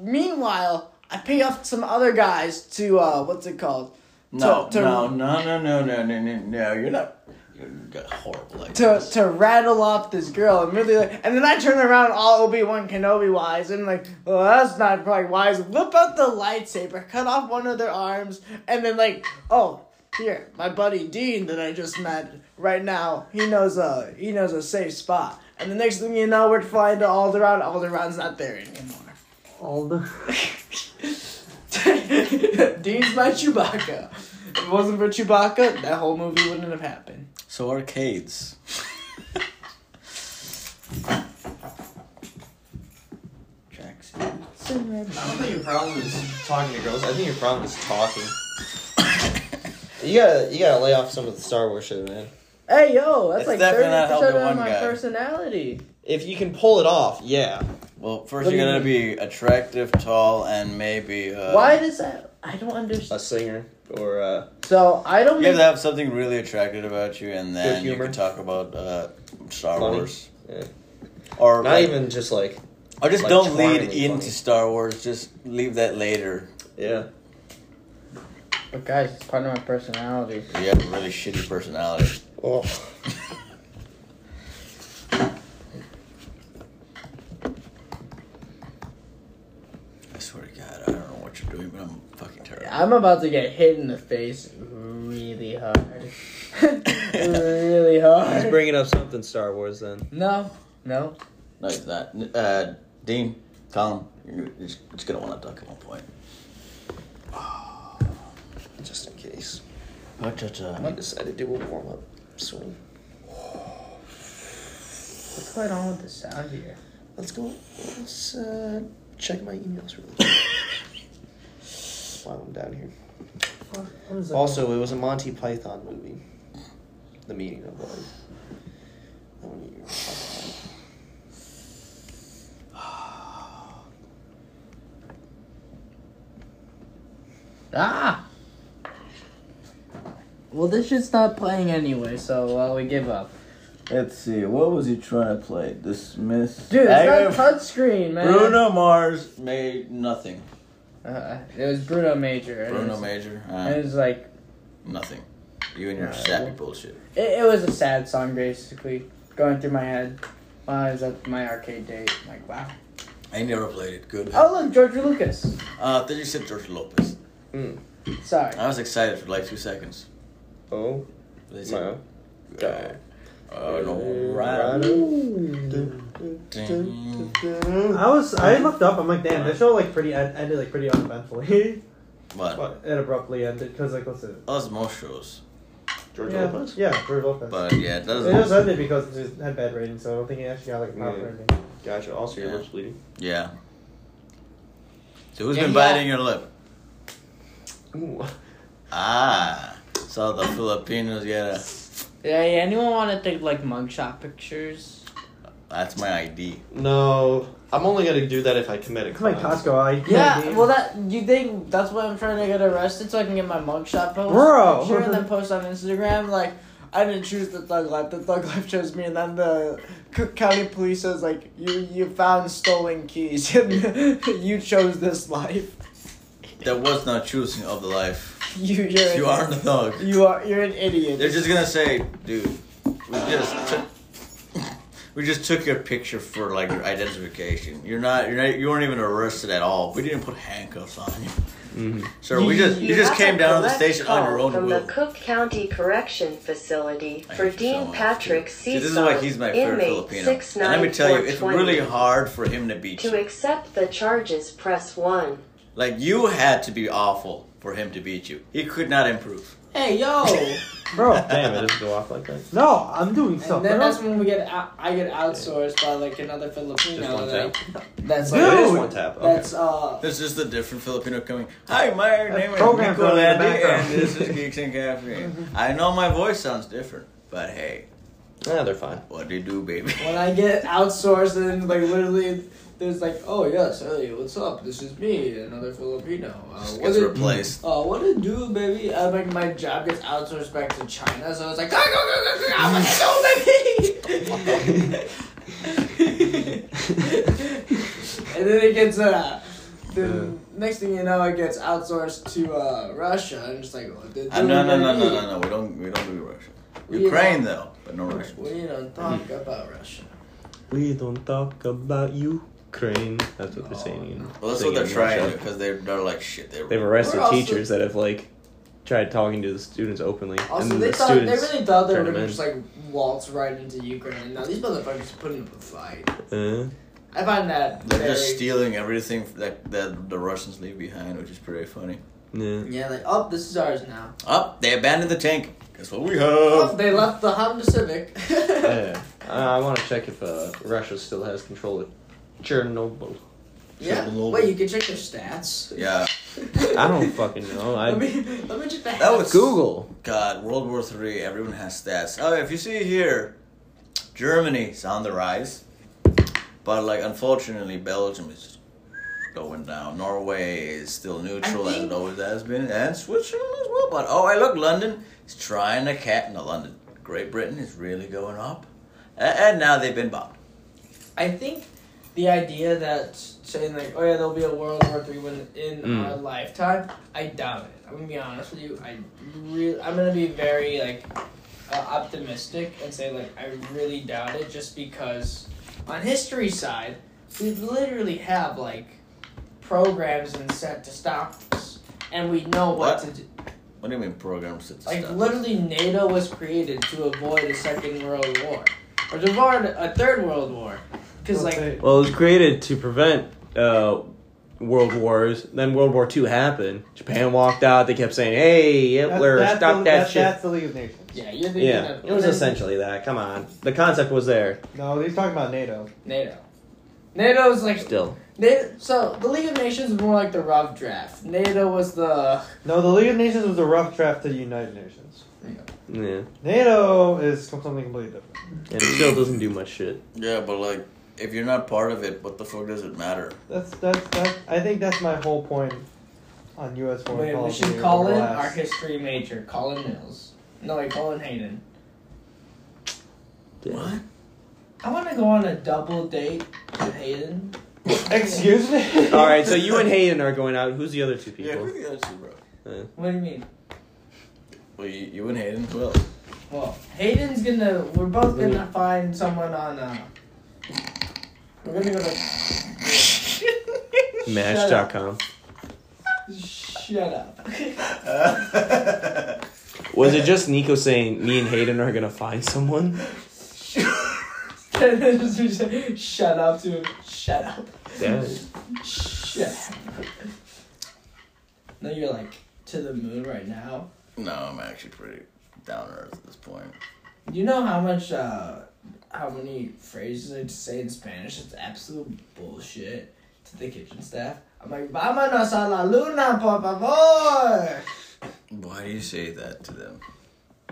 Speaker 1: Meanwhile, I pay off some other guys to uh, what's it called?
Speaker 3: No,
Speaker 1: to-
Speaker 3: no, no, no, no, no, no, no, no. You're not. You're got horrible. Like
Speaker 1: to to rattle off this girl and really like, and then I turn around all Obi Wan Kenobi wise and like, well that's not probably wise. Whip out the lightsaber, cut off one of their arms, and then like, oh here, my buddy Dean that I just met right now, he knows a he knows a safe spot. And the next thing you know, we're flying to Alderaan. Alderaan's not there anymore.
Speaker 2: All the
Speaker 3: Oh.
Speaker 1: Dean's my Chewbacca. If it wasn't for Chewbacca, that whole movie wouldn't have happened.
Speaker 3: So arcades.
Speaker 1: Tracks.
Speaker 9: I don't think your problem is talking to girls. I think your problem is talking. you gotta, you gotta lay off some of the Star Wars shit, man.
Speaker 1: Hey yo, that's
Speaker 3: It's
Speaker 1: like
Speaker 3: definitely not
Speaker 1: thirty
Speaker 3: helping
Speaker 1: percent of
Speaker 3: one
Speaker 1: my
Speaker 3: guy.
Speaker 1: personality.
Speaker 9: If you can pull it off, yeah.
Speaker 3: Well, first
Speaker 1: What
Speaker 3: you
Speaker 1: do you
Speaker 3: gotta be attractive, tall, and maybe. Uh,
Speaker 1: Why does that? I don't
Speaker 9: A
Speaker 1: understand.
Speaker 9: singer or uh,
Speaker 1: So I don't.
Speaker 3: You have
Speaker 1: Make,
Speaker 3: to have something really attractive about you, and then you
Speaker 9: humor.
Speaker 3: can talk about uh, Star
Speaker 9: Funny.
Speaker 3: Wars.
Speaker 9: Yeah.
Speaker 3: Or
Speaker 9: not
Speaker 3: like-
Speaker 9: even just like
Speaker 3: Or just
Speaker 9: like,
Speaker 3: don't lead
Speaker 9: charmingly
Speaker 3: into
Speaker 9: funny.
Speaker 3: Star Wars. Just leave that later.
Speaker 9: yeah.
Speaker 1: but guys, it's part of my personality.
Speaker 3: You have a really shitty personality.
Speaker 9: Oh.
Speaker 3: I swear to God, I don't know what you're doing, but I'm fucking terrible.
Speaker 1: I'm about to get hit in the face really hard. really
Speaker 9: He's
Speaker 1: hard.
Speaker 9: bringing up something Star Wars then.
Speaker 1: No, no.
Speaker 3: No, he's not. N- Uh, Dean, Colin, you're, you're just- just gonna want to duck at one point.
Speaker 9: Just in case.
Speaker 3: But,
Speaker 9: I decided to do a warm up swing.
Speaker 1: What's going on with the sound here?
Speaker 9: Let's go. Let's uh, check my emails really quick. down here.
Speaker 2: What is that?
Speaker 9: Also, it was a Monty Python movie. The meaning of life. I wanna eat your fucking-
Speaker 7: Ah! Well, this shit's not playing anyway, so uh, we give up.
Speaker 3: Let's see. What was he trying to play? Dismiss.
Speaker 7: Dude,
Speaker 3: Aggravated-
Speaker 7: it's not touchscreen, man.
Speaker 3: Bruno Mars made nothing.
Speaker 7: Uh, it was Bruno Major. It
Speaker 3: Bruno
Speaker 7: was-
Speaker 3: Major,
Speaker 7: It
Speaker 3: uh,
Speaker 7: was like
Speaker 3: nothing. You and your
Speaker 7: Alright,
Speaker 3: sappy
Speaker 7: well-
Speaker 3: bullshit.
Speaker 7: it, it was a sad song basically going through my head while I was at my arcade date. Like wow.
Speaker 3: I never played it. Good.
Speaker 7: Oh look, George Lucas.
Speaker 3: Uh, then you said George Lopez.
Speaker 7: Sorry.
Speaker 3: I was excited for like two seconds.
Speaker 9: Oh,
Speaker 3: They
Speaker 9: my.
Speaker 3: said,
Speaker 9: God.
Speaker 3: uh, no,
Speaker 9: Rhino.
Speaker 3: right. Ding.
Speaker 2: I was I looked up. I'm like, damn, this show like pretty en- ended like pretty uneventfully.
Speaker 3: What?
Speaker 2: But it abruptly ended because like what's it?
Speaker 3: Us most shows,
Speaker 4: George
Speaker 2: yeah,
Speaker 4: Lopez?
Speaker 2: yeah, George Lopez.
Speaker 3: but yeah, it
Speaker 2: it just
Speaker 3: doesn't.
Speaker 2: ended because it had bad ratings, so I don't think it actually got like a proper
Speaker 9: Yeah.
Speaker 2: ending.
Speaker 9: Gotcha. Also, your
Speaker 3: Yeah.
Speaker 9: lips bleeding.
Speaker 3: Yeah. So who's
Speaker 7: Yeah,
Speaker 3: been
Speaker 7: yeah.
Speaker 3: biting your lip?
Speaker 9: Ooh.
Speaker 3: Ah, so the Filipinos get a.
Speaker 7: Yeah, yeah. Anyone want to take like mugshot pictures?
Speaker 3: That's my ID.
Speaker 9: No, I'm only gonna do that if I commit a
Speaker 2: It's my
Speaker 9: crime.
Speaker 2: Costco. I can't
Speaker 7: Yeah.
Speaker 2: be-
Speaker 7: Well, that you think that's why I'm trying to get arrested so I can get my mugshot post,
Speaker 2: Bro.
Speaker 7: picture and then post on Instagram like. I didn't choose the thug life. The thug life chose me, and then the Cook County Police says like, "You you found stolen keys, and you chose this life.
Speaker 3: There was no choosing of the life.
Speaker 7: You you're
Speaker 3: You
Speaker 7: an-
Speaker 3: aren't a thug.
Speaker 7: You are you're an idiot.
Speaker 3: They're just gonna say, dude, we just took, we just took your picture for like your identification. You're not, you're not, you weren't even arrested at all. We didn't put handcuffs on you, sir. We just, you, just came down to the station on your own
Speaker 11: Oh, from
Speaker 3: will.
Speaker 11: the Cook County Correction Facility
Speaker 3: I
Speaker 11: for
Speaker 3: hate you so
Speaker 11: Dean
Speaker 3: much,
Speaker 11: Patrick
Speaker 3: See,
Speaker 11: C.
Speaker 3: this is why he's my favorite Filipino. And let me tell you, it's really hard for him to beat
Speaker 11: To
Speaker 3: you.
Speaker 11: accept the charges, press one.
Speaker 3: Like you had to be awful for him to beat you. He could not improve.
Speaker 7: hey yo,
Speaker 11: Oh,
Speaker 2: bro.
Speaker 9: Damn, it doesn't go off like that.
Speaker 2: No, I'm doing
Speaker 7: and
Speaker 2: something.
Speaker 7: then that's when we get out, I get outsourced by like another Filipino.
Speaker 3: Just one
Speaker 7: like, that's
Speaker 9: Oh, it is
Speaker 2: Dude!
Speaker 9: one tap. Okay.
Speaker 7: that's uh.
Speaker 3: This is the different Filipino coming. Hi, my name is
Speaker 2: program
Speaker 3: Nico
Speaker 2: going in the
Speaker 3: Landy,
Speaker 2: background. Mm-hmm.
Speaker 3: and this is Geeks and Caffeine. I know my voice sounds different, but hey,
Speaker 9: Yeah, they're fine.
Speaker 3: what do you do, baby?
Speaker 7: When I get outsourced and like literally, there's like, oh yes, hey, what's up? This is me, another Filipino. Uh,
Speaker 3: Just
Speaker 7: what
Speaker 3: gets
Speaker 7: did
Speaker 3: replaced.
Speaker 7: uh, what to do, baby? I like my job gets outsourced back to China, so it's like, go go go go go, I'm like, no, baby. and then it gets uh. The next thing you know, it gets outsourced to uh, Russia, and just like well, they're
Speaker 3: Uh, no,
Speaker 7: doing
Speaker 3: no, no,
Speaker 7: it.
Speaker 3: no, no, no. We don't, we don't do Russian.
Speaker 7: We
Speaker 3: Ukraine though, but no Russian.
Speaker 7: We don't talk
Speaker 3: Hmm.
Speaker 7: about Russia.
Speaker 9: We don't talk about Ukraine. That's what they're saying. in-
Speaker 3: Well, that's
Speaker 9: saying
Speaker 3: what they're
Speaker 9: in
Speaker 3: trying
Speaker 9: Russia.
Speaker 3: to, because they're, they're like shit. They're,
Speaker 4: They've arrested
Speaker 7: We're also-
Speaker 4: teachers that have like tried talking to the students openly,
Speaker 7: Also,
Speaker 4: and
Speaker 7: they
Speaker 4: the
Speaker 7: thought
Speaker 4: students.
Speaker 7: they really thought they were
Speaker 4: turn 'em
Speaker 7: gonna
Speaker 4: in.
Speaker 7: just like waltz right into Ukraine. Now these motherfuckers putting up a fight.
Speaker 4: Uh,
Speaker 7: I find that
Speaker 3: they're
Speaker 7: very,
Speaker 3: just stealing everything that that the Russians leave behind, which is pretty funny.
Speaker 4: yeah.
Speaker 7: Yeah, like oh, this is ours now.
Speaker 3: Up, they abandoned the tank. Guess what we
Speaker 7: Oh,
Speaker 3: have?
Speaker 7: they left the Honda Civic.
Speaker 9: Yeah. Uh, I want to check if uh, Russia still has control of Chernobyl.
Speaker 7: yeah.
Speaker 3: Chernobyl.
Speaker 7: Wait, you can check their stats.
Speaker 3: Yeah.
Speaker 9: I don't fucking know. I
Speaker 7: Let me let me check the.
Speaker 3: That was
Speaker 7: hats.
Speaker 9: Google.
Speaker 3: God, World War Three. Everyone has stats. Oh, if you see here, Germany's on the rise, but like unfortunately, Belgium is going down. Norway is still neutral
Speaker 7: I
Speaker 3: as
Speaker 7: think-
Speaker 3: it always has been, and Switzerland as well. But oh, I look, London is trying to cat. No, London, Great Britain is really going up, A- and now they've been bombed.
Speaker 7: I think the idea that saying like, oh yeah, there'll be a World War Three when in
Speaker 9: Mm.
Speaker 7: our lifetime, I doubt it. I'm gonna be honest with you. I really, I'm gonna be very like uh, optimistic and say like I really doubt it, just because on history side, we literally have like programs and set to stop this, and we know what,
Speaker 3: What?
Speaker 7: to do.
Speaker 3: What do you mean programs to
Speaker 7: Like
Speaker 3: stop?
Speaker 7: literally, NATO was created to avoid a second world war, or to avoid a third world war, because like.
Speaker 9: Well, it was created to prevent uh, world wars. Then World War II happened. Japan walked out. They kept saying, "Hey, Hitler, stop
Speaker 2: the,
Speaker 9: that, shit."
Speaker 2: That's the League of Nations.
Speaker 7: Yeah, you're thinking
Speaker 9: yeah,
Speaker 7: of
Speaker 9: it was essentially that. Come on, the concept was there.
Speaker 2: No, he's talking about NATO.
Speaker 7: NATO. NATO's like
Speaker 9: Still,
Speaker 7: They, so the League of Nations was more like the rough draft. NATO was the
Speaker 2: No, the League of Nations was a rough draft to the United Nations.
Speaker 4: Yeah.
Speaker 2: NATO is something completely different.
Speaker 4: And it still doesn't do much shit.
Speaker 3: Yeah, but like, if you're not part of it, what the fuck does it matter?
Speaker 2: That's that's that's. I think that's my whole point on U.S. foreign
Speaker 7: Wait, we
Speaker 2: policy.
Speaker 7: should
Speaker 2: over
Speaker 7: call
Speaker 2: the
Speaker 7: in
Speaker 2: last-
Speaker 7: our history major, Colin Mills. No, wait, Colin Hayden.
Speaker 3: What?
Speaker 7: I want to go on a double date with Hayden.
Speaker 2: Excuse me.
Speaker 4: All right, so you and Hayden are going out. Who's the other two
Speaker 3: Yeah,
Speaker 4: people?
Speaker 3: who the other two, bro?
Speaker 7: What do you mean?
Speaker 3: Well, you, you and Hayden. Who else?
Speaker 7: Well, Hayden's gonna. We're both gonna find someone on. Uh, we're gonna go to.
Speaker 4: Match.com.
Speaker 7: Shut up.
Speaker 4: Was it just Nico saying me and Hayden are gonna find someone?
Speaker 7: Shut up to him. Shut up.
Speaker 4: Yeah.
Speaker 7: Shut up. No, you're like to the moon right now.
Speaker 3: No, I'm actually pretty down to earth at this point.
Speaker 7: You know how much, uh, how many phrases I just say in Spanish? It's absolute bullshit to the kitchen staff. I'm like, vámonos a la luna, por favor.
Speaker 3: Why do you say that to them?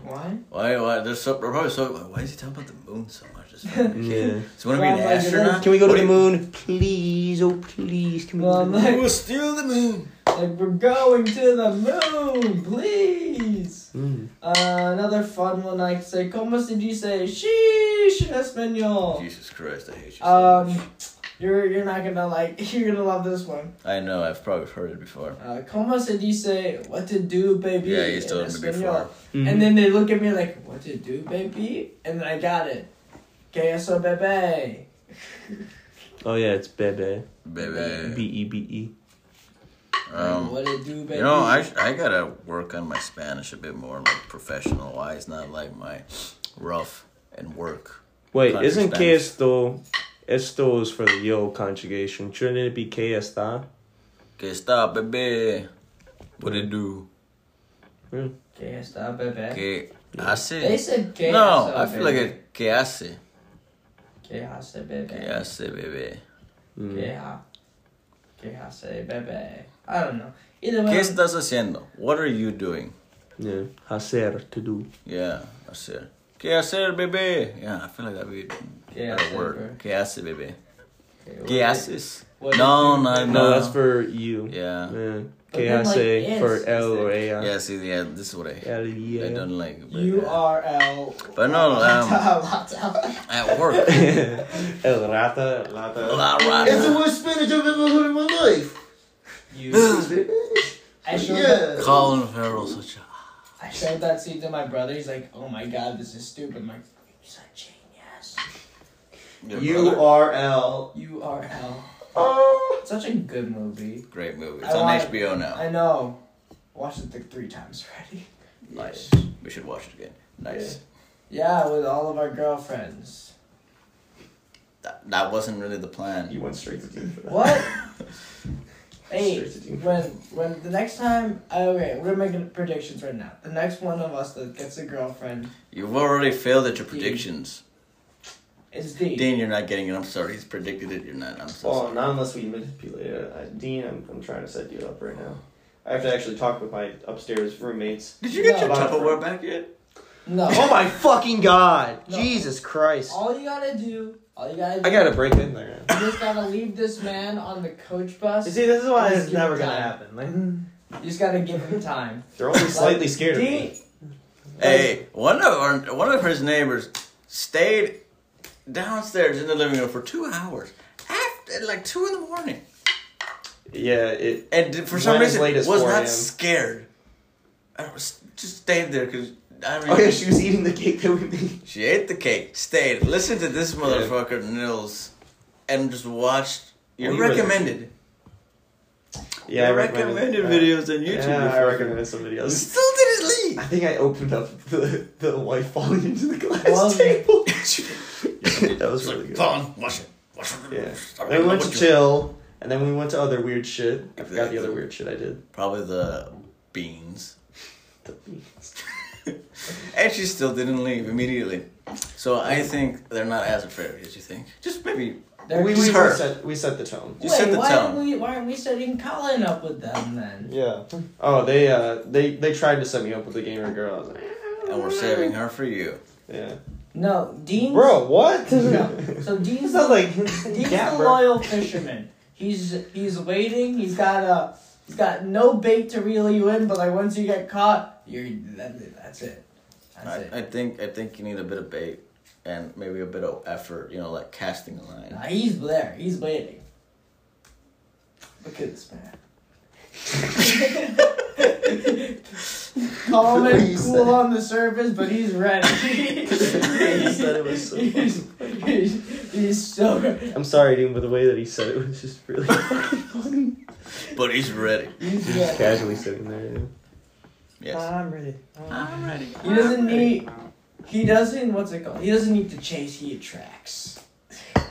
Speaker 7: Why?
Speaker 3: Why? Why? They're so. They're probably so. Why is he talking about the moon so much? This fucking
Speaker 4: Yeah.
Speaker 3: kid. So want to be an
Speaker 7: Well, like,
Speaker 3: astronaut?
Speaker 4: Can we go to
Speaker 3: What
Speaker 4: the
Speaker 3: do you-
Speaker 4: moon, please? Oh, please, can we?
Speaker 7: Well,
Speaker 4: go to
Speaker 7: I'm
Speaker 4: the moon?
Speaker 7: like,
Speaker 3: We'll steal the moon.
Speaker 7: like, we're going to the moon, please. Uh, another fun one I could say, ¿Cómo se dice? Sheesh in Espanol.
Speaker 3: Jesus Christ, I hate you. So
Speaker 7: Um,
Speaker 3: much.
Speaker 7: you're, you're not gonna like, you're gonna love this one.
Speaker 3: I know. I've probably heard it before.
Speaker 7: Uh, ¿Cómo se dice? What to do, baby?
Speaker 3: Yeah, you told
Speaker 7: in
Speaker 3: me before.
Speaker 7: Espanol. And
Speaker 4: Mm.
Speaker 7: then they look at me like, what to do, baby? And then I got it. Que eso, bebe.
Speaker 4: Oh yeah, it's Bebe.
Speaker 3: Baby.
Speaker 4: B E B E.
Speaker 3: Um,
Speaker 7: what to do, baby?
Speaker 3: You know, I, I gotta work on my Spanish a bit more, like professional wise, not like my rough and work.
Speaker 4: Wait,
Speaker 3: Country
Speaker 4: isn't que
Speaker 3: Spanish.
Speaker 4: esto? Esto is for the yo conjugation. Shouldn't it be que esta?
Speaker 3: Que está, bebé? What it do?
Speaker 7: Que eso, bebe.
Speaker 3: Que
Speaker 7: They
Speaker 3: hace?
Speaker 7: said que
Speaker 3: No,
Speaker 7: eso,
Speaker 3: I feel like
Speaker 7: bebe.
Speaker 3: it. Que hace?
Speaker 7: Que hace,
Speaker 3: Que
Speaker 7: bebe.
Speaker 3: hace, bebé?
Speaker 4: Mm-hmm. Mm,
Speaker 7: Que ha. Que hace, bebe. I don't know. Either
Speaker 3: ¿Qué
Speaker 7: way, I'm-
Speaker 3: estás haciendo? What are you doing?
Speaker 4: Yeah. Hacer to do.
Speaker 3: Yeah, hacer. Que hacer, bebé? Yeah, I feel like that'd be a
Speaker 7: que
Speaker 3: better
Speaker 7: hace,
Speaker 3: word.
Speaker 7: bebe.
Speaker 3: Que hace, bebé?
Speaker 7: Que
Speaker 3: Que
Speaker 7: what-
Speaker 3: haces?
Speaker 7: what to
Speaker 3: No,
Speaker 7: do,
Speaker 3: no,
Speaker 7: baby.
Speaker 4: No,
Speaker 3: No.
Speaker 4: that's for you.
Speaker 3: Yeah.
Speaker 4: Yeah.
Speaker 7: But
Speaker 4: Que
Speaker 7: then, like,
Speaker 4: hace
Speaker 7: yes,
Speaker 4: for
Speaker 7: is
Speaker 4: el
Speaker 7: it-
Speaker 4: or ella.
Speaker 3: Yeah, see, yeah, this is what I,
Speaker 4: El yeah.
Speaker 3: I don't like. but
Speaker 7: U
Speaker 3: yeah.
Speaker 7: R L.
Speaker 3: But no, um,
Speaker 7: Lata.
Speaker 3: at work.
Speaker 4: El rata, lata.
Speaker 3: La
Speaker 5: That's the
Speaker 3: rata.
Speaker 5: worst spinach I've ever heard in my life.
Speaker 7: You. I showed that-
Speaker 5: Yeah.
Speaker 3: Colin Farrell's such a
Speaker 7: I showed that scene to my brother. He's like, "Oh my god, this is stupid." I'm like, "He's a genius."
Speaker 3: Brother.
Speaker 5: URL.
Speaker 7: U R L.
Speaker 5: Oh.
Speaker 7: Such a good movie.
Speaker 3: great movie.
Speaker 7: I
Speaker 3: It's on
Speaker 7: want-
Speaker 3: HBO now.
Speaker 7: I know. Watched it like three times already.
Speaker 3: Nice. We should watch it again. Nice.
Speaker 7: Yeah, with all of our girlfriends.
Speaker 3: That, that wasn't really the plan.
Speaker 9: You went straight to D for that.
Speaker 7: What? hey,
Speaker 9: Straight to you.
Speaker 7: when when the next time okay, we're making predictions right now. The next one of us that gets a girlfriend
Speaker 3: You've already failed at your predictions.
Speaker 7: is D.
Speaker 3: Dean, you're not getting it. I'm sorry. He's predicted it. You're not. I'm so
Speaker 9: Well,
Speaker 3: sorry.
Speaker 9: not unless we manipulate it. I, Dean, I'm, I'm trying to set you up right now. I have to actually talk with my upstairs roommates.
Speaker 3: Did you get your
Speaker 9: No.
Speaker 3: Tupperware back yet?
Speaker 7: No.
Speaker 9: Oh my fucking god!
Speaker 7: No.
Speaker 9: Jesus Christ!
Speaker 7: All you gotta do, all you gotta do,
Speaker 9: I gotta break in there.
Speaker 7: you just gotta leave this man on the coach bus.
Speaker 2: You see, this is why
Speaker 7: Just
Speaker 2: it's
Speaker 7: give it
Speaker 2: never gonna
Speaker 7: time.
Speaker 2: happen. Like,
Speaker 7: You just gotta give him time.
Speaker 9: They're only slightly scared of
Speaker 7: D,
Speaker 9: me.
Speaker 3: Hey, one of our, one of his neighbors stayed downstairs in the living room for two hours after like two in the morning,
Speaker 9: Yeah, it.
Speaker 3: and did- for some
Speaker 9: Went as
Speaker 3: reason
Speaker 9: late as
Speaker 3: was
Speaker 9: 4
Speaker 3: not
Speaker 9: a.m..
Speaker 3: scared. I was just stayed there because I mean.
Speaker 9: Oh yeah, she was eating the cake that we made.
Speaker 3: She ate the cake, stayed, listened to this motherfucker Nils, and just watched your
Speaker 9: We were there.
Speaker 3: recommended.
Speaker 9: Yeah, I
Speaker 3: Your
Speaker 9: recommended,
Speaker 3: recommended
Speaker 9: uh,
Speaker 3: videos on YouTube.
Speaker 9: Yeah, I
Speaker 3: motherfucker.
Speaker 9: recommended some videos.
Speaker 3: Still didn't
Speaker 9: I
Speaker 3: leave.
Speaker 9: think I opened up the the light falling into the glass
Speaker 7: Well,
Speaker 9: table. that was really good.
Speaker 3: Colin, watch it. Watch it.
Speaker 9: Yeah.
Speaker 3: I
Speaker 9: Then we went to
Speaker 3: what you-
Speaker 9: chill, and then we went to other weird shit. I forgot the other weird shit I did.
Speaker 3: Probably the beans. and she still didn't leave immediately. So I think they're not as afraid as you think. Just maybe
Speaker 9: we, we, we,
Speaker 3: just her.
Speaker 9: set, we set the tone.
Speaker 3: You set the
Speaker 7: why
Speaker 3: tone.
Speaker 7: Aren't we, why aren't we setting Colin up with them then?
Speaker 9: Yeah. Oh, they uh, they they tried to set me up with a gamer girl. I was like,
Speaker 3: and we're saving her for you.
Speaker 9: yeah.
Speaker 7: No, Dean.
Speaker 9: Bro, what?
Speaker 7: No. So
Speaker 9: It's
Speaker 7: Dean's
Speaker 9: not like
Speaker 7: He's
Speaker 9: yeah,
Speaker 7: the
Speaker 9: bro.
Speaker 7: loyal fisherman. He's he's waiting. He's got a he's got no bait to reel you in. But like once you get caught, you're that, that's it. That's it.
Speaker 3: I, I think I think you need a bit of bait and maybe a bit of effort. You know, like casting a line.
Speaker 7: Nah, he's there. He's waiting. Look at this man. Calm
Speaker 9: What you
Speaker 7: and cool
Speaker 9: said.
Speaker 7: on the surface, but he's ready.
Speaker 9: you said it was so funny.
Speaker 7: he's, he's, he's so ready.
Speaker 9: I'm sorry, dude, but the way that he said it was just really funny.
Speaker 3: But he's ready.
Speaker 7: He's
Speaker 9: Just
Speaker 7: ready.
Speaker 9: casually sitting there. dude. Uh,
Speaker 3: Yes.
Speaker 2: I'm ready.
Speaker 7: I'm ready. He doesn't need. He doesn't. What's it called? He doesn't need to chase. He attracts.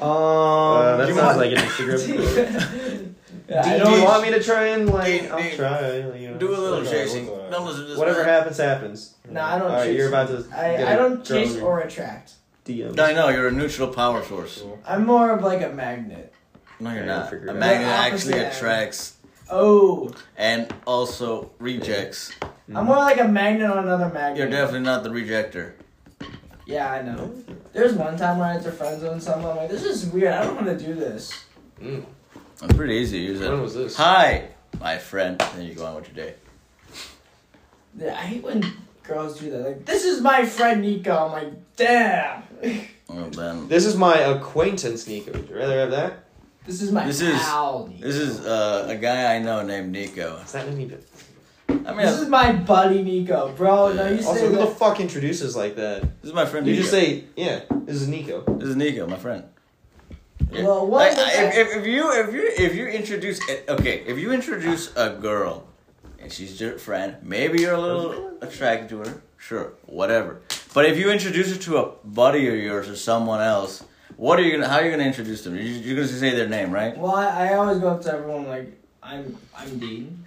Speaker 9: Um, uh, that
Speaker 3: do you
Speaker 9: sounds
Speaker 3: want-
Speaker 9: like an Instagram. quote.
Speaker 7: Yeah, I
Speaker 9: do
Speaker 7: don't-
Speaker 9: you want me to try and like?
Speaker 3: Dude,
Speaker 9: I'll
Speaker 3: dude.
Speaker 9: try. You know, uh,
Speaker 3: Do a little
Speaker 9: whatever,
Speaker 3: chasing.
Speaker 9: whatever.
Speaker 3: Don't listen to this.
Speaker 9: Whatever
Speaker 3: man.
Speaker 9: happens, happens.
Speaker 7: No, I don't
Speaker 9: All right,
Speaker 7: chase.
Speaker 9: you're about to. get
Speaker 7: I,
Speaker 9: a
Speaker 7: I don't
Speaker 9: throw
Speaker 7: chase
Speaker 9: in
Speaker 7: or attract.
Speaker 9: DMs.
Speaker 3: I know you're a neutral power source.
Speaker 7: I'm more of like a magnet.
Speaker 3: No, you're
Speaker 9: Yeah,
Speaker 3: not.
Speaker 9: we'll figure
Speaker 3: A
Speaker 9: it out.
Speaker 3: magnet
Speaker 7: They're
Speaker 3: actually
Speaker 7: opposite.
Speaker 3: attracts
Speaker 7: Oh,
Speaker 3: and also rejects.
Speaker 9: Mm-hmm.
Speaker 7: I'm more like a magnet on another magnet.
Speaker 3: You're definitely not the rejector.
Speaker 7: Yeah, I know. There's one time when I had to friend zone someone. I'm like, this is weird. I don't want to do this.
Speaker 9: Mm.
Speaker 3: It's pretty easy. to Use
Speaker 9: When
Speaker 3: it.
Speaker 9: was this?
Speaker 3: Hi, my friend. Then you go on with your day.
Speaker 7: Yeah, I hate when girls do that. Like, this is my friend Nico. I'm like, damn.
Speaker 3: Well then.
Speaker 9: This is my acquaintance, Nico. Would you rather have that?
Speaker 7: This is my
Speaker 3: This is-
Speaker 7: pal. Nico.
Speaker 3: This is uh, a guy I know named Nico.
Speaker 9: Is that any bit?
Speaker 3: I mean,
Speaker 7: This is my buddy Nico, bro. No, you say
Speaker 9: Also, who the
Speaker 7: that.
Speaker 9: fuck introduces like that?
Speaker 3: this is my friend.
Speaker 9: You
Speaker 3: Nico.
Speaker 9: just say, yeah, this is Nico.
Speaker 3: This is Nico, my friend. Yeah.
Speaker 7: Well, one
Speaker 3: Like,
Speaker 7: of the
Speaker 3: I- if, if, if you if you if you introduce eh, okay if you introduce a girl and she's your friend maybe you're a little attracted to her sure whatever but if you introduce her to a buddy of yours or someone else what are you gonna how are you gonna introduce them You- you're gonna say their name right
Speaker 7: Well, I, I always go up to everyone like I'm I'm Dean.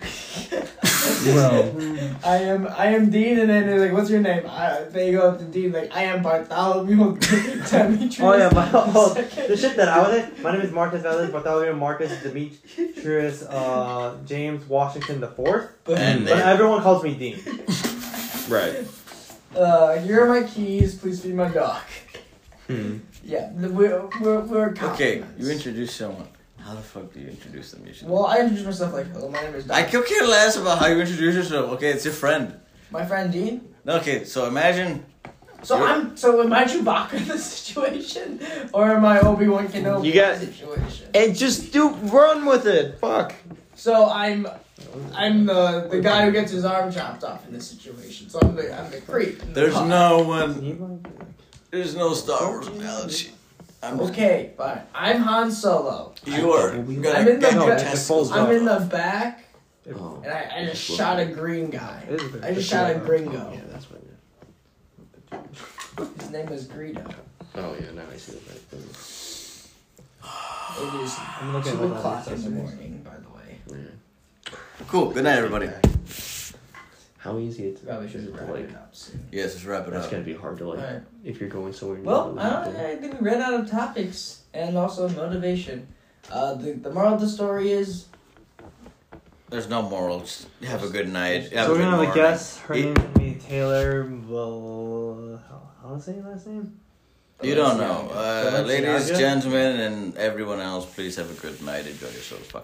Speaker 7: I am I am Dean, and then they're like, "What's your name?" I, they go up to Dean like, "I am Bartholomew Demetrius."
Speaker 2: Oh yeah, my, oh,
Speaker 7: II."
Speaker 2: the shit that I was at. My name is Marcus Ellis Bartholomew Marcus Demetrius uh, James Washington the Fourth,
Speaker 7: But,
Speaker 3: And
Speaker 2: but
Speaker 3: they-
Speaker 2: everyone calls me Dean.
Speaker 9: Right.
Speaker 7: uh, here are my keys. Please feed my dog.
Speaker 9: Hmm.
Speaker 7: Yeah, the- we're we're we're
Speaker 3: okay
Speaker 7: compliments.
Speaker 3: you introduce someone how the fuck do you introduce them you should
Speaker 7: Well, I introduce myself like, "Hello, my name is Doc.
Speaker 3: I could care less about how you introduce yourself okay it's your friend
Speaker 7: my friend Dean."
Speaker 3: okay so imagine
Speaker 7: So
Speaker 3: You're-
Speaker 7: I'm so am I Chewbacca in this situation, or am I Obi Wan Kenobi?
Speaker 9: You got-
Speaker 7: in this situation.
Speaker 9: And just do run with it. Fuck.
Speaker 7: So I'm I'm the the guy who gets his arm chopped off in this situation. So I'm the I'm the creep. in the
Speaker 3: there's
Speaker 7: pod.
Speaker 3: no one there's no Star Wars analogy I'm
Speaker 7: Okay, fine. I'm Han Solo.
Speaker 3: You are.
Speaker 7: I'm in the
Speaker 3: no,
Speaker 7: gut.
Speaker 3: just-
Speaker 9: Falls
Speaker 7: I'm
Speaker 9: back.
Speaker 7: in the back,
Speaker 9: Oh.
Speaker 7: and I, I just shot a green guy.
Speaker 9: It is a bit-
Speaker 7: I just shot a
Speaker 9: Yeah,
Speaker 7: gringo.
Speaker 9: that's what.
Speaker 7: His name is Greedo.
Speaker 9: Oh yeah, now I see the right
Speaker 7: It is
Speaker 2: I'm looking
Speaker 7: two
Speaker 2: at
Speaker 7: o'clock in the morning, by the way.
Speaker 3: Cool. Good night, everybody.
Speaker 9: How easy it's
Speaker 7: Probably should
Speaker 9: to
Speaker 7: wrap
Speaker 9: like.
Speaker 7: it up soon.
Speaker 3: Yes, let's wrap it
Speaker 9: That's
Speaker 3: up.
Speaker 9: gonna be hard to like
Speaker 7: Alright.
Speaker 9: if you're going somewhere. new
Speaker 7: Well,
Speaker 9: to
Speaker 7: I,
Speaker 9: live.
Speaker 7: don't, I think we ran out of topics and also motivation. Uh, the the moral of the story is
Speaker 3: There's no morals. Have a good night. Have
Speaker 2: So
Speaker 3: a
Speaker 2: we're
Speaker 3: good
Speaker 2: gonna have a
Speaker 3: morning.
Speaker 2: guest. Her
Speaker 3: It-
Speaker 2: name is gonna be Taylor. Well, how how to say your last name?
Speaker 3: You don't know. Uh,
Speaker 2: Balenciaga?
Speaker 3: ladies, gentlemen, and everyone else, please have a good night. Enjoy yourselves. Fuck off.